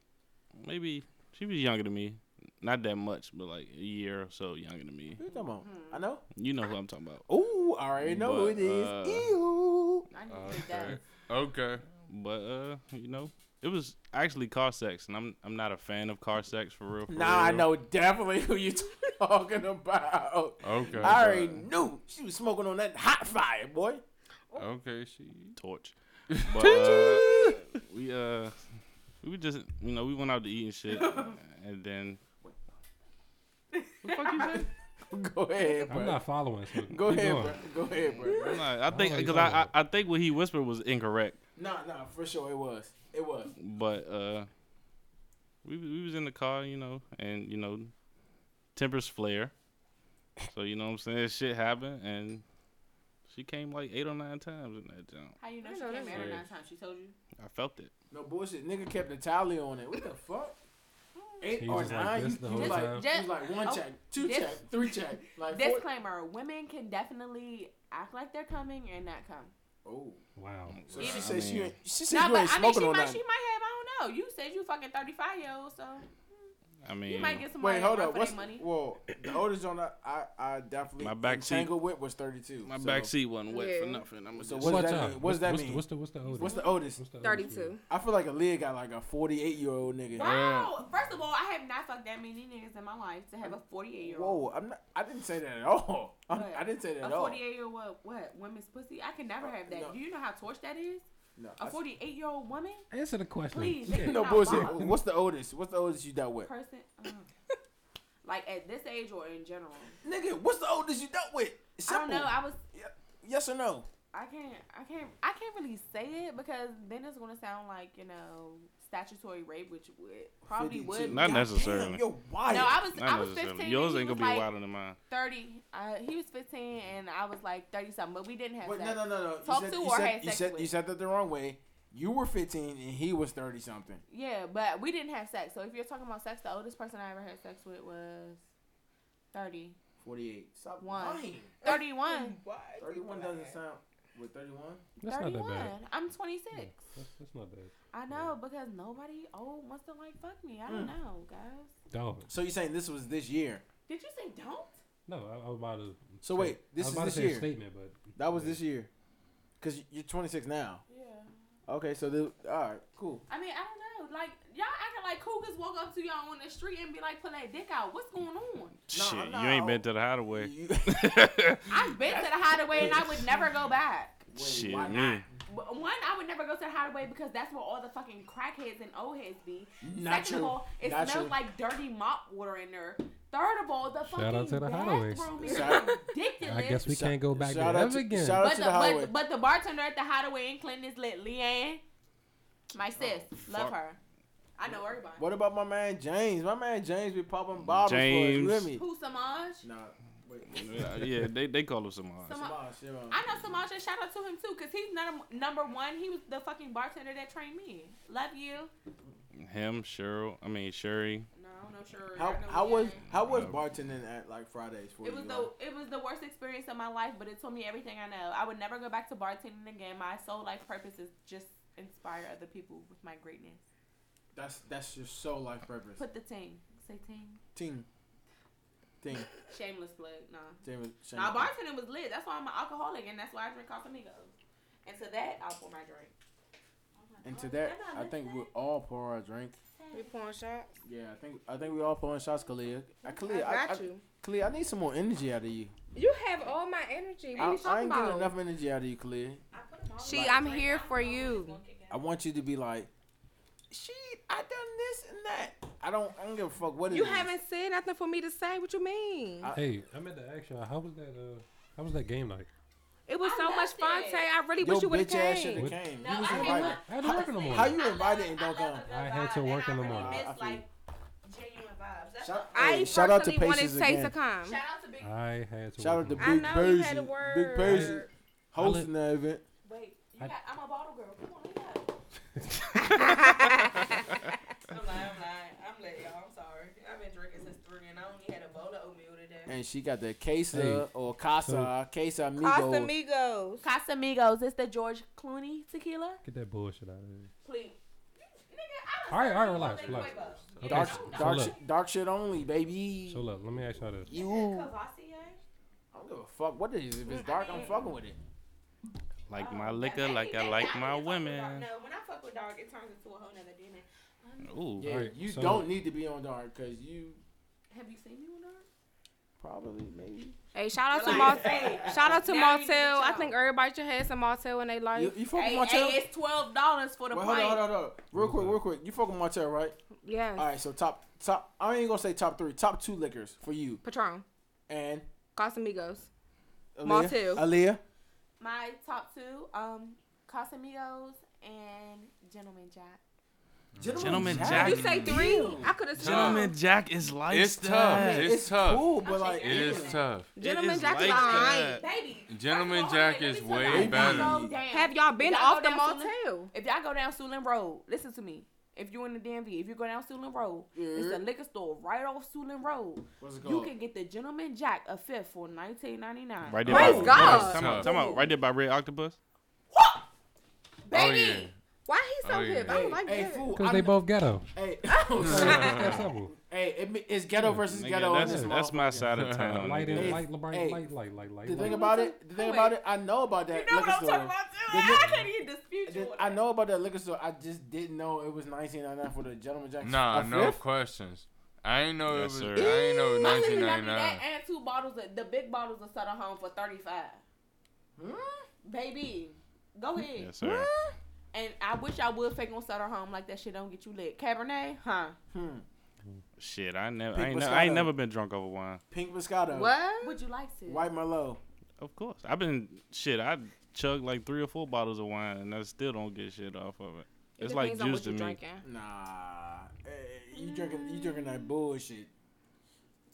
Speaker 2: maybe she was younger than me, not that much, but like a year or so younger than me.
Speaker 1: What you talking about?
Speaker 5: Hmm.
Speaker 1: I know.
Speaker 2: You know who I'm talking about.
Speaker 1: Ooh, I already know who it
Speaker 2: But,
Speaker 1: is.
Speaker 2: uh,
Speaker 1: Ew.
Speaker 5: I need to get
Speaker 3: Okay.
Speaker 5: that.
Speaker 3: Okay.
Speaker 2: But uh, you know, it was actually car sex, and I'm I'm not a fan of car sex for real. For
Speaker 1: Now I
Speaker 2: real.
Speaker 1: know definitely who you talking about.
Speaker 3: Okay.
Speaker 1: I already knew she was smoking on that hot fire, boy.
Speaker 3: Okay, she.
Speaker 2: torch. But uh, we uh we were just you know we went out to eat and shit, and then what the fuck you say?
Speaker 1: Go ahead, bro.
Speaker 4: I'm not following. So
Speaker 1: Go
Speaker 4: keep
Speaker 1: ahead,
Speaker 4: going.
Speaker 1: bro. Go ahead, bro.
Speaker 2: I'm not- I think
Speaker 4: know
Speaker 5: Oh,
Speaker 4: what
Speaker 2: because
Speaker 4: you
Speaker 2: I,
Speaker 4: talking
Speaker 2: I I think what he whispered was incorrect,
Speaker 1: Nah, nah, for sure it was. It was.
Speaker 2: but uh we we was in the car you know and you know tempers flare, So you know what I'm saying? Shit happened, and she came like eight or nine times in that jump.
Speaker 5: How you know
Speaker 6: I
Speaker 5: she
Speaker 6: know
Speaker 5: came
Speaker 6: that's
Speaker 5: in or
Speaker 2: right.
Speaker 5: not time? She told you.
Speaker 2: I felt it.
Speaker 1: No bullshit. Nigga kept the tally on it. What the fuck? Eight
Speaker 4: He was
Speaker 1: or
Speaker 4: just like
Speaker 1: nine?
Speaker 4: this
Speaker 1: you,
Speaker 4: the
Speaker 1: you
Speaker 4: whole
Speaker 1: was like,
Speaker 4: time.
Speaker 1: you was like one
Speaker 5: Oh,
Speaker 1: check, two
Speaker 5: this-
Speaker 1: check, three check. Like four.
Speaker 5: Disclaimer: Women can definitely act like they're coming and not come.
Speaker 1: Oh,
Speaker 4: Wow.
Speaker 1: so she
Speaker 5: Even-
Speaker 1: said she
Speaker 8: mean-
Speaker 1: ain't- she said
Speaker 5: No,
Speaker 1: you
Speaker 5: but
Speaker 1: ain't
Speaker 5: I mean,
Speaker 1: smoking
Speaker 5: she
Speaker 1: on
Speaker 5: might,
Speaker 1: nothing.
Speaker 5: she might have. I don't know. You said you fucking thirty five year old, so
Speaker 2: I mean,
Speaker 5: you might get some
Speaker 1: Wait, hold up.
Speaker 5: for their
Speaker 1: What's
Speaker 5: money.
Speaker 1: well? The oldest on I I, I definitely
Speaker 2: My back seat-
Speaker 1: tangled with was thirty two.
Speaker 2: my
Speaker 1: so,
Speaker 2: back seat wasn't wet for
Speaker 6: Yeah.
Speaker 2: nothing. I'm
Speaker 1: So
Speaker 2: so
Speaker 1: what
Speaker 2: just,
Speaker 1: does that
Speaker 4: What's up?
Speaker 1: mean? What does that
Speaker 4: what's,
Speaker 1: mean?
Speaker 4: What's the what's the oldest?
Speaker 1: What's the oldest?
Speaker 4: What's the oldest one?
Speaker 6: 32.
Speaker 1: I feel like a lid got like a forty eight year old nigga.
Speaker 5: Wow. First of all, I have not fucked that many niggas in my life to have a forty eight year old.
Speaker 1: Whoa, I'm not. I didn't say that at all. I'm,
Speaker 5: What?
Speaker 1: I didn't say that
Speaker 5: A
Speaker 1: at all. Uh,
Speaker 5: forty eight year old what? What? Women's pussy? I can never have that.
Speaker 1: No.
Speaker 5: Do you know how torch that is?
Speaker 1: No,
Speaker 5: A
Speaker 1: I-
Speaker 5: forty eight year old woman
Speaker 4: Answer the question.
Speaker 5: Please.
Speaker 4: Shit.
Speaker 1: no
Speaker 5: Nah,
Speaker 1: bullshit.
Speaker 5: fuck.
Speaker 1: What's the oldest? What's the oldest you dealt with?
Speaker 5: person. Ugh. mm. like at this age or in general?
Speaker 1: Nigga, what's the oldest you dealt with?
Speaker 5: I don't know. I was.
Speaker 1: yes or no?
Speaker 5: I can't. I can't. I can't really say it because then it's gonna sound like you know statutory rape, which would probably
Speaker 1: 52.
Speaker 5: would.
Speaker 2: Not
Speaker 1: God
Speaker 2: necessarily.
Speaker 1: Damn, yo, wild.
Speaker 5: no, I was. I
Speaker 2: not
Speaker 5: was fifteen.
Speaker 2: necessarily.
Speaker 5: and
Speaker 2: Yours
Speaker 5: he
Speaker 2: ain't gonna
Speaker 5: was
Speaker 2: be
Speaker 5: like
Speaker 2: wilder than mine.
Speaker 5: Thirty. Uh, he was fifteen and I was like thirty something, but we didn't have
Speaker 1: Wait,
Speaker 5: sex.
Speaker 1: no, no, no, no. you
Speaker 5: Talk
Speaker 1: said,
Speaker 5: to
Speaker 1: you
Speaker 5: or
Speaker 1: said,
Speaker 5: had
Speaker 1: you
Speaker 5: sex
Speaker 1: said,
Speaker 5: with.
Speaker 1: you said that the wrong way. You were 15 and he was 30 something.
Speaker 5: Yeah, but we didn't have sex. So if you're talking about sex, the oldest person I ever had sex with was thirty.
Speaker 1: 48. Stop
Speaker 5: One.
Speaker 1: lying.
Speaker 5: 31.
Speaker 6: What?
Speaker 1: 31 doesn't sound. With 31?
Speaker 4: That's not that
Speaker 5: 31.
Speaker 4: bad.
Speaker 5: I'm 26.
Speaker 4: Yeah, That's, that's not bad.
Speaker 5: I know because nobody old wants to like fuck me. I don't
Speaker 4: Mm.
Speaker 5: know, guys.
Speaker 4: Dog.
Speaker 1: So you're saying this was this year?
Speaker 5: Did you say don't?
Speaker 4: No, I, I was about to.
Speaker 1: So
Speaker 4: say-
Speaker 1: wait, this
Speaker 4: I was
Speaker 1: is
Speaker 4: about
Speaker 1: this
Speaker 4: to say
Speaker 1: year.
Speaker 4: a statement, but
Speaker 1: That was
Speaker 4: yeah.
Speaker 1: this year. Because you're 26 now.
Speaker 5: Yeah.
Speaker 1: Okay, so the. Alright, cool.
Speaker 5: I mean, I don't know. Like y'all acting like cougars walk up to y'all on the street and be like, "Pull that dick out." What's going on?
Speaker 2: Shit,
Speaker 1: no.
Speaker 2: you ain't been to the hideaway.
Speaker 1: You,
Speaker 5: I've been to the hideaway and I would never go back.
Speaker 2: Shit,
Speaker 1: why
Speaker 2: me.
Speaker 5: But One, I would never go to the hideaway because that's where all the fucking crackheads and old heads be.
Speaker 1: Not
Speaker 5: Second
Speaker 1: true.
Speaker 5: of all, it
Speaker 1: Not
Speaker 5: smells
Speaker 1: true.
Speaker 5: like dirty mop water in there. Third of all, the
Speaker 4: Shout
Speaker 5: fucking
Speaker 4: out to the hideaways.
Speaker 5: bathroom is
Speaker 1: Shout-
Speaker 5: ridiculous.
Speaker 4: I guess we
Speaker 1: Shout-
Speaker 4: can't go back to
Speaker 1: shout out
Speaker 4: that
Speaker 1: to-
Speaker 4: again.
Speaker 1: shout out-
Speaker 5: but
Speaker 1: to
Speaker 5: the,
Speaker 1: the highway.
Speaker 5: but, but the bartender at the hideaway in Clinton is lit. Leanne,
Speaker 1: Oh,
Speaker 5: my sis, love
Speaker 2: fuck.
Speaker 5: her. I know everybody.
Speaker 1: What about my man James? My man James be popping bottles for us. You hear
Speaker 2: James.
Speaker 1: me?
Speaker 5: Who Samaj?
Speaker 1: Nah, wait.
Speaker 2: Yeah, yeah, they they call him some odds.
Speaker 5: Some-
Speaker 1: Samaj, you know.
Speaker 5: I know Samaj. and Shout out to him too, cause he's not number one. He was the fucking bartender that trained me. Love you.
Speaker 2: Him, Cheryl. I mean Sherry.
Speaker 5: No, I don't know sure.
Speaker 1: How
Speaker 5: I know
Speaker 1: how was
Speaker 5: Leanne.
Speaker 1: how was
Speaker 2: Um,
Speaker 1: bartending at like Fridays for
Speaker 5: It
Speaker 1: you?
Speaker 5: was
Speaker 1: like?
Speaker 5: the it was the worst experience of my life, but it taught me everything I know. I would never go back to bartending again. My sole life purpose is just inspire other people with my greatness.
Speaker 1: That's that's your soul life purpose.
Speaker 5: Put the ting. Say ting.
Speaker 1: Ting, ting,
Speaker 5: Shameless plug. Nah.
Speaker 1: James. Shane.
Speaker 5: Now bartending was lit. That's why I'm an alcoholic, and that's why I drink Casamigos. And to that, I'll pour my drink. Oh my
Speaker 1: and
Speaker 5: God,
Speaker 1: to
Speaker 5: did
Speaker 1: that,
Speaker 5: not
Speaker 1: I
Speaker 5: miss
Speaker 1: think
Speaker 5: that?
Speaker 1: we all pour our drink.
Speaker 6: We pouring shots.
Speaker 1: Yeah, I think I think we all pouring shots, Kalia. Uh,
Speaker 6: I
Speaker 1: Kalia, I,
Speaker 6: got
Speaker 1: I,
Speaker 6: you.
Speaker 1: Kalia, I need some more energy out of you.
Speaker 6: You have all my energy. What
Speaker 1: I,
Speaker 6: are you
Speaker 1: I
Speaker 6: talking
Speaker 1: ain't getting
Speaker 6: about?
Speaker 1: enough energy out of you, Kalia.
Speaker 5: I put 'em all
Speaker 6: She,
Speaker 5: in my
Speaker 6: I'm
Speaker 5: drink.
Speaker 6: here
Speaker 5: I don't
Speaker 6: for
Speaker 5: know when
Speaker 6: you.
Speaker 5: it's gonna kick in.
Speaker 1: I want you to be like, she, I done this and that. I don't, I don't give a fuck what it
Speaker 6: You
Speaker 1: is.
Speaker 6: haven't said nothing for me to say. What you mean?
Speaker 1: I-
Speaker 4: Hey, I meant to ask y'all, how was that? Uh, how was that game night?
Speaker 6: it was
Speaker 5: I
Speaker 6: so much
Speaker 5: loved
Speaker 6: fun,
Speaker 5: it.
Speaker 6: Tay. I really
Speaker 1: Your
Speaker 6: wish you would have
Speaker 1: bitch ass should
Speaker 6: came.
Speaker 1: have
Speaker 4: What?
Speaker 1: came.
Speaker 5: No,
Speaker 1: you was
Speaker 5: I
Speaker 1: invited.
Speaker 5: mean,
Speaker 4: I had to work in the morning.
Speaker 1: How you invited
Speaker 5: I
Speaker 1: and
Speaker 5: love-
Speaker 1: don't come?
Speaker 5: I love a good
Speaker 4: I had to
Speaker 5: vibe, and
Speaker 4: work in the
Speaker 5: I really
Speaker 4: morning.
Speaker 5: miss,
Speaker 1: I feel you.
Speaker 5: like, genuine vibes. That's
Speaker 1: Shout- Uh,
Speaker 5: all.
Speaker 1: Hey,
Speaker 6: I
Speaker 1: shout out to
Speaker 6: personally wanted
Speaker 1: Patience
Speaker 6: Tay
Speaker 1: again.
Speaker 6: to come.
Speaker 5: Shout out to Big.
Speaker 4: I had to.
Speaker 1: Shout
Speaker 4: work
Speaker 1: out
Speaker 4: in
Speaker 1: to
Speaker 4: the
Speaker 6: I
Speaker 4: morning.
Speaker 1: Big
Speaker 6: know you had a
Speaker 1: Persian.
Speaker 6: word.
Speaker 1: Big Persian. hosting that event.
Speaker 5: Wait, you
Speaker 4: I-
Speaker 5: got, I'm a bottle girl. Come on, hurry up. I'm lying, I'm lying. I'm late, y'all. I'm sorry. I've been drinking since three, and I only had a bowl of oatmeal today.
Speaker 1: And she got the queso
Speaker 4: Hey,
Speaker 1: or casa, queso amigo.
Speaker 6: Casamigos.
Speaker 5: Casamigos, it's the George Clooney tequila.
Speaker 4: Get that bullshit out of here.
Speaker 5: Please. Nigga, I
Speaker 4: All right, all right,
Speaker 5: don't
Speaker 4: relax,
Speaker 5: think
Speaker 4: relax.
Speaker 5: Quavo.
Speaker 4: Okay,
Speaker 1: dark,
Speaker 4: so- so
Speaker 1: dark,
Speaker 4: look.
Speaker 1: shit, dark shit only, baby.
Speaker 4: So look, let me ask y'all this.
Speaker 1: you,
Speaker 5: Cavassier?
Speaker 1: I don't give a fuck what it is. If it's dark, I'm fucking with it.
Speaker 2: Like
Speaker 5: Oh,
Speaker 2: my
Speaker 5: that-
Speaker 2: liquor,
Speaker 5: that-
Speaker 2: like
Speaker 5: that-
Speaker 2: I
Speaker 5: that-
Speaker 2: like
Speaker 5: don't
Speaker 2: my
Speaker 5: fuck with dark.
Speaker 2: women.
Speaker 5: No, when I fuck with dog, it turns into a whole nother demon.
Speaker 2: Ooh,
Speaker 1: Yeah,
Speaker 4: Alright,
Speaker 1: you
Speaker 4: so-
Speaker 1: don't need to be on dark because you
Speaker 5: Have you seen me on dark?
Speaker 1: probably maybe.
Speaker 6: Hey, shout out to
Speaker 5: Relax.
Speaker 6: Martel. Shout out to
Speaker 5: Now you need to
Speaker 6: Martel. I
Speaker 5: chill.
Speaker 6: think everybody should have some Martel in their life.
Speaker 1: You, you fuck with
Speaker 5: Hey,
Speaker 1: Martell?
Speaker 5: hey, it's twelve dollars for the
Speaker 1: Wait,
Speaker 5: pint.
Speaker 1: hold on, hold on, hold on. Real quick, real quick. You fuck with Martell, right?
Speaker 6: Yes.
Speaker 1: All right. So top, top. I ain't gonna say top three. Top two liquors for you
Speaker 6: Patron.
Speaker 1: and
Speaker 6: Casamigos.
Speaker 1: Aaliyah,
Speaker 6: Martell.
Speaker 1: Aaliyah.
Speaker 5: My top two, um, Casamigos and Gentleman Jack.
Speaker 2: Gentleman
Speaker 6: Did
Speaker 2: Jack.
Speaker 6: you say three? I could have
Speaker 2: Gentleman
Speaker 6: sworn.
Speaker 2: Jack is lifestyle.
Speaker 3: It's tough.
Speaker 1: It's,
Speaker 3: It's tough.
Speaker 1: cool, but like
Speaker 3: It is tough. Oh,
Speaker 6: Gentleman
Speaker 2: is
Speaker 6: Jack is
Speaker 2: like
Speaker 6: alright.
Speaker 5: Baby.
Speaker 3: Gentleman
Speaker 5: first of all, let
Speaker 3: Jack
Speaker 5: me
Speaker 3: is
Speaker 5: tell
Speaker 3: way
Speaker 5: y'all, if y'all
Speaker 3: better.
Speaker 5: go down-
Speaker 6: Have y'all been
Speaker 5: Y'all
Speaker 6: off
Speaker 5: go
Speaker 6: the
Speaker 5: down to
Speaker 6: motel?
Speaker 5: If y'all go down Suitland Road, listen to me. If you in the DMV, if you go down Suitland Road, it's
Speaker 1: Mm-hmm.
Speaker 5: a liquor store right off Suitland Road.
Speaker 1: What's it
Speaker 5: You
Speaker 1: called?
Speaker 5: can get the Gentleman Jack a fifth for nineteen ninety nine.
Speaker 2: Right there.
Speaker 6: Praise
Speaker 2: by,
Speaker 6: God.
Speaker 2: Time out, time out. Right there by Red Octopus.
Speaker 3: Oh
Speaker 5: Baby.
Speaker 3: yeah.
Speaker 6: Why he so
Speaker 3: Oh, yeah.
Speaker 6: hip? I don't like
Speaker 1: Hey,
Speaker 6: that.
Speaker 1: fool.
Speaker 4: Because
Speaker 1: I'm-
Speaker 4: they both ghetto.
Speaker 1: Hey,
Speaker 5: Oh,
Speaker 4: That's simple.
Speaker 1: hey, it, me- it's ghetto versus
Speaker 2: Nigga,
Speaker 1: ghetto.
Speaker 2: that's,
Speaker 1: in this
Speaker 2: that's my side of
Speaker 3: motherfucker.
Speaker 2: town.
Speaker 4: Light,
Speaker 2: nigga.
Speaker 4: in,
Speaker 1: Hey,
Speaker 4: light, light,
Speaker 1: hey.
Speaker 4: light, light, light, light.
Speaker 1: The thing
Speaker 4: light.
Speaker 1: about it, the thing about it, I know about that
Speaker 5: You know what
Speaker 1: liquor
Speaker 5: I'm
Speaker 1: store.
Speaker 5: talking about too.
Speaker 1: The
Speaker 5: I
Speaker 1: ni-
Speaker 5: can't even dispute you.
Speaker 1: The- I know about that liquor store. I just didn't know it was 1999 for the Gentleman Jack.
Speaker 3: Nah,
Speaker 1: a
Speaker 3: no
Speaker 1: fifth?
Speaker 3: questions. I ain't know
Speaker 2: Yes,
Speaker 3: it was.
Speaker 2: sir.
Speaker 3: I ain't know it was
Speaker 5: I literally got me
Speaker 3: 1999.
Speaker 5: that and two bottles of the big bottles of Southern Home for thirty five.
Speaker 1: Hmm?
Speaker 5: Baby, go ahead.
Speaker 2: Yes, sir.
Speaker 5: And I wish I would fake on Southern Home like that shit don't get you lit. Cabernet, huh?
Speaker 2: Shit, I never,
Speaker 1: Pink
Speaker 2: I ain't, ne- I ain't
Speaker 1: Moscato.
Speaker 2: never been drunk over wine.
Speaker 1: Pink Moscato.
Speaker 6: What?
Speaker 5: Would you like to?
Speaker 1: White Merlot.
Speaker 2: Of course, I've been shit. I chug like three or four bottles of wine, and I still don't get shit off of it.
Speaker 6: It
Speaker 2: it's like
Speaker 6: depends on
Speaker 2: juice
Speaker 6: what
Speaker 2: to
Speaker 6: you
Speaker 2: me.
Speaker 6: drinking.
Speaker 1: Nah, eh, you drinking you drinking that bullshit.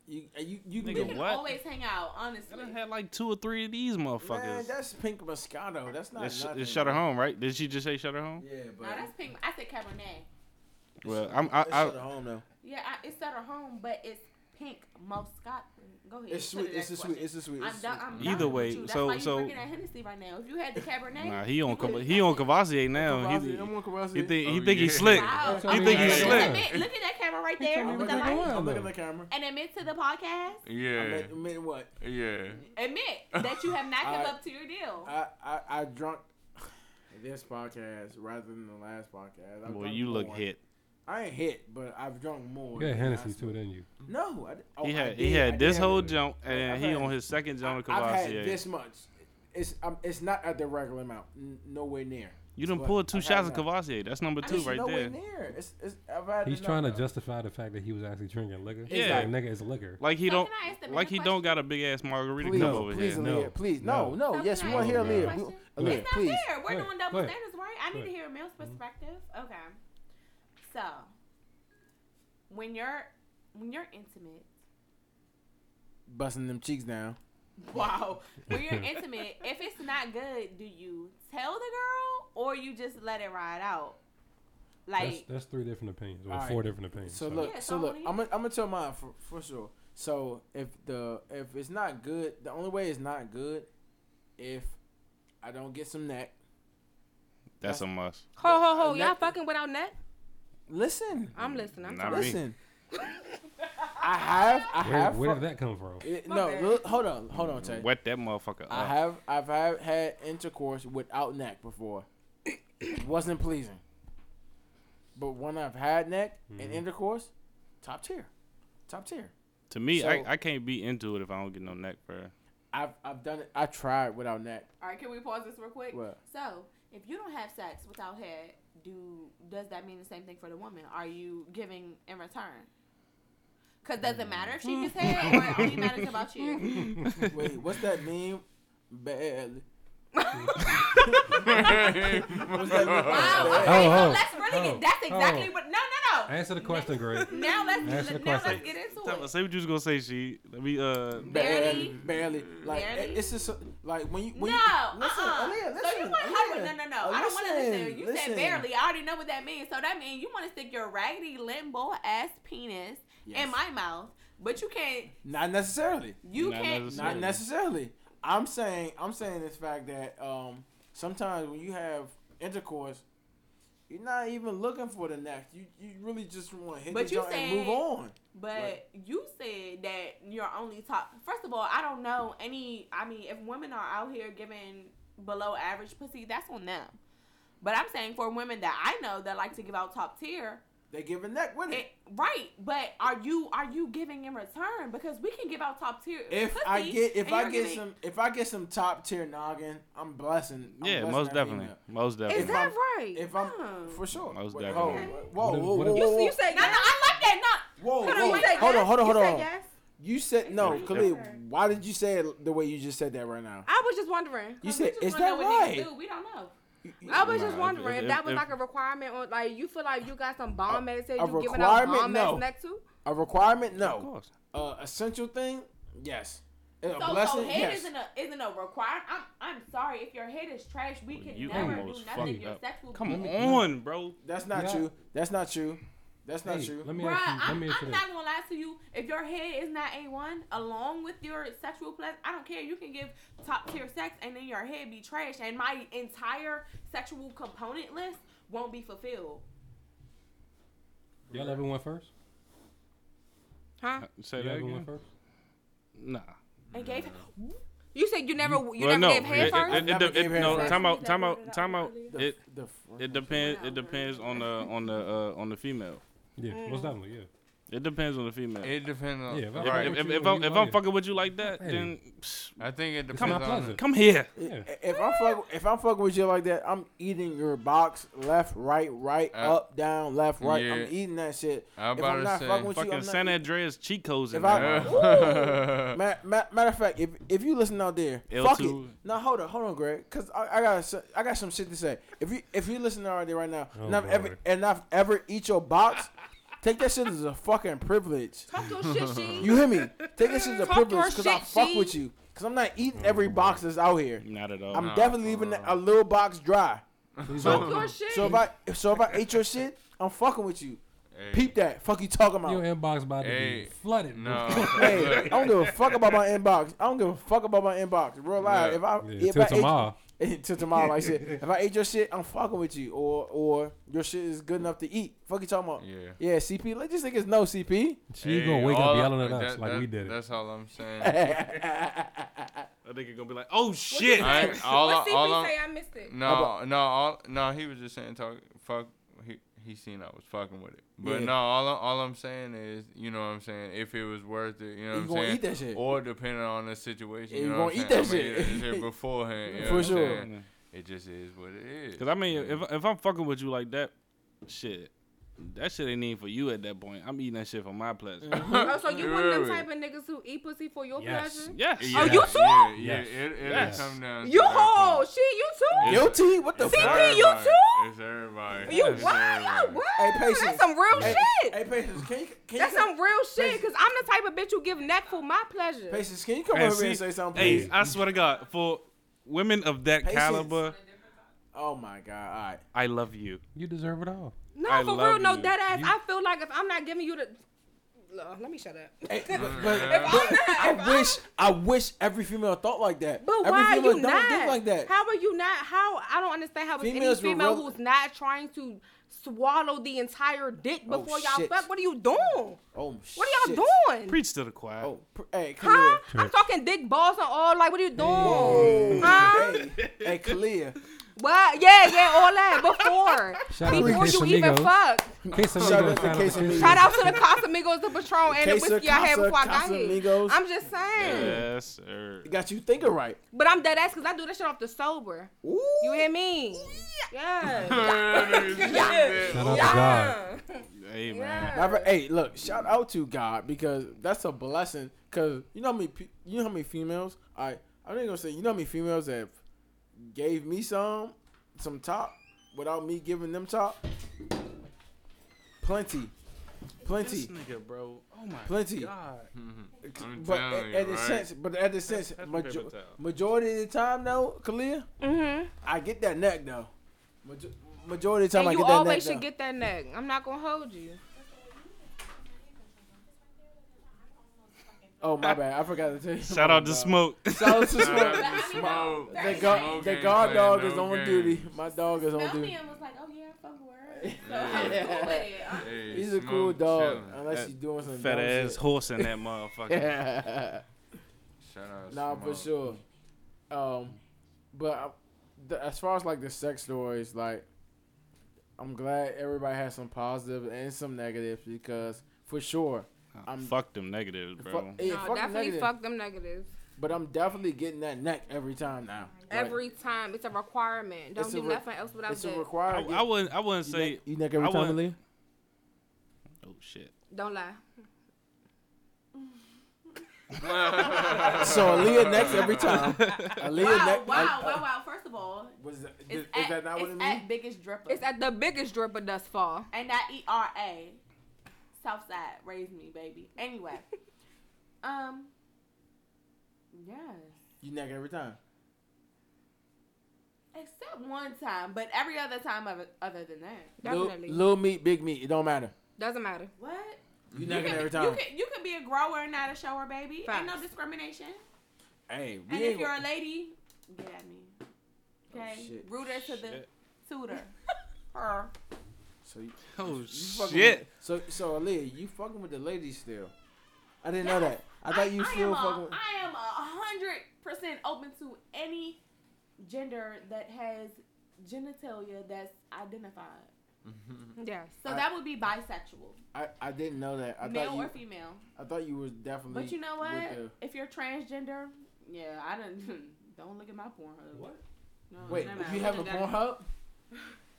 Speaker 1: You eh, you you
Speaker 5: We
Speaker 2: Nigga,
Speaker 5: can
Speaker 2: what?
Speaker 5: always hang out, honestly.
Speaker 2: I done had like two or three of these
Speaker 1: Man,
Speaker 2: motherfuckers.
Speaker 1: that's pink Moscato. That's not
Speaker 2: It's,
Speaker 1: nothing.
Speaker 2: it's Shutter
Speaker 1: bro.
Speaker 2: Home, right? Did she just say Shutter Home?
Speaker 1: Yeah, but
Speaker 5: No, that's pink. I said Cabernet.
Speaker 2: Well, I'm, I,
Speaker 1: it's
Speaker 2: I,
Speaker 1: Shutter Home though.
Speaker 5: Yeah, I, it's Southern Home, but it's pink Moscato. Go ahead.
Speaker 1: It's
Speaker 5: to the
Speaker 1: sweet. It's
Speaker 5: next
Speaker 1: a sweet.
Speaker 5: question.
Speaker 1: It's a sweet.
Speaker 5: I'm
Speaker 1: it's
Speaker 5: done.
Speaker 1: sweet.
Speaker 5: I'm
Speaker 2: Either
Speaker 5: done
Speaker 2: way,
Speaker 5: with you. That's
Speaker 2: so-
Speaker 5: why you
Speaker 2: so-
Speaker 5: drinking that Hennessy right now. If you had the Cabernet,
Speaker 2: nah, he on
Speaker 5: you
Speaker 2: Cava-
Speaker 5: would've-
Speaker 2: he on Cavassier now. He,
Speaker 1: Kvazi, I'm on Kvazi.
Speaker 2: he think he
Speaker 3: Oh,
Speaker 2: think he
Speaker 3: yeah.
Speaker 2: slick.
Speaker 5: Wow.
Speaker 4: You think he's
Speaker 5: Look
Speaker 2: slick?
Speaker 5: at me- Look at that camera right there
Speaker 4: talking
Speaker 5: with the
Speaker 4: about that
Speaker 5: light.
Speaker 4: one?
Speaker 1: I'm looking at the camera.
Speaker 5: And admit to the podcast.
Speaker 3: Yeah,
Speaker 1: I mean, what?
Speaker 3: yeah.
Speaker 5: Admit that you have not
Speaker 1: I-
Speaker 5: kept up to your deal.
Speaker 1: I, I I drunk this podcast rather than the last podcast. I've
Speaker 2: Well,
Speaker 1: drunk
Speaker 2: you look
Speaker 1: more.
Speaker 2: hit.
Speaker 1: I ain't hit, but I've drunk more.
Speaker 4: You got
Speaker 1: than
Speaker 4: Hennessy
Speaker 1: last
Speaker 4: too, didn't you?
Speaker 1: time. No, I, oh,
Speaker 2: He
Speaker 1: I
Speaker 2: had
Speaker 1: did,
Speaker 2: he
Speaker 1: I
Speaker 2: had this
Speaker 1: did.
Speaker 2: whole jump,
Speaker 1: I've
Speaker 2: and he
Speaker 1: had-
Speaker 2: on his second
Speaker 1: I,
Speaker 2: jump of
Speaker 1: I've had
Speaker 2: Cavassier.
Speaker 1: this much. It's um, it's not at the regular amount. N- nowhere near.
Speaker 2: You done
Speaker 1: But
Speaker 2: pulled two
Speaker 1: I've had
Speaker 2: shots of
Speaker 1: enough.
Speaker 2: Cavassier. That's number two
Speaker 1: It's
Speaker 2: right
Speaker 1: nowhere
Speaker 2: there.
Speaker 1: near. It's, it's, I've had
Speaker 4: He's
Speaker 1: enough,
Speaker 4: trying to
Speaker 1: though.
Speaker 4: justify the fact that he was actually drinking liquor.
Speaker 2: Yeah.
Speaker 4: Like, nigga, it's liquor.
Speaker 2: Like he
Speaker 5: So
Speaker 2: don't
Speaker 5: can I ask the man
Speaker 2: like
Speaker 5: a
Speaker 2: he
Speaker 5: question?
Speaker 2: don't got a big ass margarita
Speaker 1: Please,
Speaker 2: cup over
Speaker 1: please,
Speaker 2: here.
Speaker 4: No.
Speaker 1: Aaliyah, please, no, no,
Speaker 5: So
Speaker 1: Oh, yes, we
Speaker 5: can I
Speaker 1: want to hear
Speaker 5: ask you a
Speaker 1: Aaliyah.
Speaker 5: question?
Speaker 1: We- Aaliyah,
Speaker 5: It's not
Speaker 1: please.
Speaker 5: fair. We're
Speaker 4: Go
Speaker 5: doing
Speaker 4: ahead.
Speaker 5: double
Speaker 4: Go ahead.
Speaker 5: standards, right? I
Speaker 4: Go
Speaker 5: need
Speaker 4: ahead.
Speaker 5: to
Speaker 4: Mm-hmm.
Speaker 5: hear a male's perspective. Okay. So when you're when you're intimate,
Speaker 1: Busting them cheeks down.
Speaker 5: wow. When you're intimate, if it's not good, do you tell the girl or you just let it ride out?
Speaker 4: That's,
Speaker 5: Like
Speaker 4: that's three different opinions, or
Speaker 1: All right.
Speaker 4: four different opinions.
Speaker 1: So look,
Speaker 5: Yeah, so
Speaker 1: so
Speaker 5: I
Speaker 1: look,
Speaker 5: wanna hear
Speaker 1: I'm gonna I'm gonna tell mine for, for sure. So if the if it's not good, the only way it's not good if I don't get some neck.
Speaker 2: That's a must.
Speaker 6: Ho ho ho!
Speaker 1: Uh,
Speaker 6: Y'all
Speaker 1: that-
Speaker 6: fucking without net?
Speaker 1: Listen,
Speaker 6: I'm listening. I'm
Speaker 2: Nah,
Speaker 6: sorry.
Speaker 2: me.
Speaker 1: listen. I have I
Speaker 4: where,
Speaker 1: have
Speaker 4: where
Speaker 1: fu-
Speaker 4: did that come from?
Speaker 1: it-
Speaker 6: My
Speaker 1: no.
Speaker 6: bad.
Speaker 1: look, hold on, hold on, Tay.
Speaker 2: Wet that motherfucker
Speaker 1: I
Speaker 2: up.
Speaker 1: have I've have had intercourse without neck before. Wasn't pleasing. But when I've had neck and intercourse, top tier, top tier.
Speaker 2: To me, I,
Speaker 1: So-
Speaker 2: I can't be into it if I don't get no neck for her.
Speaker 1: I've I've done it. I tried without neck.
Speaker 5: All right, can we pause this real quick?
Speaker 1: What?
Speaker 5: So, if you don't have sex without head, do does that mean the same thing for the woman? Are you giving in return? Cause does it matter if she
Speaker 4: Hmm.
Speaker 5: gets head, or it only matters about you?
Speaker 1: Wait, what's that meme? Bad. What's that meme?
Speaker 5: Wow.
Speaker 1: Bad.
Speaker 5: Okay,
Speaker 4: Oh,
Speaker 5: so
Speaker 4: oh,
Speaker 5: let's really
Speaker 4: oh,
Speaker 5: get. That's exactly
Speaker 4: oh.
Speaker 5: what. No, no, no.
Speaker 4: Answer the question, Greg.
Speaker 5: Now let's
Speaker 4: Answer the
Speaker 5: now let's
Speaker 4: question.
Speaker 5: get into
Speaker 2: Tell me-
Speaker 5: it.
Speaker 2: Say what you was gonna say, she. Let me uh.
Speaker 1: Barely,
Speaker 5: Barely.
Speaker 1: barely. Like
Speaker 5: Barely?
Speaker 1: it- it's just a- like when you
Speaker 5: No,
Speaker 1: when
Speaker 5: uh-uh.
Speaker 1: you, listen, Aaliyah, listen.
Speaker 5: so you want
Speaker 1: Aaliyah,
Speaker 5: to no, no, no. I don't want to listen. You
Speaker 1: listen.
Speaker 5: said barely. I already know what that means. So that means you want to stick your raggedy limbo ass penis
Speaker 1: Yes.
Speaker 5: in my mouth, but you can't.
Speaker 1: Not necessarily.
Speaker 5: You
Speaker 2: Not
Speaker 5: can't.
Speaker 2: necessarily.
Speaker 1: Not necessarily. I'm saying I'm saying this fact that um sometimes when you have intercourse, you're not even looking for the neck. You you really just want to hit
Speaker 5: But
Speaker 1: the
Speaker 5: you
Speaker 1: joint and
Speaker 5: said-
Speaker 1: move on.
Speaker 5: But
Speaker 1: Right.
Speaker 5: you said that you're only top. First of all, I don't know any. I mean, if women are out here giving below average pussy, that's on them. But I'm saying for women that I know that like to give out top tier,
Speaker 1: They give a neck with
Speaker 5: it,
Speaker 1: it.
Speaker 5: right? But are you are you giving in return? Because we can give out top tier.
Speaker 1: If
Speaker 5: Eh, pussy,
Speaker 1: I get if
Speaker 5: and
Speaker 1: I
Speaker 5: you're
Speaker 1: get
Speaker 5: giving-
Speaker 1: some if I get some top tier noggin, I'm blessing. I'm
Speaker 2: Yeah,
Speaker 1: blessing
Speaker 2: most
Speaker 1: that
Speaker 2: definitely,
Speaker 1: female.
Speaker 2: most
Speaker 6: Is
Speaker 1: If
Speaker 2: definitely.
Speaker 6: that
Speaker 1: I'm-
Speaker 6: right?
Speaker 1: If I'm
Speaker 5: Hmm.
Speaker 1: for sure.
Speaker 2: Most
Speaker 1: Wait,
Speaker 2: definitely.
Speaker 1: Whoa,
Speaker 4: What if-
Speaker 1: whoa,
Speaker 4: what
Speaker 1: whoa,
Speaker 4: if-
Speaker 6: you,
Speaker 1: whoa,
Speaker 6: you say
Speaker 5: No, no, I like that. No,
Speaker 1: whoa,
Speaker 6: Hold
Speaker 1: whoa.
Speaker 6: on, you say
Speaker 1: Hold on,
Speaker 6: yes?
Speaker 1: hold on,
Speaker 6: You
Speaker 1: hold
Speaker 6: say
Speaker 1: on.
Speaker 6: yes?
Speaker 1: You said no,
Speaker 5: If-
Speaker 1: Khalid.
Speaker 5: if-
Speaker 1: Why did you say it the way you just said that right now?
Speaker 6: I was just wondering.
Speaker 1: You said,
Speaker 5: we just
Speaker 1: "Is
Speaker 5: wanna
Speaker 1: that
Speaker 5: know what niggas
Speaker 1: right?"
Speaker 5: Do. We don't know.
Speaker 6: I was
Speaker 2: Nah,
Speaker 6: just
Speaker 2: if-
Speaker 6: wondering if,
Speaker 2: if-
Speaker 6: that was
Speaker 2: if-
Speaker 6: like a requirement on like you feel like you got some bomb ass head
Speaker 1: a
Speaker 6: you giving out
Speaker 1: requirement?
Speaker 6: bomb
Speaker 1: No.
Speaker 6: ass neck to.
Speaker 1: A requirement?
Speaker 2: Of
Speaker 1: No.
Speaker 2: course.
Speaker 1: Uh, essential thing? Yes. A
Speaker 5: So,
Speaker 1: blessing?
Speaker 5: so head
Speaker 1: yes.
Speaker 5: isn't a isn't a requirement. I'm I'm sorry if your head is trash, we can
Speaker 2: You
Speaker 5: never do
Speaker 2: almost
Speaker 5: nothing.
Speaker 2: fucked
Speaker 5: Your
Speaker 2: up.
Speaker 5: sexual
Speaker 2: Come
Speaker 5: being-
Speaker 2: on, bro.
Speaker 1: That's not
Speaker 4: Yeah.
Speaker 1: true. That's not true. That's not
Speaker 4: Hey,
Speaker 1: true.
Speaker 4: Let me
Speaker 5: Bruh,
Speaker 4: ask you. Let
Speaker 5: I'm,
Speaker 4: me ask you
Speaker 5: I'm
Speaker 4: this.
Speaker 5: not gonna lie to you. If your head is not a one, along with your sexual pleasure, I don't care. You can give top tier sex, and then your head be trash, and my entire sexual component list won't be fulfilled.
Speaker 4: Y'all ever went first?
Speaker 6: Huh?
Speaker 2: Uh, Say
Speaker 4: Y'all
Speaker 2: that
Speaker 4: ever went
Speaker 2: again.
Speaker 4: first?
Speaker 2: Nah.
Speaker 5: And gave
Speaker 6: You said you never you
Speaker 2: well,
Speaker 6: never
Speaker 2: no.
Speaker 6: gave head
Speaker 2: it,
Speaker 6: first.
Speaker 2: It, it,
Speaker 1: Never
Speaker 2: it,
Speaker 1: gave
Speaker 2: it,
Speaker 1: head
Speaker 2: no.
Speaker 1: first.
Speaker 2: Time
Speaker 5: That's
Speaker 2: out.
Speaker 5: what
Speaker 2: Time
Speaker 5: I
Speaker 2: out.
Speaker 5: brought
Speaker 2: Time
Speaker 5: up
Speaker 2: out.
Speaker 5: earlier.
Speaker 2: It
Speaker 1: the, f- the,
Speaker 2: it
Speaker 1: f-
Speaker 2: depends.
Speaker 5: out,
Speaker 2: It
Speaker 5: bro.
Speaker 2: depends on the on the uh, on the female.
Speaker 4: Yeah,
Speaker 5: Mm.
Speaker 4: most definitely. Yeah.
Speaker 2: It depends on the female.
Speaker 3: It depends on.
Speaker 4: Yeah, if I-
Speaker 2: If,
Speaker 3: right.
Speaker 2: if, if,
Speaker 4: you
Speaker 2: if
Speaker 4: and
Speaker 2: I'm,
Speaker 4: you
Speaker 2: if
Speaker 4: like
Speaker 2: I'm
Speaker 4: it.
Speaker 2: fucking with you like that,
Speaker 4: Hey.
Speaker 2: then psh,
Speaker 3: I think it
Speaker 4: It's my
Speaker 3: depends on.
Speaker 4: pleasure.
Speaker 2: come here.
Speaker 4: Yeah.
Speaker 1: if I'm fuck, if I'm fucking with you like that, I'm eating your box left, right, right,
Speaker 3: Uh,
Speaker 1: up, down, left, right. I'm
Speaker 3: yeah.
Speaker 1: eating that shit.
Speaker 3: I
Speaker 1: If
Speaker 3: about
Speaker 1: I'm
Speaker 3: to
Speaker 1: not
Speaker 3: say.
Speaker 1: fucking with you,
Speaker 2: Fucking
Speaker 1: I'm not
Speaker 2: San
Speaker 1: eating-
Speaker 2: Andreas Chico's in
Speaker 1: If I-
Speaker 2: there.
Speaker 3: Uh,
Speaker 1: Ma- ma- matter of fact, if if you listen out there, fuck it.
Speaker 2: L2.
Speaker 1: No, hold on, hold on, Greg, cause I, I got s- I got some shit to say. If you if you listening already right now,
Speaker 4: Oh,
Speaker 1: and I've ever
Speaker 4: Lord.
Speaker 1: and I've ever eat your box, take that shit as a fucking privilege.
Speaker 6: Talk your shit, she.
Speaker 1: You hear me? Take this as a
Speaker 6: Talk your
Speaker 1: privilege because I
Speaker 6: shit,
Speaker 1: fuck
Speaker 6: G.
Speaker 1: with you. Because I'm not eating every
Speaker 3: Mm.
Speaker 1: box that's out here.
Speaker 2: Not at all.
Speaker 1: I'm
Speaker 3: Nah,
Speaker 1: definitely
Speaker 3: for
Speaker 1: leaving
Speaker 3: real.
Speaker 1: a little box dry.
Speaker 4: Please
Speaker 6: Talk
Speaker 4: don't.
Speaker 6: your shit.
Speaker 1: So if I if, so if I ate your shit, I'm fucking with you.
Speaker 3: hey,
Speaker 1: Peep that. Fuck you talking about.
Speaker 4: Your inbox about to
Speaker 3: Hey.
Speaker 4: be flooded.
Speaker 3: No.
Speaker 4: bro.
Speaker 1: Hey, I don't give a fuck about my inbox. I don't give a fuck about my inbox. Real life.
Speaker 3: Yeah.
Speaker 1: If I
Speaker 4: Yeah,
Speaker 1: if
Speaker 4: till
Speaker 1: I
Speaker 4: tomorrow.
Speaker 1: ate till tomorrow, like I said, if I ate your shit, I'm fucking with you. Or or your shit is good enough to eat. Fuck you talking about.
Speaker 3: Yeah.
Speaker 1: Yeah, CP. Let just niggas know CP.
Speaker 4: She
Speaker 3: Hey,
Speaker 4: gonna wake
Speaker 3: all
Speaker 4: up
Speaker 3: I-
Speaker 4: yelling at us
Speaker 3: that-
Speaker 4: like
Speaker 3: that-
Speaker 4: we did it.
Speaker 3: That's all I'm saying.
Speaker 2: I think it's gonna be like, oh shit.
Speaker 3: I ain't- all,
Speaker 6: what
Speaker 3: I- all
Speaker 6: CP
Speaker 3: I'm,
Speaker 6: say? I missed it.
Speaker 3: No, no, all, no. He was just saying, talk, fuck. He, he seen I was fucking with it, but
Speaker 1: Yeah.
Speaker 3: no. All, I- all I'm saying is, you know what I'm saying. If it was worth it, you know what
Speaker 1: You
Speaker 3: I'm
Speaker 1: gonna
Speaker 3: saying.
Speaker 1: eat that shit.
Speaker 3: Or depending on the situation,
Speaker 1: Yeah,
Speaker 3: you,
Speaker 1: you
Speaker 3: know
Speaker 1: gonna
Speaker 3: what I'm
Speaker 1: eat
Speaker 3: saying?
Speaker 1: that
Speaker 3: I'ma eat
Speaker 1: shit.
Speaker 3: that shit beforehand. you know
Speaker 1: For
Speaker 3: what I'm
Speaker 1: sure.
Speaker 3: saying? It just is what it is.
Speaker 2: Cause I mean, if if I'm fucking with you like that, shit, that shit ain't even for you at that point. I'm eating that shit for my pleasure.
Speaker 3: Mm-hmm.
Speaker 6: Oh, so you one of them
Speaker 3: Really?
Speaker 6: type of niggas who eat pussy for your
Speaker 4: Yes.
Speaker 6: pleasure?
Speaker 2: Yes.
Speaker 6: Oh, you too?
Speaker 3: Yeah, yeah,
Speaker 4: Yes.
Speaker 3: it, it'll
Speaker 2: Yes.
Speaker 3: come down. to
Speaker 6: You
Speaker 3: that
Speaker 6: whole
Speaker 3: point.
Speaker 6: shit. You too.
Speaker 3: Yeah.
Speaker 1: Guilty? What the
Speaker 3: It's
Speaker 1: fuck?
Speaker 6: CP, you
Speaker 3: everybody.
Speaker 6: too?
Speaker 3: It's everybody.
Speaker 6: You
Speaker 3: It's
Speaker 6: wow,
Speaker 3: everybody.
Speaker 6: what?
Speaker 1: Hey, Patience.
Speaker 6: That's some real
Speaker 1: Hey,
Speaker 6: shit.
Speaker 1: Hey, Patience, can you, can
Speaker 6: That's
Speaker 1: you come,
Speaker 6: some real shit. Cause I'm the type of bitch who give neck for my pleasure.
Speaker 1: Patience, can you come
Speaker 2: Man,
Speaker 1: over here and
Speaker 2: see-
Speaker 1: say something, please?
Speaker 2: Hey, I swear to God, for women of that
Speaker 1: Patience.
Speaker 2: caliber,
Speaker 1: Oh my god! All right.
Speaker 2: I love you.
Speaker 4: You deserve it all.
Speaker 6: No,
Speaker 2: I
Speaker 6: for
Speaker 2: love
Speaker 6: real, no
Speaker 2: you.
Speaker 6: dead ass.
Speaker 4: You-
Speaker 6: I feel like if I'm not giving you the, Ugh, let me shut up.
Speaker 1: Hey, but, but,
Speaker 3: If
Speaker 1: but I wish, I wish every female thought like that.
Speaker 6: But
Speaker 1: every
Speaker 6: why are
Speaker 1: female
Speaker 6: you
Speaker 1: don't
Speaker 6: not?
Speaker 1: think like that.
Speaker 6: How are you not? How I don't understand how it's any
Speaker 1: Females were
Speaker 6: female
Speaker 1: real-
Speaker 6: who's not trying to swallow the entire dick
Speaker 1: Oh,
Speaker 6: before y'all
Speaker 1: shit.
Speaker 6: fuck. What are you doing?
Speaker 1: oh
Speaker 6: What
Speaker 1: shit!
Speaker 6: are y'all doing?
Speaker 2: Preach to the choir.
Speaker 1: Oh, pr- hey,
Speaker 6: Huh?
Speaker 1: Kalia.
Speaker 6: I'm talking dick balls and all. Like, what are you doing? Huh?
Speaker 1: Hey, hey, Kalia.
Speaker 6: What? Yeah, yeah, all that before.
Speaker 4: Shout out to
Speaker 6: before you even
Speaker 4: Casamigos.
Speaker 6: fuck.
Speaker 4: Quesamigos,
Speaker 1: Shout out to
Speaker 4: shout out to
Speaker 1: Quesamigos.
Speaker 6: Shout
Speaker 4: Quesamigos.
Speaker 6: out to the Casamigos, the Patron, and the
Speaker 1: Casa-
Speaker 6: whiskey I had
Speaker 1: Casa-
Speaker 6: before I got here.
Speaker 1: Casamigos.
Speaker 6: I'm just saying.
Speaker 2: Yes, sir.
Speaker 1: Got you thinking right.
Speaker 6: But I'm dead ass because I do this shit off the sober.
Speaker 1: Ooh.
Speaker 6: You hear me? Yeah.
Speaker 4: Shout
Speaker 1: Oh,
Speaker 4: out to God.
Speaker 2: Hey man.
Speaker 6: Yeah.
Speaker 1: Matter of fact, hey, look, shout out to God because that's a blessing. Cause you know how many, pe- you know how many females. I I'm not gonna say you know how many females that gave me some, some top without me giving them top. Plenty,
Speaker 2: This
Speaker 1: plenty,
Speaker 2: nigga, bro. Oh my
Speaker 1: Plenty.
Speaker 2: God.
Speaker 3: I'm
Speaker 1: but
Speaker 3: telling
Speaker 1: at,
Speaker 3: you,
Speaker 1: at the
Speaker 3: right?
Speaker 1: sense, but at the sense,
Speaker 2: that's
Speaker 1: majo-
Speaker 2: paper towel.
Speaker 1: majority of the time though, Kalia,
Speaker 6: Mm-hmm.
Speaker 1: I get that neck though. Majo- majority of the time
Speaker 6: And
Speaker 1: I
Speaker 6: you
Speaker 1: get that neck.
Speaker 6: always should
Speaker 1: though.
Speaker 6: get that neck. I'm not gonna hold you.
Speaker 1: oh my bad, I forgot to tell you.
Speaker 2: Shout out to
Speaker 1: Nah.
Speaker 2: Smoke.
Speaker 1: Shout out to
Speaker 3: Shout out
Speaker 1: Smoke.
Speaker 3: to Smoke.
Speaker 1: The
Speaker 5: That
Speaker 1: guard,
Speaker 3: Smoke
Speaker 1: the
Speaker 3: ain't
Speaker 1: guard
Speaker 3: playing
Speaker 1: dog
Speaker 3: no
Speaker 1: is on
Speaker 3: game.
Speaker 1: duty. My dog is on duty.
Speaker 5: Melvin was like, "Oh yeah, I fuck with her." So I was cool with it. I'm
Speaker 3: Hey,
Speaker 1: He's a
Speaker 3: Smoke
Speaker 1: cool dog,
Speaker 3: chillin'.
Speaker 1: unless
Speaker 2: That
Speaker 1: he's doing some
Speaker 2: Fat
Speaker 1: dumb
Speaker 2: ass
Speaker 1: shit.
Speaker 2: horse in that motherfucker.
Speaker 1: Yeah,
Speaker 3: Shout out
Speaker 1: nah, for
Speaker 3: Smoke.
Speaker 1: sure. Um, but I, the, as far as like the sex stories, like I'm glad everybody has some positives and some negatives because for sure, I'm-
Speaker 2: Fuck them negatives, bro.
Speaker 1: fuck- yeah,
Speaker 6: no,
Speaker 1: fuck
Speaker 6: definitely
Speaker 1: negative,
Speaker 6: fuck them negatives.
Speaker 1: But I'm definitely getting that neck every time now. Like,
Speaker 6: Every time. It's a requirement. Don't
Speaker 1: It's a
Speaker 6: do
Speaker 1: re-
Speaker 6: nothing else without
Speaker 1: it's a
Speaker 6: that.
Speaker 2: I,
Speaker 1: requirement.
Speaker 2: I wouldn't. I wouldn't
Speaker 1: you
Speaker 2: say.
Speaker 1: neck, you neck every
Speaker 2: I
Speaker 1: time,
Speaker 2: wouldn't-
Speaker 1: Aaliyah?
Speaker 2: Oh shit.
Speaker 6: Don't lie.
Speaker 1: So Aaliyah necks every time. Aaliyah
Speaker 5: Wow,
Speaker 1: neck.
Speaker 5: wow, wow, wow. First of all,
Speaker 1: Was that,
Speaker 5: It's
Speaker 1: is,
Speaker 5: at,
Speaker 1: is that not what
Speaker 5: it's
Speaker 1: it
Speaker 5: at
Speaker 1: means?
Speaker 5: biggest dripper.
Speaker 6: It's at the biggest dripper thus far.
Speaker 5: and that E ERA. Southside raised me, baby. Anyway. um. Yes.
Speaker 1: You neck every time.
Speaker 5: Except one time, but every other time other, other than that.
Speaker 1: Little-
Speaker 6: Definitely.
Speaker 1: Little meat, big meat. It don't matter.
Speaker 6: Doesn't matter.
Speaker 5: What?
Speaker 1: You
Speaker 5: You
Speaker 1: neck
Speaker 5: can,
Speaker 1: every
Speaker 5: you,
Speaker 1: time.
Speaker 5: can, you can be a grower and not a shower, baby. Ain't no
Speaker 6: Facts.
Speaker 5: discrimination.
Speaker 1: Hey, we
Speaker 5: And
Speaker 1: ain't
Speaker 5: if you're
Speaker 1: gonna-
Speaker 5: a lady, get at me.
Speaker 1: Oh,
Speaker 5: Okay?
Speaker 1: shit.
Speaker 5: Rooter to the
Speaker 2: Shit.
Speaker 5: tutor. Her.
Speaker 1: So you,
Speaker 2: Oh
Speaker 1: you fucking
Speaker 2: shit!
Speaker 1: With, so so Aaliyah, you fucking with the ladies still? I didn't know
Speaker 5: Yes.
Speaker 1: that. I thought you
Speaker 5: I
Speaker 1: still
Speaker 5: am
Speaker 1: fucking.
Speaker 5: A,
Speaker 1: with-
Speaker 5: I am a hundred percent open to any gender that has genitalia that's identified.
Speaker 6: Yes.
Speaker 5: So
Speaker 1: I-
Speaker 5: that would be bisexual,
Speaker 1: I, I didn't know that. I
Speaker 5: male
Speaker 1: thought you
Speaker 5: or female.
Speaker 1: I thought you was definitely.
Speaker 5: But you know
Speaker 1: with
Speaker 5: what?
Speaker 1: the-
Speaker 5: If you're transgender, yeah, I don't. Don't look at my Pornhub.
Speaker 4: What?
Speaker 5: No,
Speaker 1: Wait,
Speaker 5: never mind.
Speaker 1: you have a
Speaker 5: Look at that.
Speaker 1: Pornhub?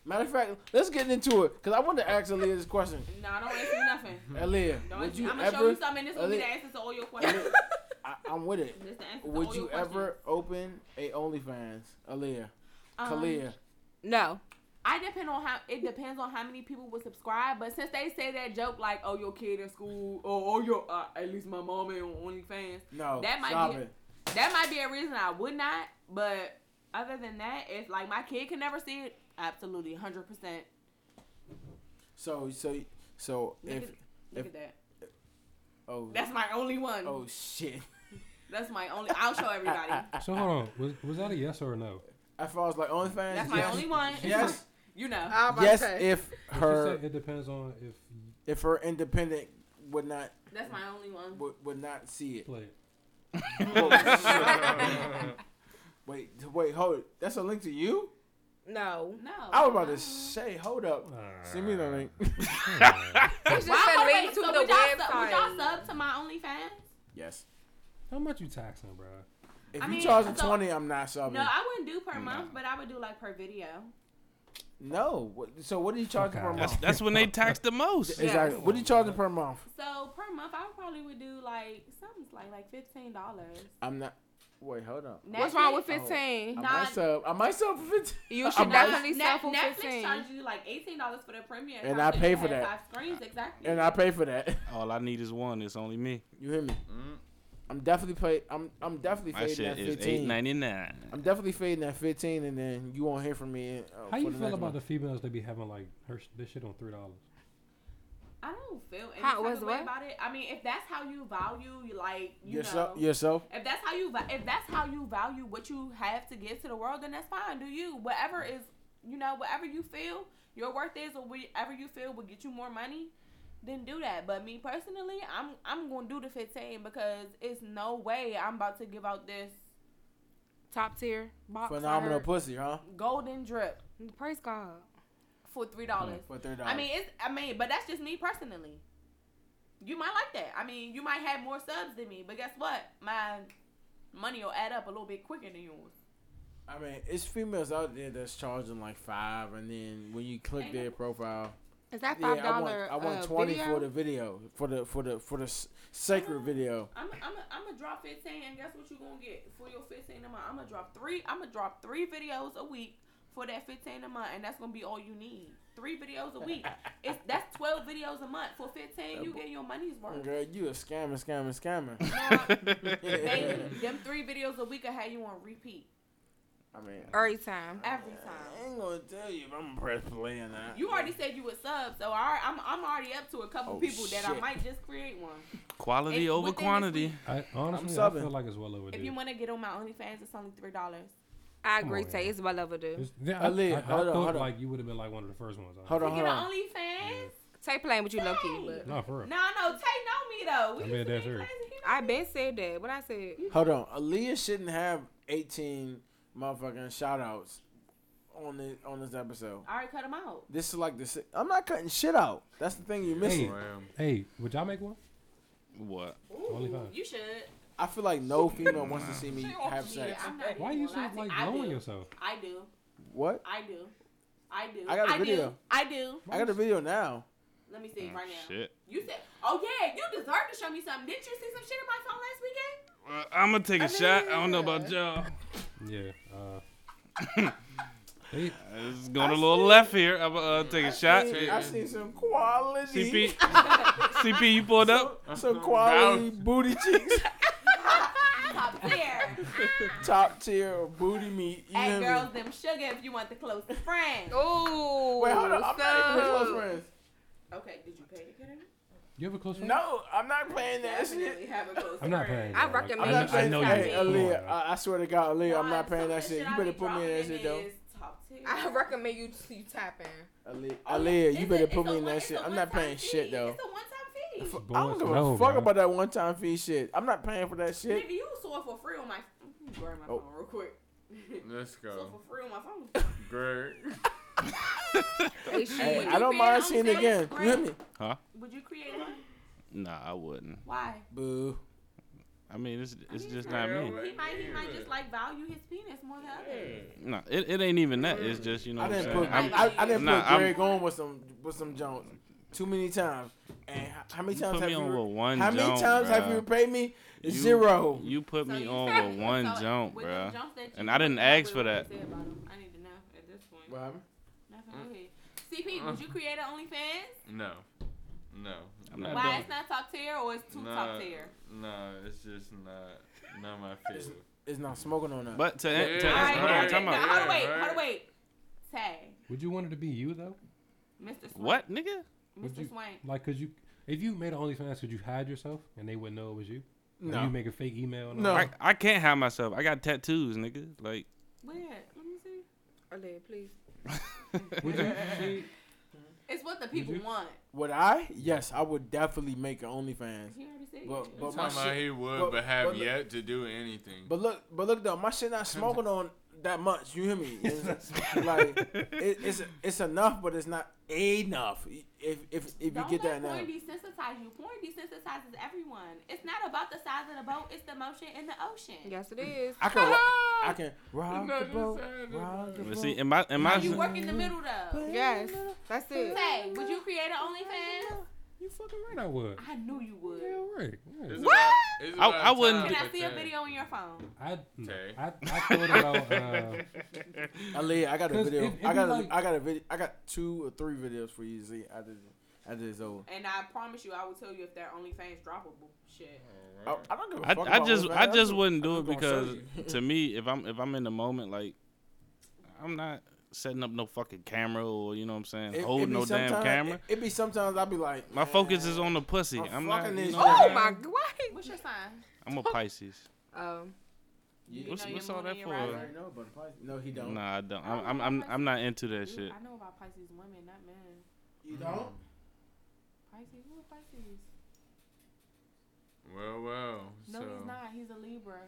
Speaker 1: Matter of fact, let's get into it because I wanted to ask Aaliyah this question.
Speaker 5: No, I don't want to see nothing.
Speaker 1: Aaliyah,
Speaker 5: Don't
Speaker 1: would you
Speaker 5: I'm gonna show
Speaker 1: ever?
Speaker 5: you something. This will be
Speaker 1: Aaliyah-
Speaker 5: the answer to all your questions.
Speaker 1: I, I'm with it.
Speaker 5: This the answer to all
Speaker 1: Would
Speaker 5: your
Speaker 1: you ever open a OnlyFans, Aaliyah,
Speaker 5: questions. Um,
Speaker 1: Kalia?
Speaker 6: No.
Speaker 5: I depend on how it depends on how many people will subscribe. But since they say that joke like, "Oh, your kid in school," or "Oh, your uh, at least my mom ain't on OnlyFans,"
Speaker 1: No,
Speaker 5: that might
Speaker 1: stop
Speaker 5: be-
Speaker 1: it.
Speaker 5: that might be a reason I would not. But other than that, if like my kid can never see it, absolutely, hundred percent.
Speaker 1: So so so
Speaker 5: Look,
Speaker 1: if
Speaker 5: at, look
Speaker 1: if-
Speaker 5: at that.
Speaker 1: oh
Speaker 5: That's my only one.
Speaker 1: oh shit.
Speaker 5: That's my only. I'll show everybody.
Speaker 4: So hold on. Was, was that a yes or a no?
Speaker 1: As far as like OnlyFans,
Speaker 5: That's my
Speaker 1: yes.
Speaker 5: only one.
Speaker 1: Yes,
Speaker 5: you know.
Speaker 1: yes. If
Speaker 4: But you
Speaker 1: her
Speaker 4: said it depends on if you
Speaker 1: if her independent would not
Speaker 5: That's my only one.
Speaker 1: would, would not see it.
Speaker 4: play it.
Speaker 1: Wait wait hold. it. That's a link to you.
Speaker 6: No.
Speaker 5: No.
Speaker 1: I was about to say hold up. Send me the link.
Speaker 6: It's just
Speaker 5: Why-
Speaker 6: a
Speaker 5: wait,
Speaker 6: link to
Speaker 5: so
Speaker 6: the
Speaker 5: would y'all sub- Would y'all
Speaker 6: website.
Speaker 5: sub to my OnlyFans?
Speaker 1: Yes.
Speaker 4: How much you taxing, bro?
Speaker 1: If
Speaker 5: I
Speaker 1: you
Speaker 5: mean,
Speaker 1: charging
Speaker 5: so-
Speaker 1: twenty, I'm not subbing.
Speaker 5: No, I wouldn't do
Speaker 1: Mm,
Speaker 5: per
Speaker 3: Nah.
Speaker 5: month, but I would do like per video.
Speaker 1: No. What- So what are you charging
Speaker 4: Okay.
Speaker 1: per
Speaker 2: That's
Speaker 1: month?
Speaker 2: that's when they tax the most.
Speaker 1: Exactly. What are you charging per month?
Speaker 5: So per month, I probably would do like something like like fifteen dollars.
Speaker 1: I'm not. Wait, hold up.
Speaker 6: What's wrong with 15?
Speaker 1: I
Speaker 5: Not-
Speaker 1: might sub. I might sub for fifteen.
Speaker 6: You should definitely sell for
Speaker 5: Netflix
Speaker 6: 15.
Speaker 5: charges you like eighteen dollars for the premiere,
Speaker 1: And I
Speaker 5: account if
Speaker 1: pay
Speaker 5: you
Speaker 1: for
Speaker 5: have
Speaker 1: that.
Speaker 5: Five screens exactly.
Speaker 1: and I pay for that.
Speaker 2: All I need is one. It's only me.
Speaker 1: You hear me?
Speaker 3: Mm.
Speaker 1: I'm definitely pay. I'm I'm definitely
Speaker 2: My
Speaker 1: fading
Speaker 2: shit
Speaker 1: that
Speaker 2: is eight
Speaker 1: fifteen.
Speaker 2: ninety nine.
Speaker 1: I'm definitely fading that fifteen, and then you won't hear from me. Uh,
Speaker 4: How
Speaker 1: for
Speaker 4: you
Speaker 1: the
Speaker 4: feel
Speaker 1: next
Speaker 4: about
Speaker 1: month.
Speaker 4: the females that be having like her sh- this shit on three dollars?
Speaker 5: I don't feel any
Speaker 6: How-
Speaker 5: type
Speaker 6: was
Speaker 5: of way
Speaker 6: what?
Speaker 5: about it. I mean, if that's how you value, you like you
Speaker 1: yourself?
Speaker 5: know,
Speaker 1: Yourself?
Speaker 5: if that's how you va- if that's how you value what you have to give to the world, then that's fine. Do you whatever is you know whatever you feel your worth is, or whatever you feel will get you more money, then do that. But me personally, I'm I'm gonna do the fifteen because it's no way I'm about to give out this
Speaker 6: Top tier box. I
Speaker 1: Phenomenal
Speaker 6: heard.
Speaker 1: pussy, huh?
Speaker 5: golden drip
Speaker 6: Praise God.
Speaker 5: for three dollars.
Speaker 1: For three dollars.
Speaker 5: I mean, it's I mean, but that's just me personally. You might like that. I mean, you might have more subs than me, but guess what? My money will add up a little bit quicker than yours.
Speaker 1: I mean, it's females out there that's charging like five, and then when you click
Speaker 5: Ain't
Speaker 1: their
Speaker 5: nothing-
Speaker 1: profile,
Speaker 6: Is that
Speaker 1: yeah,
Speaker 6: $5
Speaker 1: I want I want
Speaker 6: uh,
Speaker 1: twenty
Speaker 6: video?
Speaker 1: for the video, for the for the for the s- sacred video.
Speaker 5: I'm I'm a, I'm gonna drop 15, and guess what you gonna get for your 15 a month? I'm gonna drop three. I'm gonna drop three videos a week for that 15 a month, and that's gonna be all you need. Three videos a week. It's that's 12 videos a month for 15. You getting your money's worth.
Speaker 1: Girl, you a scammer, scammer, scammer.
Speaker 5: They, them three videos a week will have you on repeat
Speaker 1: I mean,
Speaker 6: Every time.
Speaker 5: every
Speaker 1: I
Speaker 5: time.
Speaker 1: ain't gonna tell you if I'm press play or not.
Speaker 5: You already said you would sub, so I, I'm I'm already up to a couple
Speaker 1: Oh,
Speaker 5: people that I
Speaker 1: shit.
Speaker 5: might just create one.
Speaker 2: Quality
Speaker 5: It's
Speaker 2: over
Speaker 5: within this
Speaker 2: quantity.
Speaker 5: week.
Speaker 4: I honestly I
Speaker 1: subbing.
Speaker 4: feel like it's well
Speaker 5: If you
Speaker 4: overdue.
Speaker 5: want to get on my OnlyFans, it's only three dollars.
Speaker 6: I
Speaker 4: Come
Speaker 6: agree,
Speaker 4: on,
Speaker 6: Tay.
Speaker 4: man.
Speaker 6: It's well overdue.
Speaker 4: It's- yeah, I, I,
Speaker 1: Ali,
Speaker 4: I,
Speaker 1: hold on,
Speaker 4: thought
Speaker 1: hold on.
Speaker 4: like you would have been like one of the first ones.
Speaker 1: Hold
Speaker 5: You
Speaker 1: on,
Speaker 5: get
Speaker 1: hold
Speaker 5: on
Speaker 1: on.
Speaker 5: OnlyFans?
Speaker 6: Tay playing with you, low key.
Speaker 5: Dang.
Speaker 6: But
Speaker 4: No, for real.
Speaker 5: No, no, Tay know me though. We
Speaker 4: I
Speaker 5: used
Speaker 4: mean,
Speaker 5: to be
Speaker 4: that's her.
Speaker 5: crazy. He
Speaker 6: I been said that. What I said.
Speaker 1: Hold on. Aaliyah shouldn't have 18 motherfucking shout outs on this, on this episode.
Speaker 5: All right, cut him out.
Speaker 1: This is like the si- I'm not cutting shit out. That's the thing you're missing.
Speaker 3: Well,
Speaker 4: Hey, would y'all make one?
Speaker 2: What?
Speaker 5: Ooh,
Speaker 4: Only five.
Speaker 5: You should.
Speaker 1: I feel like no female wants to see me
Speaker 5: She wants
Speaker 1: have
Speaker 5: me.
Speaker 1: sex.
Speaker 5: I'm not
Speaker 4: Why
Speaker 5: even
Speaker 4: you so
Speaker 5: gonna lie
Speaker 4: like
Speaker 5: to you.
Speaker 4: lowering yourself?
Speaker 5: I do.
Speaker 1: What?
Speaker 5: I do. I do.
Speaker 1: I got a
Speaker 5: do.
Speaker 1: video.
Speaker 5: I do.
Speaker 1: I got a video now.
Speaker 5: Let me see right now.
Speaker 2: Shit.
Speaker 5: You said, "Oh yeah, you deserve to show me something." Didn't you see some shit in my phone last weekend?
Speaker 2: Uh, I'm gonna take a shot. I don't know about y'all.
Speaker 4: Yeah. Uh, They,
Speaker 2: It's going a little left here. I'm gonna uh, take a shot.
Speaker 1: seen, I seen some quality.
Speaker 2: CP, CP, you pulled up.
Speaker 1: Some quality booty cheeks,
Speaker 5: Top tier.
Speaker 1: top tier booty meat. You
Speaker 5: At
Speaker 1: know what I mean?
Speaker 5: girls them sugar if you want the close friend.
Speaker 6: Oh,
Speaker 1: Wait, hold on. I'm not even close friends.
Speaker 5: Okay, did you pay to get in?
Speaker 4: you have a close friend?
Speaker 1: No, I'm not playing that shit.
Speaker 5: Definitely have a close
Speaker 4: I'm not
Speaker 5: friend.
Speaker 4: paying.
Speaker 6: I
Speaker 4: bro. Like,
Speaker 6: recommend
Speaker 4: I,
Speaker 6: you
Speaker 4: kn- I know you.
Speaker 5: stop
Speaker 1: Hey,
Speaker 5: it. Come
Speaker 4: Come on,
Speaker 1: Aaliyah,
Speaker 4: bro.
Speaker 1: I, I swear to God, Aaliyah, I'm not
Speaker 5: Nah,
Speaker 1: paying that
Speaker 5: so the
Speaker 1: shit. You
Speaker 5: I
Speaker 1: better
Speaker 5: be
Speaker 1: put me in that
Speaker 5: dropping
Speaker 1: shit, though.
Speaker 5: is top tier.
Speaker 6: I recommend you you tap in.
Speaker 1: Aaliyah,
Speaker 5: Oh, yeah,
Speaker 1: Aaliyah,
Speaker 5: it's
Speaker 1: you
Speaker 5: a-
Speaker 1: better
Speaker 5: it's a
Speaker 1: put me in
Speaker 5: one-
Speaker 1: that
Speaker 5: it's
Speaker 1: shit.
Speaker 5: a
Speaker 1: I'm not
Speaker 5: one-time
Speaker 1: paying
Speaker 5: fee.
Speaker 1: shit, though.
Speaker 5: It's a one-time fee.
Speaker 1: I don't give a
Speaker 4: No,
Speaker 1: fuck
Speaker 4: bro.
Speaker 1: about that one time fee shit. I'm not paying for that shit.
Speaker 5: Nigga, you saw for free on my. Grab my
Speaker 1: Oh.
Speaker 5: phone real quick.
Speaker 3: Let's
Speaker 5: Saw
Speaker 3: go.
Speaker 5: for free on my phone.
Speaker 3: Great.
Speaker 6: Hey, she-
Speaker 1: Hey,
Speaker 5: you
Speaker 1: I don't
Speaker 5: create
Speaker 1: mind
Speaker 5: your
Speaker 1: seeing
Speaker 5: own
Speaker 1: it again.
Speaker 5: Facebook
Speaker 1: You hear me?
Speaker 5: Would you create one?
Speaker 2: Nah, I wouldn't.
Speaker 5: Why?
Speaker 1: Boo.
Speaker 2: I mean, it's
Speaker 5: I
Speaker 2: it's
Speaker 5: mean,
Speaker 2: just not me.
Speaker 5: He might he might just like value his penis more than others.
Speaker 2: No, it, it ain't even that. It's just you know
Speaker 1: I
Speaker 2: what I'm
Speaker 1: didn't
Speaker 2: saying.
Speaker 1: put
Speaker 2: I'm-
Speaker 1: I, I didn't
Speaker 2: Nah,
Speaker 1: put
Speaker 2: I'm-
Speaker 1: Greg on with some with some Jones too many times. And h- how many
Speaker 2: you
Speaker 1: times
Speaker 2: put
Speaker 1: have
Speaker 2: me on
Speaker 1: you
Speaker 2: with one.
Speaker 1: how many
Speaker 2: jump,
Speaker 1: times have
Speaker 2: bruh.
Speaker 1: you paid me?
Speaker 2: You-
Speaker 1: Zero.
Speaker 2: You put
Speaker 5: So
Speaker 2: me
Speaker 5: you
Speaker 2: on
Speaker 5: said-
Speaker 2: with one
Speaker 5: so
Speaker 2: jump,
Speaker 5: with them
Speaker 2: bruh.
Speaker 5: jumps that you
Speaker 2: And I didn't
Speaker 5: put,
Speaker 2: ask
Speaker 5: what
Speaker 2: for
Speaker 5: would you
Speaker 2: that.
Speaker 5: say about 'em? I need to know at this point.
Speaker 1: What happened?
Speaker 5: Nothing. Go ahead. CP,
Speaker 2: Uh-huh.
Speaker 5: would you create an OnlyFans?
Speaker 3: No. No.
Speaker 2: I'm not
Speaker 5: Why
Speaker 2: done.
Speaker 5: it's not top tier or it's too
Speaker 3: Nah.
Speaker 5: top tier?
Speaker 3: No, it's just not not my favorite.
Speaker 1: It's not smoking on that.
Speaker 2: But to,
Speaker 3: Yeah.
Speaker 2: to
Speaker 5: All right,
Speaker 3: Alright,
Speaker 2: hold on,
Speaker 5: now,
Speaker 3: come
Speaker 5: now,
Speaker 2: time
Speaker 3: on.
Speaker 5: hold on,
Speaker 2: out.
Speaker 3: Yeah,
Speaker 5: wait, hold
Speaker 3: right.
Speaker 5: on, wait. Tag,
Speaker 4: Would you want it to be you though?
Speaker 5: Mr. Swank.
Speaker 2: What, nigga?
Speaker 4: Would you-
Speaker 5: Mr. Swank.
Speaker 4: Like, could you? If you made an OnlyFans, could you hide yourself and they wouldn't know it was you? Or
Speaker 1: No.
Speaker 4: You make a fake email. And
Speaker 1: No.
Speaker 4: all
Speaker 2: I,
Speaker 4: that?
Speaker 2: I can't hide myself. I got tattoos, nigga. Like,
Speaker 5: Where? Let me see.
Speaker 6: Aaliyah, please.
Speaker 4: Would you? See,
Speaker 5: It's what the people
Speaker 4: you-
Speaker 5: want.
Speaker 1: Would I? Yes, I would definitely make an OnlyFans.
Speaker 5: He already said.
Speaker 1: Well,
Speaker 5: it.
Speaker 1: well,
Speaker 3: Talking
Speaker 1: my
Speaker 3: about
Speaker 1: shit-
Speaker 3: he would,
Speaker 1: but-
Speaker 3: but, have
Speaker 1: but look-
Speaker 3: yet to do anything.
Speaker 1: But look, but look though, my shit not smoking on that much. You hear me? It's like it, it's it's enough, but it's not enough. If if if you
Speaker 5: Don't
Speaker 1: get that
Speaker 5: let
Speaker 1: now,
Speaker 5: porn desensitize you. Porn desensitizes everyone. It's not about the size of the boat. It's the motion in the ocean.
Speaker 6: Yes, it is.
Speaker 1: I can ro- I can rock the boat, rock the
Speaker 2: but
Speaker 1: boat.
Speaker 2: see, in my in my
Speaker 5: Now you work in the middle though.
Speaker 6: Yes, that's it.
Speaker 5: Tay, would you create an OnlyFans?
Speaker 4: you fucking right. I would.
Speaker 5: I knew you would.
Speaker 4: Yeah, right. yeah.
Speaker 3: It's
Speaker 5: What?
Speaker 3: about- it's
Speaker 2: I-
Speaker 3: about
Speaker 2: I wouldn't
Speaker 3: time
Speaker 5: Can I
Speaker 3: to
Speaker 5: see a
Speaker 3: change.
Speaker 5: video on your phone?
Speaker 4: I, no,
Speaker 3: Okay.
Speaker 4: I, I thought about uh,
Speaker 1: Aaliyah, I got a
Speaker 4: 'Cause
Speaker 1: video.
Speaker 4: if- if
Speaker 1: I got a,
Speaker 4: you like-
Speaker 1: I got a video. I got two or three videos for you to see after this- after this over.
Speaker 5: And I promise you, I will tell you if they're OnlyFans droppable. Shit.
Speaker 1: I, I don't give a
Speaker 2: I,
Speaker 1: fuck.
Speaker 2: I
Speaker 1: about
Speaker 2: just
Speaker 1: OnlyFans.
Speaker 2: I just
Speaker 1: I'm
Speaker 2: wouldn't do it
Speaker 1: just gonna show
Speaker 2: because to me if I'm if I'm in the moment like I'm not setting up no fucking camera or you know what I'm saying
Speaker 1: you. It- it
Speaker 2: holding
Speaker 1: be
Speaker 2: no damn
Speaker 1: sometime-
Speaker 2: camera.
Speaker 1: It, it be sometimes I'll be like,
Speaker 2: My focus is on the pussy.
Speaker 1: I'm
Speaker 2: I'm not.
Speaker 1: fucking
Speaker 2: You
Speaker 1: this
Speaker 2: know,
Speaker 1: shit.
Speaker 6: Oh my god.
Speaker 5: What's your sign?
Speaker 2: I'm a Pisces.
Speaker 6: Um,
Speaker 1: Yeah.
Speaker 2: What's,
Speaker 5: know your
Speaker 2: what's all
Speaker 5: moon
Speaker 2: that
Speaker 5: and your
Speaker 1: I
Speaker 2: for?
Speaker 5: rising.
Speaker 1: already know, but Pisces- no, he don't.
Speaker 2: Nah, I don't. I'm I'm I'm, I'm not into that
Speaker 5: Dude,
Speaker 2: shit.
Speaker 5: I know about Pisces women, not men.
Speaker 1: You don't.
Speaker 5: Pisces, who are Pisces?
Speaker 3: Well, well.
Speaker 5: No,
Speaker 3: so.
Speaker 5: he's not. He's a Libra.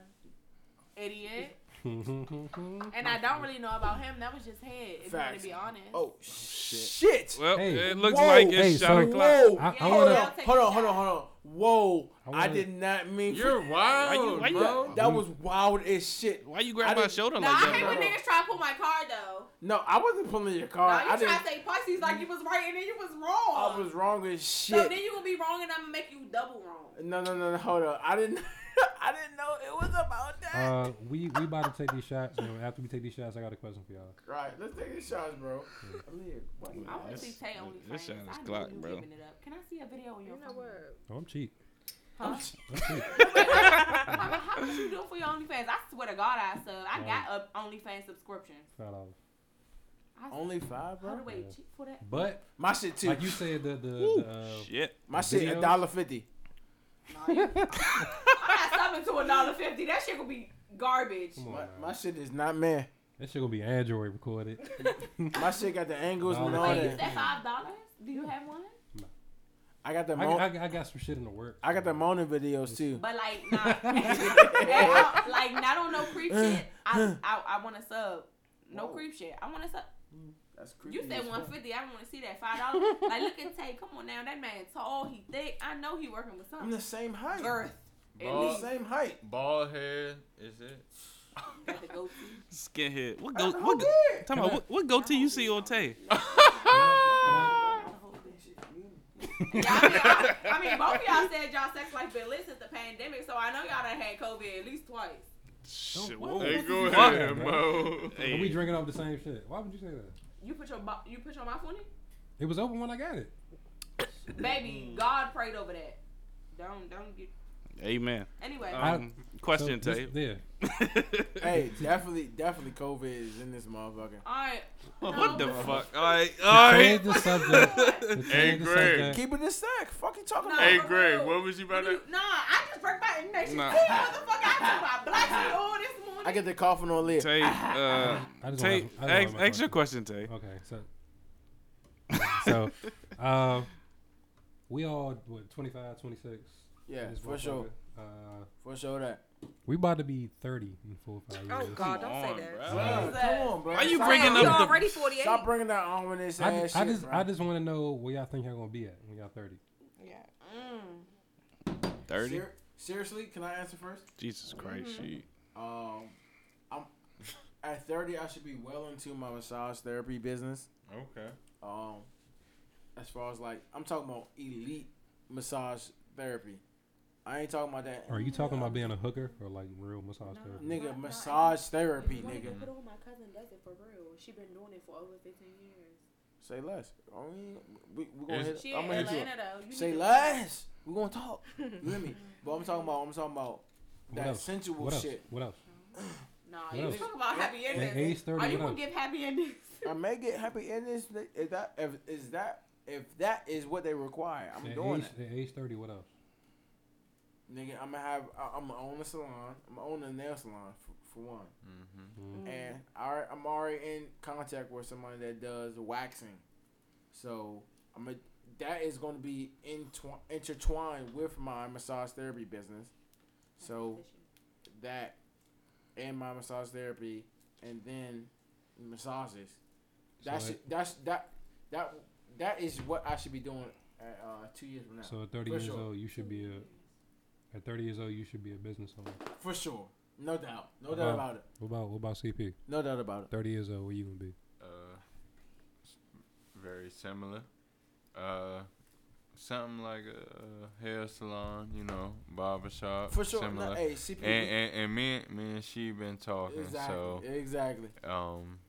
Speaker 5: Idiot.
Speaker 4: hey,
Speaker 5: And I don't really know about him. That was just head, if you want
Speaker 1: Facts.
Speaker 5: to be honest.
Speaker 1: Oh shit.
Speaker 2: Well,
Speaker 4: Hey.
Speaker 2: it looks
Speaker 1: Whoa.
Speaker 2: like it's
Speaker 4: Hey,
Speaker 2: shot
Speaker 4: so-
Speaker 2: o'clock.
Speaker 1: Whoa!
Speaker 4: I- I
Speaker 1: hold,
Speaker 4: wanna-
Speaker 1: on, hold on, hold on, hold on. Whoa!
Speaker 4: I
Speaker 1: I,
Speaker 4: wanna-
Speaker 1: did not mean. for-
Speaker 3: You're wild,
Speaker 2: why you-
Speaker 3: bro.
Speaker 1: that, that was wild as shit.
Speaker 2: Why you
Speaker 1: I
Speaker 2: grab my
Speaker 1: didn't-
Speaker 2: shoulder
Speaker 5: Nah,
Speaker 2: like
Speaker 5: I
Speaker 2: that?
Speaker 5: hate
Speaker 2: bro?
Speaker 5: when niggas try to pull my car though.
Speaker 1: No, I wasn't pulling your car.
Speaker 5: Nah, you
Speaker 1: I
Speaker 5: try
Speaker 1: didn't.
Speaker 5: to say Pisces like you was right and then you was wrong.
Speaker 1: I was wrong as
Speaker 5: so
Speaker 1: shit.
Speaker 5: then you gonna be wrong and I'm gonna make you double wrong.
Speaker 1: no, no, no, no. Hold on. I didn't. I didn't know it was about that.
Speaker 4: uh, we we about to take these shots, and after we take these shots, I got a question for y'all.
Speaker 1: right. Let's take these shots, bro. Aaliyah, why you-
Speaker 5: I want to
Speaker 2: This-
Speaker 5: see Tay only
Speaker 2: this
Speaker 5: friends.
Speaker 2: shit is
Speaker 5: I know
Speaker 2: clock,
Speaker 5: you
Speaker 2: bro.
Speaker 5: giving it up. Can I see a video on
Speaker 6: you
Speaker 5: your
Speaker 6: know
Speaker 5: phone?
Speaker 6: what?
Speaker 4: Oh, I'm cheap.
Speaker 5: Huh?
Speaker 4: I'm cheap.
Speaker 5: how, how much you do for your OnlyFans? I swear to God, I sub. I got a OnlyFans subscription.
Speaker 4: Five dollars.
Speaker 5: I
Speaker 1: Only five,
Speaker 5: How
Speaker 1: bro.
Speaker 5: do wait cheap for that?
Speaker 4: But
Speaker 1: My shit too.
Speaker 4: like you said, the the, the uh,
Speaker 2: Shit.
Speaker 1: My shit a
Speaker 4: videos?
Speaker 1: dollar fifty.
Speaker 5: I'm not subbing to a dollar fifty. That shit gonna be garbage.
Speaker 4: come on,
Speaker 1: My,
Speaker 4: now.
Speaker 1: my shit is not man.
Speaker 4: that shit gonna be Android recorded.
Speaker 1: My shit got the angles and
Speaker 4: Dollar
Speaker 1: all
Speaker 5: Wait,
Speaker 4: fifty.
Speaker 5: is
Speaker 1: that.
Speaker 5: that five dollars? Do you have one?
Speaker 1: I got the
Speaker 4: I,
Speaker 1: mo- I,
Speaker 4: I, I got some shit in the work.
Speaker 1: got the moaning videos too.
Speaker 5: But like, nah, I don't- like not on no creep shit. I I, I want to sub. No
Speaker 1: Whoa.
Speaker 5: creep shit. I want to sub.
Speaker 1: That's creepy.
Speaker 5: You
Speaker 1: as
Speaker 5: said
Speaker 1: fuck.
Speaker 5: one fifty. I don't want to see that five dollars. like, look at Tay. Come on now, that man tall. He thick. I know he working with
Speaker 1: I'm
Speaker 5: something.
Speaker 1: the same height.
Speaker 5: Girth.
Speaker 1: I'm
Speaker 5: At
Speaker 1: the
Speaker 2: Uh,
Speaker 5: least
Speaker 3: Ball,
Speaker 1: same height.
Speaker 3: ball head, is it?
Speaker 5: got the goatee.
Speaker 2: Skinhead. What
Speaker 1: I got
Speaker 2: go?
Speaker 1: the whole
Speaker 2: What? Go-
Speaker 1: beard.
Speaker 2: Talking about what, what goatee you see on Tay?
Speaker 5: Got the whole bitch. And y'all been- I, I mean, both of y'all said y'all sex life been lit since the pandemic, so I know y'all done had COVID at least twice.
Speaker 2: Shit,
Speaker 4: what?
Speaker 2: whoa.
Speaker 4: Hey,
Speaker 2: Hey,
Speaker 4: go
Speaker 2: go
Speaker 4: ahead,
Speaker 2: ahead, Mo.
Speaker 4: But we drinking off the same shit. Why would you say that?
Speaker 5: You put your bo- you put your mouth on it,
Speaker 4: It was open when I got it.
Speaker 2: Mm.
Speaker 5: baby. God prayed over that. Don't don't get
Speaker 2: Amen.
Speaker 5: anyway.
Speaker 2: Um, question
Speaker 4: So, this-
Speaker 2: tape.
Speaker 4: Yeah.
Speaker 1: Hey, definitely, definitely, COVID is in this motherfucker.
Speaker 5: all right.
Speaker 2: what the
Speaker 5: No.
Speaker 2: fuck? All right, all right.
Speaker 4: Change the subject. To
Speaker 5: Hey,
Speaker 4: change
Speaker 3: Greg.
Speaker 4: the subject.
Speaker 1: Keep it in stack. Fuck you talking
Speaker 5: No.
Speaker 1: about?
Speaker 3: Hey, Greg, what was you about to?
Speaker 5: Nah, I just broke my ignition.
Speaker 2: Nah.
Speaker 5: Nah. Motherfucker, I took my black all this morning.
Speaker 1: I get the call from Leah.
Speaker 2: Tate, uh,
Speaker 4: I
Speaker 2: Tate,
Speaker 4: just wanna ask- I just wanna ask
Speaker 2: ask,
Speaker 4: my
Speaker 2: ask your question, Tate.
Speaker 4: Okay, so so uh, we all what 25, 26.
Speaker 1: Yeah,
Speaker 4: This
Speaker 1: for sure,
Speaker 4: motherfucker. Uh,
Speaker 1: for sure that.
Speaker 4: we about to be thirty in four or five
Speaker 6: Oh
Speaker 4: years.
Speaker 6: God,
Speaker 2: Come
Speaker 6: don't say
Speaker 2: on,
Speaker 6: that.
Speaker 2: bruh.
Speaker 1: Bro,
Speaker 5: Jesus.
Speaker 1: come on, bro.
Speaker 2: Why you
Speaker 1: Stop-
Speaker 2: bringing
Speaker 6: Damn, you
Speaker 2: up the-
Speaker 6: already 48.
Speaker 1: Stop bringing that ominous
Speaker 4: I,
Speaker 1: ass
Speaker 4: I
Speaker 1: shit,
Speaker 4: just
Speaker 1: bro.
Speaker 4: I just want to know where y'all think y'all gonna be at when y'all thirty.
Speaker 6: Yeah.
Speaker 5: Mm.
Speaker 2: Thirty.
Speaker 1: Ser- seriously, can I answer first?
Speaker 2: Jesus Christ,
Speaker 4: Mm-hmm.
Speaker 2: shit.
Speaker 1: Um, I'm at 30. I should be well into my massage therapy business.
Speaker 3: Okay.
Speaker 1: Um, as far as like, I'm talking about elite massage therapy. I ain't talking about that.
Speaker 4: Are you talking about being a hooker or like real massage
Speaker 5: No.
Speaker 4: therapy?
Speaker 1: nigga
Speaker 5: Not- not
Speaker 1: massage
Speaker 5: If
Speaker 1: therapy,
Speaker 5: you wanna
Speaker 1: nigga?
Speaker 5: get put on, my cousin does it for real. She been doing it for over 15 years.
Speaker 1: Say less. I mean, we we gonna
Speaker 3: Is-
Speaker 1: hit.
Speaker 5: She
Speaker 1: I'm
Speaker 5: in
Speaker 1: gonna hit you.
Speaker 5: Atlanta though. You
Speaker 1: up. Say
Speaker 5: need to-
Speaker 1: less. We gonna talk. You hear me? But I'm talking about. I'm talking about
Speaker 4: What
Speaker 1: that
Speaker 4: else?
Speaker 1: sensual
Speaker 4: What else?
Speaker 1: shit.
Speaker 4: What else?
Speaker 5: Nah,
Speaker 4: What
Speaker 5: you
Speaker 4: else?
Speaker 5: talk about happy
Speaker 4: At
Speaker 5: endings.
Speaker 4: age thirty,
Speaker 5: Are you
Speaker 4: what
Speaker 5: gonna
Speaker 4: else?
Speaker 5: give happy endings?
Speaker 1: I may get happy endings. Is that if is that if that is what they require? I'm
Speaker 4: at
Speaker 1: doing
Speaker 4: age,
Speaker 1: it.
Speaker 4: At age thirty, what else?
Speaker 1: Nigga, I'm gonna have. I- I'm gonna own a salon. I'm gonna own a nail salon for, for one.
Speaker 3: Mm-hmm.
Speaker 1: And I, I'm already in contact with somebody that does waxing, so I'm a. That is gonna be intwi- intertwined with my massage therapy business. So that, and my massage therapy, and then massages.
Speaker 4: So
Speaker 1: That's
Speaker 4: at-
Speaker 1: that's that that that is what I should be doing at uh, two years from now.
Speaker 4: So at thirty
Speaker 1: For
Speaker 4: years
Speaker 1: sure.
Speaker 4: old, you should be a. At thirty years old, you should be a business owner.
Speaker 1: For sure, no doubt, no
Speaker 4: Uh-huh.
Speaker 1: doubt about it,
Speaker 4: What about what about CP?
Speaker 1: no doubt about it.
Speaker 4: Thirty years old, where you gonna be?
Speaker 3: Uh, s- very similar. Uh, something like a, a hair salon, you know, barber shop.
Speaker 1: For sure,
Speaker 3: Similar.
Speaker 1: no, hey, CP,
Speaker 3: and, and and me and me and she been talking,
Speaker 1: exactly, exactly.
Speaker 3: so um,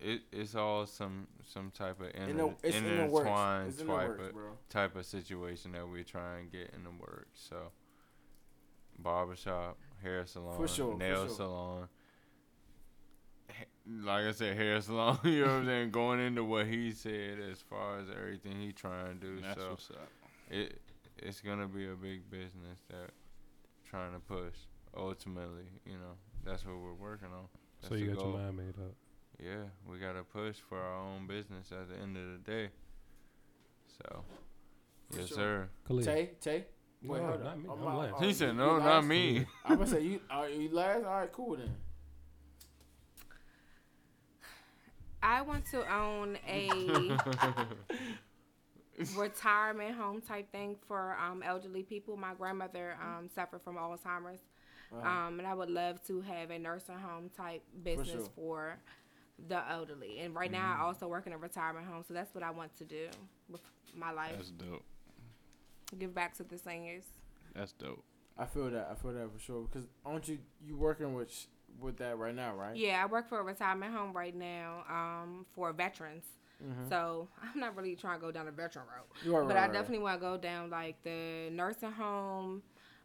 Speaker 3: it it's all some some type of
Speaker 1: In
Speaker 3: inter-
Speaker 1: the, it's in the works.
Speaker 3: intertwined
Speaker 1: It's in the
Speaker 3: type
Speaker 1: works,
Speaker 3: of
Speaker 1: bro.
Speaker 3: type of situation that we try and get in the work. So, barbershop, hair salon,
Speaker 1: sure, for
Speaker 3: nail
Speaker 1: sure.
Speaker 3: salon. Ha- Like I said, hair salon. You know what I'm saying? Going into what he said as far as everything he trying to do.
Speaker 2: That's
Speaker 3: so
Speaker 2: what's up.
Speaker 3: it it's gonna be a big business that trying to push. Ultimately, you know, that's what we're working on.
Speaker 4: so
Speaker 3: That's
Speaker 4: you
Speaker 3: the
Speaker 4: got
Speaker 3: goal.
Speaker 4: your mind made up.
Speaker 3: Yeah, we gotta push for our own business at the end of the day. So,
Speaker 1: For
Speaker 3: yes,
Speaker 1: sure.
Speaker 3: sir.
Speaker 4: Khalid.
Speaker 1: Tay, Tay.
Speaker 4: No,
Speaker 1: Wait, hold
Speaker 4: not
Speaker 1: up.
Speaker 4: me.
Speaker 1: Oh,
Speaker 4: I'm
Speaker 1: my-
Speaker 4: last.
Speaker 1: oh,
Speaker 3: He
Speaker 1: you-
Speaker 3: said,
Speaker 1: you
Speaker 3: "No, not
Speaker 1: last?
Speaker 3: me."
Speaker 1: I'm gonna say you are you last. All right, cool then.
Speaker 6: I want to own a retirement home type thing for um, elderly people. My grandmother um, suffered from Alzheimer's,
Speaker 1: Uh-huh.
Speaker 6: um, and I would love to have a nursing home type business
Speaker 1: sure.
Speaker 6: for the elderly. And right now, I also work in a retirement home, so that's what I want to do with my life.
Speaker 2: That's dope.
Speaker 6: Give back to the seniors.
Speaker 2: That's dope.
Speaker 1: I feel that. I feel that for sure. Because aren't you you working with sh- with that right now, right?
Speaker 6: Yeah, I work for a retirement home right now um, for veterans. So I'm not really trying to go down the veteran road.
Speaker 1: Mm-hmm. You are
Speaker 6: but
Speaker 1: right,
Speaker 6: I
Speaker 1: right,
Speaker 6: definitely want to go down like the nursing home,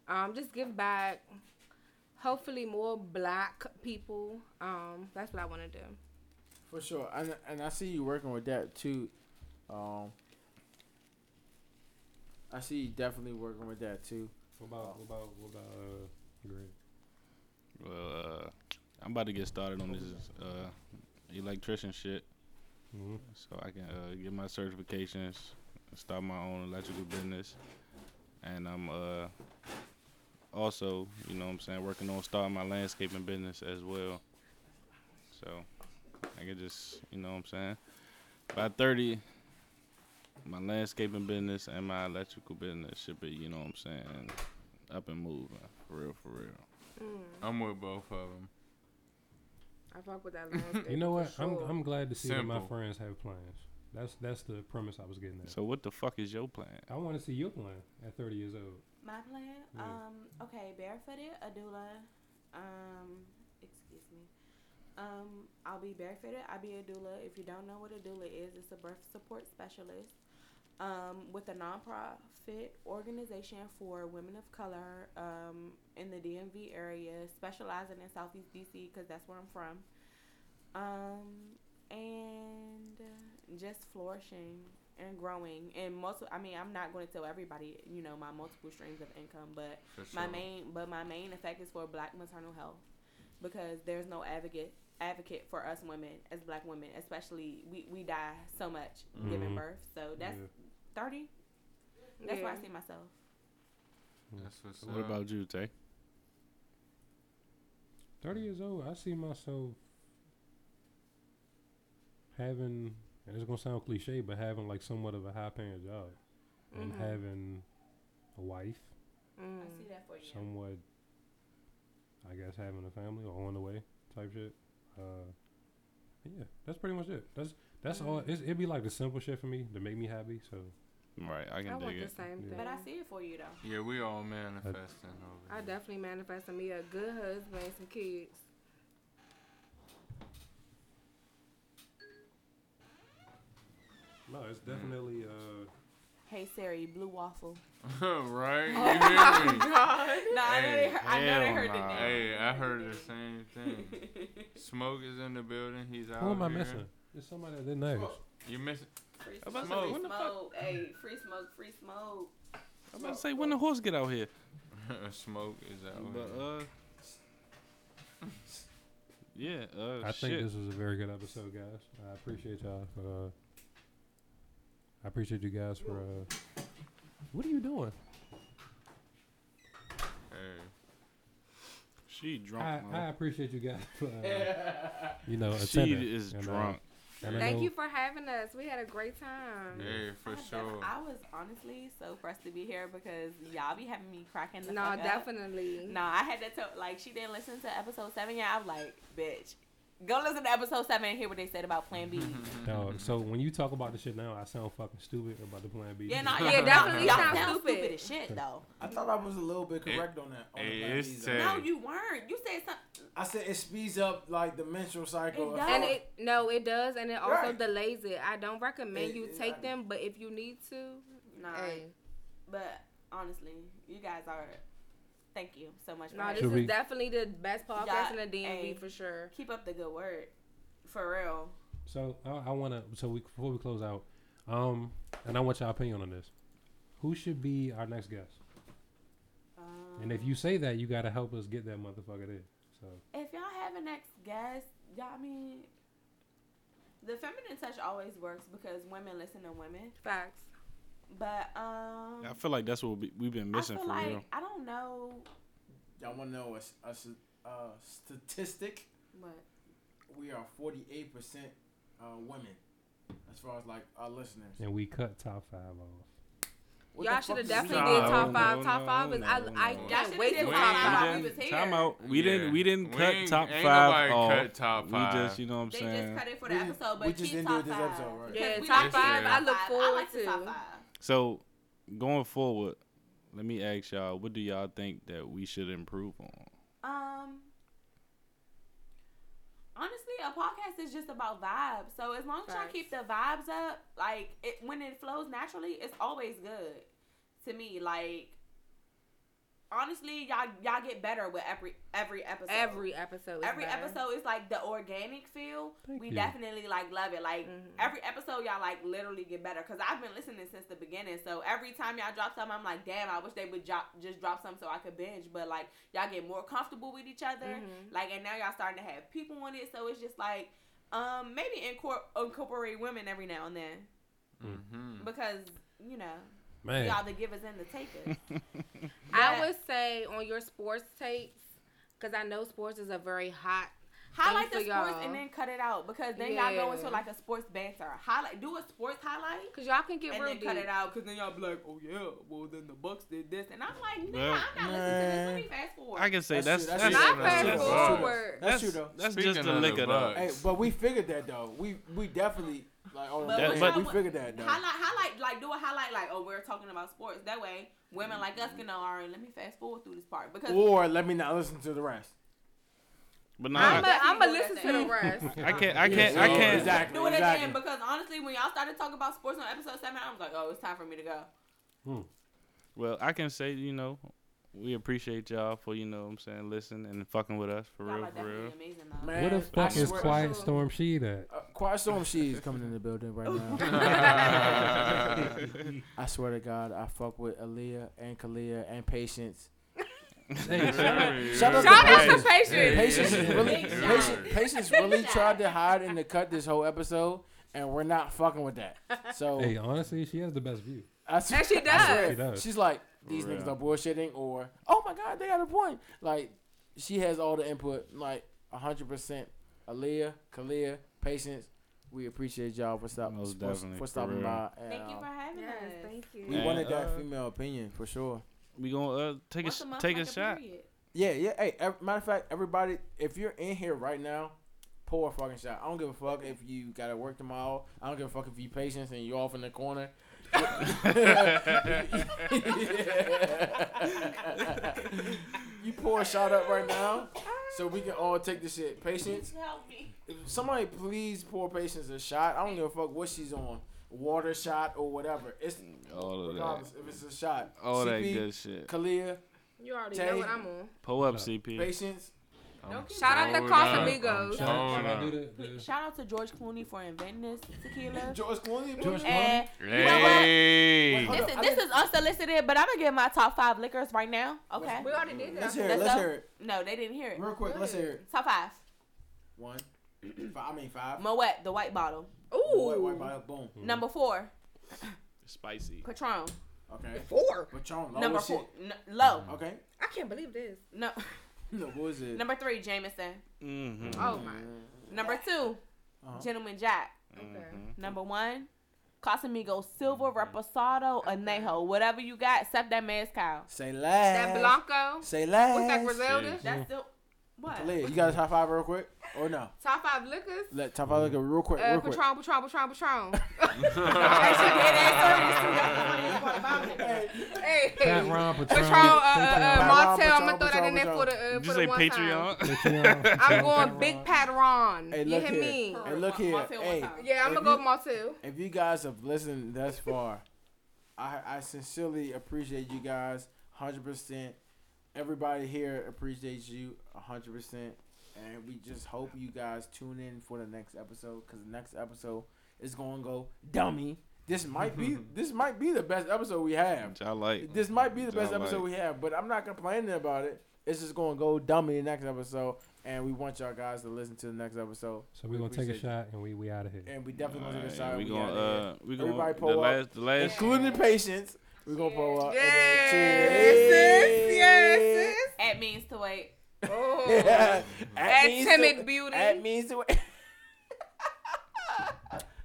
Speaker 6: um, just give back. Hopefully, more black people. Um, that's what I want to do.
Speaker 1: For sure, and and I see you working with that too. Um, I see you definitely working with that too.
Speaker 4: What about what about what about uh, Greg?
Speaker 2: Well, uh, I'm about to get started on this uh, electrician shit,
Speaker 4: Mm-hmm.
Speaker 2: so I can uh, get my certifications, start my own electrical business, and I'm uh, also, you know, what I'm saying, working on starting my landscaping business as well. So I can just, you know, what I'm saying, by 30, my landscaping business and my electrical business should be, you know, what I'm saying, up and moving, for real, for real.
Speaker 3: I'm with both of them.
Speaker 6: I fuck with that landscape.
Speaker 4: You know
Speaker 6: for
Speaker 4: what? I'm
Speaker 6: sure.
Speaker 4: I'm glad to see that my
Speaker 3: Simple.
Speaker 4: friends have plans. That's that's the premise I was getting at.
Speaker 2: So what the fuck is your plan?
Speaker 4: I want to see your plan at 30 years old.
Speaker 5: My plan?
Speaker 4: Yeah.
Speaker 5: Um, okay, barefooted, a doula, Um, excuse me. Um, I'll be barefooted. I'll be a doula. If you don't know what a doula is, it's a birth support specialist um, with a nonprofit organization for women of color um, in the DMV area, specializing in Southeast DC because that's where I'm from. Um, and uh, just flourishing and growing and multiple. I mean, I'm not going to tell everybody, you know, my multiple streams of income, but
Speaker 3: For
Speaker 5: my
Speaker 3: sure.
Speaker 5: main, but my main effect is for Black maternal health because there's no advocate advocate for us women as Black women, especially we we die so much giving
Speaker 4: Mhm.
Speaker 3: Mm-hmm.
Speaker 5: birth. So that's thirty. That's where I see myself.
Speaker 3: That's what's
Speaker 2: What
Speaker 3: up.
Speaker 2: about you, Tay?
Speaker 4: 30 years old, I see myself having, and it's going to sound cliche, but having like somewhat of a high paying job and
Speaker 6: Mhm.
Speaker 4: having a wife,
Speaker 6: Mm.
Speaker 5: I see that for you.
Speaker 4: somewhat, I guess, having a family or on the way type shit. Uh, yeah, that's pretty much it. That's that's all. It's, it'd be like the simple shit for me to make me happy. So
Speaker 2: Right, I
Speaker 6: I
Speaker 2: can
Speaker 6: want
Speaker 2: dig
Speaker 6: the
Speaker 2: it.
Speaker 6: same
Speaker 4: Yeah.
Speaker 6: thing.
Speaker 5: But I see it for you though.
Speaker 3: Yeah, we all manifesting over
Speaker 6: I
Speaker 3: here.
Speaker 6: definitely manifested me a good husband and some kids.
Speaker 4: no, it's definitely. Uh,
Speaker 5: Hey Siri, blue waffle.
Speaker 3: right? You hear me?
Speaker 5: no, I know they
Speaker 3: Hey,
Speaker 5: heard, I know they
Speaker 2: hell
Speaker 5: heard
Speaker 2: nah.
Speaker 5: the name.
Speaker 3: Hey, I heard the same thing. Smoke is in the building. He's out
Speaker 4: who am I
Speaker 3: here.
Speaker 4: missing? It's somebody that knows.
Speaker 3: You missing?
Speaker 5: Free
Speaker 2: I'm about
Speaker 5: smoke.
Speaker 2: to say,
Speaker 5: Free
Speaker 2: when the fuck-
Speaker 5: smoke. Hey, free smoke, free smoke.
Speaker 2: I'm about to say when the horse get out here.
Speaker 3: Smoke is out
Speaker 2: But
Speaker 3: here.
Speaker 2: uh, yeah, uh,
Speaker 4: I
Speaker 2: shit.
Speaker 4: think this was a very good episode, guys. I appreciate y'all for. Uh, I appreciate you guys for. Uh, what are you doing?
Speaker 3: Hey.
Speaker 2: she drunk.
Speaker 4: I,
Speaker 2: man.
Speaker 4: I appreciate you guys for. Uh, you know,
Speaker 2: she
Speaker 4: attending.
Speaker 2: is
Speaker 4: and, uh,
Speaker 2: drunk.
Speaker 4: and I
Speaker 6: Thank
Speaker 4: know-
Speaker 6: you for having us. We had a great time.
Speaker 3: Hey, for
Speaker 5: I def-
Speaker 3: sure.
Speaker 5: I was honestly so pressed to be here because y'all be having me cracking the
Speaker 6: No,
Speaker 5: fuck up.
Speaker 6: definitely.
Speaker 5: No, I had to tell like she didn't listen to episode seven yet. I'm like, bitch, go listen to episode seven and hear what they said about Plan B.
Speaker 4: Dog, so when you talk about the shit now, I sound fucking stupid about the plan B.
Speaker 5: yeah, no,
Speaker 6: Yeah, definitely
Speaker 5: y'all
Speaker 6: sound
Speaker 5: sound stupid
Speaker 6: stupid.
Speaker 5: as shit though.
Speaker 7: I thought I was a little bit correct on that. On the
Speaker 3: it
Speaker 7: Plan
Speaker 3: is
Speaker 7: Bs.
Speaker 3: tech.
Speaker 5: No,
Speaker 3: Hey.
Speaker 5: you weren't. You said something.
Speaker 7: I said it speeds up like the menstrual cycle.
Speaker 5: It does.
Speaker 6: And it no, it does, and it also
Speaker 7: Right.
Speaker 6: delays it. I don't recommend
Speaker 7: It-
Speaker 6: you
Speaker 7: it-
Speaker 6: take
Speaker 7: I-
Speaker 6: them, but if you need to,
Speaker 5: Nah,
Speaker 6: hey,
Speaker 5: but honestly, you guys are. Thank you so much. for
Speaker 6: no, this
Speaker 5: having
Speaker 4: Should
Speaker 6: is
Speaker 5: me.
Speaker 4: we-
Speaker 6: definitely the best podcast
Speaker 5: Y'all-
Speaker 6: in the DMV
Speaker 5: hey.
Speaker 6: for sure.
Speaker 5: keep up the good work, for real.
Speaker 4: So I, I want to. So we, before we close out, um, and I want your opinion on this. Who should be our next guest?
Speaker 5: Um,
Speaker 4: And if you say that, you gotta help us get that motherfucker there. So
Speaker 5: if y'all have a next guest, y'all I mean, the feminine touch always works because women listen to women.
Speaker 6: Facts.
Speaker 5: But um,
Speaker 2: I feel like that's what we, we've been
Speaker 5: I
Speaker 2: missing
Speaker 5: feel
Speaker 2: for
Speaker 5: like
Speaker 2: real.
Speaker 5: I don't know
Speaker 7: Y'all want to know a, s- a s- a statistic?
Speaker 5: what
Speaker 7: We are 48% uh, women as far as like our listeners.
Speaker 4: and we cut top five off.
Speaker 7: What the
Speaker 6: Y'all
Speaker 7: fuck
Speaker 6: should have
Speaker 7: is-
Speaker 6: definitely
Speaker 2: No,
Speaker 6: did top five.
Speaker 2: no,
Speaker 6: top
Speaker 2: no,
Speaker 6: five is I
Speaker 2: no,
Speaker 6: I
Speaker 2: no. Y'all
Speaker 6: can't
Speaker 5: shoulda
Speaker 6: wait
Speaker 5: did
Speaker 6: till
Speaker 5: top
Speaker 6: top
Speaker 5: five. We
Speaker 6: five.
Speaker 2: we
Speaker 5: was
Speaker 2: didn't,
Speaker 5: here.
Speaker 2: time out. We didn't.
Speaker 3: Yeah.
Speaker 2: We didn't
Speaker 3: We
Speaker 2: cut
Speaker 3: ain't-
Speaker 2: top
Speaker 3: ain't
Speaker 2: five
Speaker 3: nobody
Speaker 2: off.
Speaker 3: cut top five.
Speaker 2: We just, you know what I'm
Speaker 5: they
Speaker 2: saying.
Speaker 5: just cut it for
Speaker 7: We
Speaker 5: the
Speaker 7: just-
Speaker 5: episode, but
Speaker 7: we just
Speaker 5: keep
Speaker 7: didn't do
Speaker 5: top
Speaker 7: it this
Speaker 5: five.
Speaker 7: episode, right?
Speaker 5: 'Cause
Speaker 6: Yeah,
Speaker 5: we
Speaker 6: top
Speaker 5: like
Speaker 3: five,
Speaker 5: the
Speaker 3: I
Speaker 6: look
Speaker 5: top five.
Speaker 6: forward
Speaker 5: like the top
Speaker 6: to.
Speaker 5: five.
Speaker 2: So, going forward, let me ask y'all: What do y'all think that we should improve on?
Speaker 5: Um, honestly, a podcast is just about vibes. So as long as y'all
Speaker 6: Facts.
Speaker 5: keep the vibes up, like it when it flows naturally, it's always good to me. Like honestly, y'all y'all get better with every every episode.
Speaker 6: Every episode. Is
Speaker 5: Every
Speaker 6: better.
Speaker 5: episode is like the organic feel.
Speaker 4: Thank
Speaker 5: we
Speaker 4: you.
Speaker 5: definitely like love it. Like
Speaker 6: Mhm.
Speaker 5: every episode, y'all like literally get better. Cause I've been listening since the beginning. So every time y'all drop something, I'm like, damn, I wish they would drop just drop something so I could binge. But like y'all get more comfortable with each other.
Speaker 6: Mhm.
Speaker 5: Like and now y'all starting to have people on it. So it's just like, um, maybe incor- incorporate women every now and then
Speaker 4: Mm.
Speaker 3: Mhm.
Speaker 5: because you know
Speaker 4: Man,
Speaker 5: y'all the givers and the takers.
Speaker 6: I
Speaker 5: That-
Speaker 6: would say on your sports takes, because I know sports is a very hot.
Speaker 5: Highlight the
Speaker 6: Thanks
Speaker 5: sports
Speaker 6: for y'all.
Speaker 5: and then cut it out because then y'all go
Speaker 6: Yeah.
Speaker 5: into like a sports banter. Highlight, do a sports highlight.
Speaker 6: Cause y'all can get
Speaker 5: and
Speaker 6: real
Speaker 5: then
Speaker 6: deep.
Speaker 5: cut it out because then y'all be like, oh yeah, well then the Bucks did this, and I'm like, nah,
Speaker 2: Well,
Speaker 5: I'm not listening to this. Let me fast forward.
Speaker 2: I can say that's
Speaker 7: true,
Speaker 2: that's
Speaker 7: that's
Speaker 6: Not
Speaker 7: true, that's
Speaker 6: fast
Speaker 7: true,
Speaker 2: that's-
Speaker 7: that's true,
Speaker 6: forward.
Speaker 7: That's true though.
Speaker 2: That's
Speaker 3: Speaking
Speaker 2: just to
Speaker 3: of
Speaker 2: lick
Speaker 3: the
Speaker 2: it up.
Speaker 3: Bucks,
Speaker 7: Hey, but we figured that though. We we definitely like on
Speaker 5: But
Speaker 7: the
Speaker 2: we
Speaker 7: plan,
Speaker 5: try-
Speaker 7: we figured that though.
Speaker 5: Highlight, highlight, like do a highlight, like oh we're talking about sports. That
Speaker 2: Mm-hmm.
Speaker 5: way, women like us can know. All right, let me fast forward through this part because
Speaker 7: Or let me not listen to the rest.
Speaker 2: But
Speaker 5: I'm
Speaker 2: nah,
Speaker 5: a-
Speaker 6: I'm
Speaker 5: do
Speaker 6: gonna
Speaker 5: it
Speaker 6: listen
Speaker 5: at
Speaker 6: to the rest.
Speaker 2: I, I can't. I can't. I
Speaker 1: so-
Speaker 2: can't.
Speaker 1: Exactly.
Speaker 5: Do it
Speaker 1: exactly.
Speaker 5: again because honestly, when y'all started talking about sports on episode seven, I was like, oh, it's time for me to go.
Speaker 2: Well, I can say you know, we appreciate y'all for you know what I'm saying listen and fucking with us for
Speaker 5: Y'all
Speaker 2: real
Speaker 5: are
Speaker 2: for real.
Speaker 5: definitely amazing though.
Speaker 1: Man,
Speaker 4: What the
Speaker 1: I
Speaker 4: fuck is
Speaker 1: swear-
Speaker 4: Quiet Storm She at?
Speaker 1: Uh, Quiet Storm She is coming in the building right now. I swear to God, I fuck with Aaliyah and Kalia and Patience. Shout out
Speaker 6: Shout out
Speaker 1: Patience.
Speaker 6: to Patience.
Speaker 1: Patience really,
Speaker 5: Big shout.
Speaker 1: patience, patience really
Speaker 5: Big shout.
Speaker 1: tried to hide in the cut this whole episode, and we're not fucking with that. So
Speaker 4: Hey, honestly, she has the best view.
Speaker 1: I swear-
Speaker 6: And she
Speaker 1: I swear,
Speaker 4: does. She does.
Speaker 1: She's like, these
Speaker 2: For
Speaker 1: niggas
Speaker 2: real.
Speaker 1: are bullshitting, or oh my god, they got a point. Like she has all the input, like hundred percent. Aaliyah, Kalia, patience. We appreciate y'all for stopping
Speaker 2: Most
Speaker 1: for,
Speaker 2: definitely,
Speaker 1: for
Speaker 2: for
Speaker 1: stopping
Speaker 2: real.
Speaker 1: by. And,
Speaker 5: Thank you
Speaker 1: um,
Speaker 5: for having
Speaker 6: Yes,
Speaker 5: us.
Speaker 6: thank
Speaker 1: we
Speaker 6: you.
Speaker 2: Yeah.
Speaker 1: wanted that
Speaker 2: Uh,
Speaker 1: female opinion for sure.
Speaker 2: We gonna uh, take a
Speaker 5: Once
Speaker 2: sh-
Speaker 5: month,
Speaker 2: take a
Speaker 5: like
Speaker 2: shot.
Speaker 5: period.
Speaker 1: Yeah, yeah. Hey, ev- matter of fact, everybody, if you're in here right now, pour a fucking shot. I don't give a fuck if you gotta work tomorrow. I don't give a fuck if you patience and you off in the corner. you pour a shot up right now, so we can all take this shit. Patience,
Speaker 5: Help me.
Speaker 1: if somebody please pour patience a shot. I don't give a fuck what she's on, water shot or whatever. It's
Speaker 2: All of that.
Speaker 1: regardless if it's a shot.
Speaker 2: All that
Speaker 1: CP,
Speaker 2: good shit.
Speaker 1: Kalia,
Speaker 6: You already
Speaker 1: Tay.
Speaker 6: know what I'm on.
Speaker 2: Pull up,
Speaker 4: Nah.
Speaker 2: CP.
Speaker 1: patience.
Speaker 6: Shout out to Casamigos.
Speaker 4: Shout out-
Speaker 3: Hold
Speaker 4: shout out to
Speaker 3: on.
Speaker 4: the- the-
Speaker 5: Shout out to George Clooney for inventing this tequila.
Speaker 1: George Clooney.
Speaker 4: George Clooney.
Speaker 5: And
Speaker 1: Wait,
Speaker 3: Hey.
Speaker 1: hold
Speaker 5: this,
Speaker 1: up.
Speaker 5: is,
Speaker 1: I
Speaker 5: this
Speaker 1: didn't-
Speaker 5: is unsolicited, but I'm gonna get my top five liquors right now. Okay.
Speaker 6: We already did
Speaker 1: Let's
Speaker 6: that.
Speaker 1: hear it.
Speaker 5: Let's
Speaker 1: Let's
Speaker 5: go.
Speaker 1: hear it.
Speaker 5: No, they didn't hear it.
Speaker 1: Real quick, let's hear it.
Speaker 5: Top five.
Speaker 1: One. Five, I mean five.
Speaker 5: Moet, the white bottle.
Speaker 1: White, white,
Speaker 6: Ooh.
Speaker 1: bottle, boom.
Speaker 5: Number four,
Speaker 2: Spicy.
Speaker 1: Oh,
Speaker 5: Patron.
Speaker 1: Okay.
Speaker 6: Four.
Speaker 1: Patron, low
Speaker 5: Number
Speaker 1: as
Speaker 5: four,
Speaker 1: shit.
Speaker 5: n- low.
Speaker 1: Okay.
Speaker 6: I can't believe this.
Speaker 1: Mm-hmm.
Speaker 5: No,
Speaker 1: No, what was it?
Speaker 5: number three, Jameson.
Speaker 2: Mm-hmm.
Speaker 6: Oh my.
Speaker 5: Number 2
Speaker 1: Uh-huh.
Speaker 5: Gentleman Jack.
Speaker 2: Mm-hmm.
Speaker 6: Okay.
Speaker 5: Number one, Casamigos Silver
Speaker 1: Mm-hmm.
Speaker 5: Reposado Anejo. Whatever you got, except that mezcal.
Speaker 1: Say last.
Speaker 6: That Blanco.
Speaker 1: Say
Speaker 6: What's that
Speaker 1: last.
Speaker 6: Griselda?
Speaker 5: That's
Speaker 1: Mm-hmm.
Speaker 5: still what?
Speaker 1: Lid, you got a top five real quick? Or no?
Speaker 6: Top five liquors.
Speaker 1: Let top five look at real quick,
Speaker 6: Uh,
Speaker 1: real quick.
Speaker 6: Patron, Patron, Patron, Patron.
Speaker 1: Hey,
Speaker 6: hey,
Speaker 4: Pat
Speaker 6: Patron,
Speaker 4: Ron
Speaker 6: uh,
Speaker 4: Patron.
Speaker 6: uh,
Speaker 1: Patron,
Speaker 6: Martell. I'm
Speaker 1: Patron,
Speaker 6: gonna throw that in there
Speaker 1: Patron,
Speaker 6: for the
Speaker 2: Did
Speaker 6: uh,
Speaker 2: you
Speaker 6: for
Speaker 2: say
Speaker 6: the one time.
Speaker 2: Patreon?
Speaker 4: Patreon.
Speaker 6: I'm
Speaker 4: Patron.
Speaker 6: going big Patron.
Speaker 1: Hey,
Speaker 6: you
Speaker 1: look
Speaker 6: hear
Speaker 1: here.
Speaker 6: me?
Speaker 1: Hey, look
Speaker 5: Motel,
Speaker 1: here.
Speaker 5: motel,
Speaker 1: Hey,
Speaker 5: motel.
Speaker 6: Yeah, I'm
Speaker 1: If
Speaker 6: gonna go
Speaker 1: you-
Speaker 6: with Martell.
Speaker 1: if you guys have listened thus far, I, I sincerely appreciate you guys 100%. Everybody here appreciates you 100%. And we just hope you guys tune in for the next episode because the next episode is going to go dummy. This might be this might be the best episode we have.
Speaker 2: Which I like.
Speaker 1: This might be the best
Speaker 2: Sound
Speaker 1: episode we
Speaker 2: like-
Speaker 1: have, but I'm not complaining about it. It's just going to go dummy the next episode, and we want y'all guys to listen to the next episode.
Speaker 4: So we're gonna take a
Speaker 1: Appreciate
Speaker 4: shot and we we out of here.
Speaker 1: you. and we definitely going to
Speaker 2: All right,
Speaker 1: decide.
Speaker 2: we
Speaker 1: We
Speaker 2: gonna
Speaker 1: outta here
Speaker 2: uh, we gonna
Speaker 1: Everybody
Speaker 2: the
Speaker 1: pull up.
Speaker 2: last the last
Speaker 1: including patience. We're gonna pull up.
Speaker 6: Yes, yes, yes, yes.
Speaker 5: At means to wait.
Speaker 6: Oh. At
Speaker 1: means
Speaker 6: timid
Speaker 1: to-
Speaker 6: beauty.
Speaker 1: At means to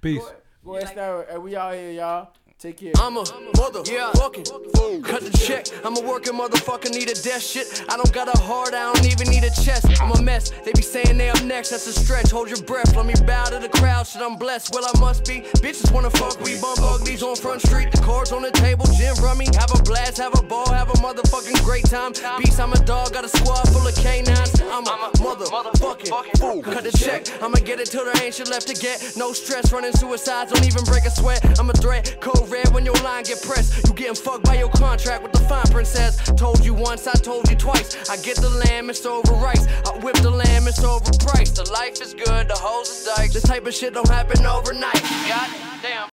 Speaker 4: Peace.
Speaker 1: Boy, it's not, and we out here, y'all. Take care.
Speaker 9: I'm a motherfucking fool. Cut the check. I'm a working motherfucker, need a desk shit. I don't got a heart, I don't even need a chest. I'm a mess. They be saying they up next, that's a stretch. Hold your breath, let me bow to the crowd. Shit, I'm blessed. Well, I must be. Bitches wanna fuck, we bump uglies on front street. The cards on the table, gin rummy. Have a blast, have a ball, have a motherfucking great time. Beast, I'm a dog, got a squad full of canines. I'm a motherfucking fool. Cut the check. I'ma get it till there ain't shit left to get. No stress, running suicides, don't even break a sweat. I'm a threat. Code red when your line get pressed. You getting fucked by your contract with the fine princess. Told you once, I told you twice. I get the lamb, it's over rice. I whip the lamb, it's overpriced. The life is good, the hoes is dykes. This type of shit don't happen overnight. God damn.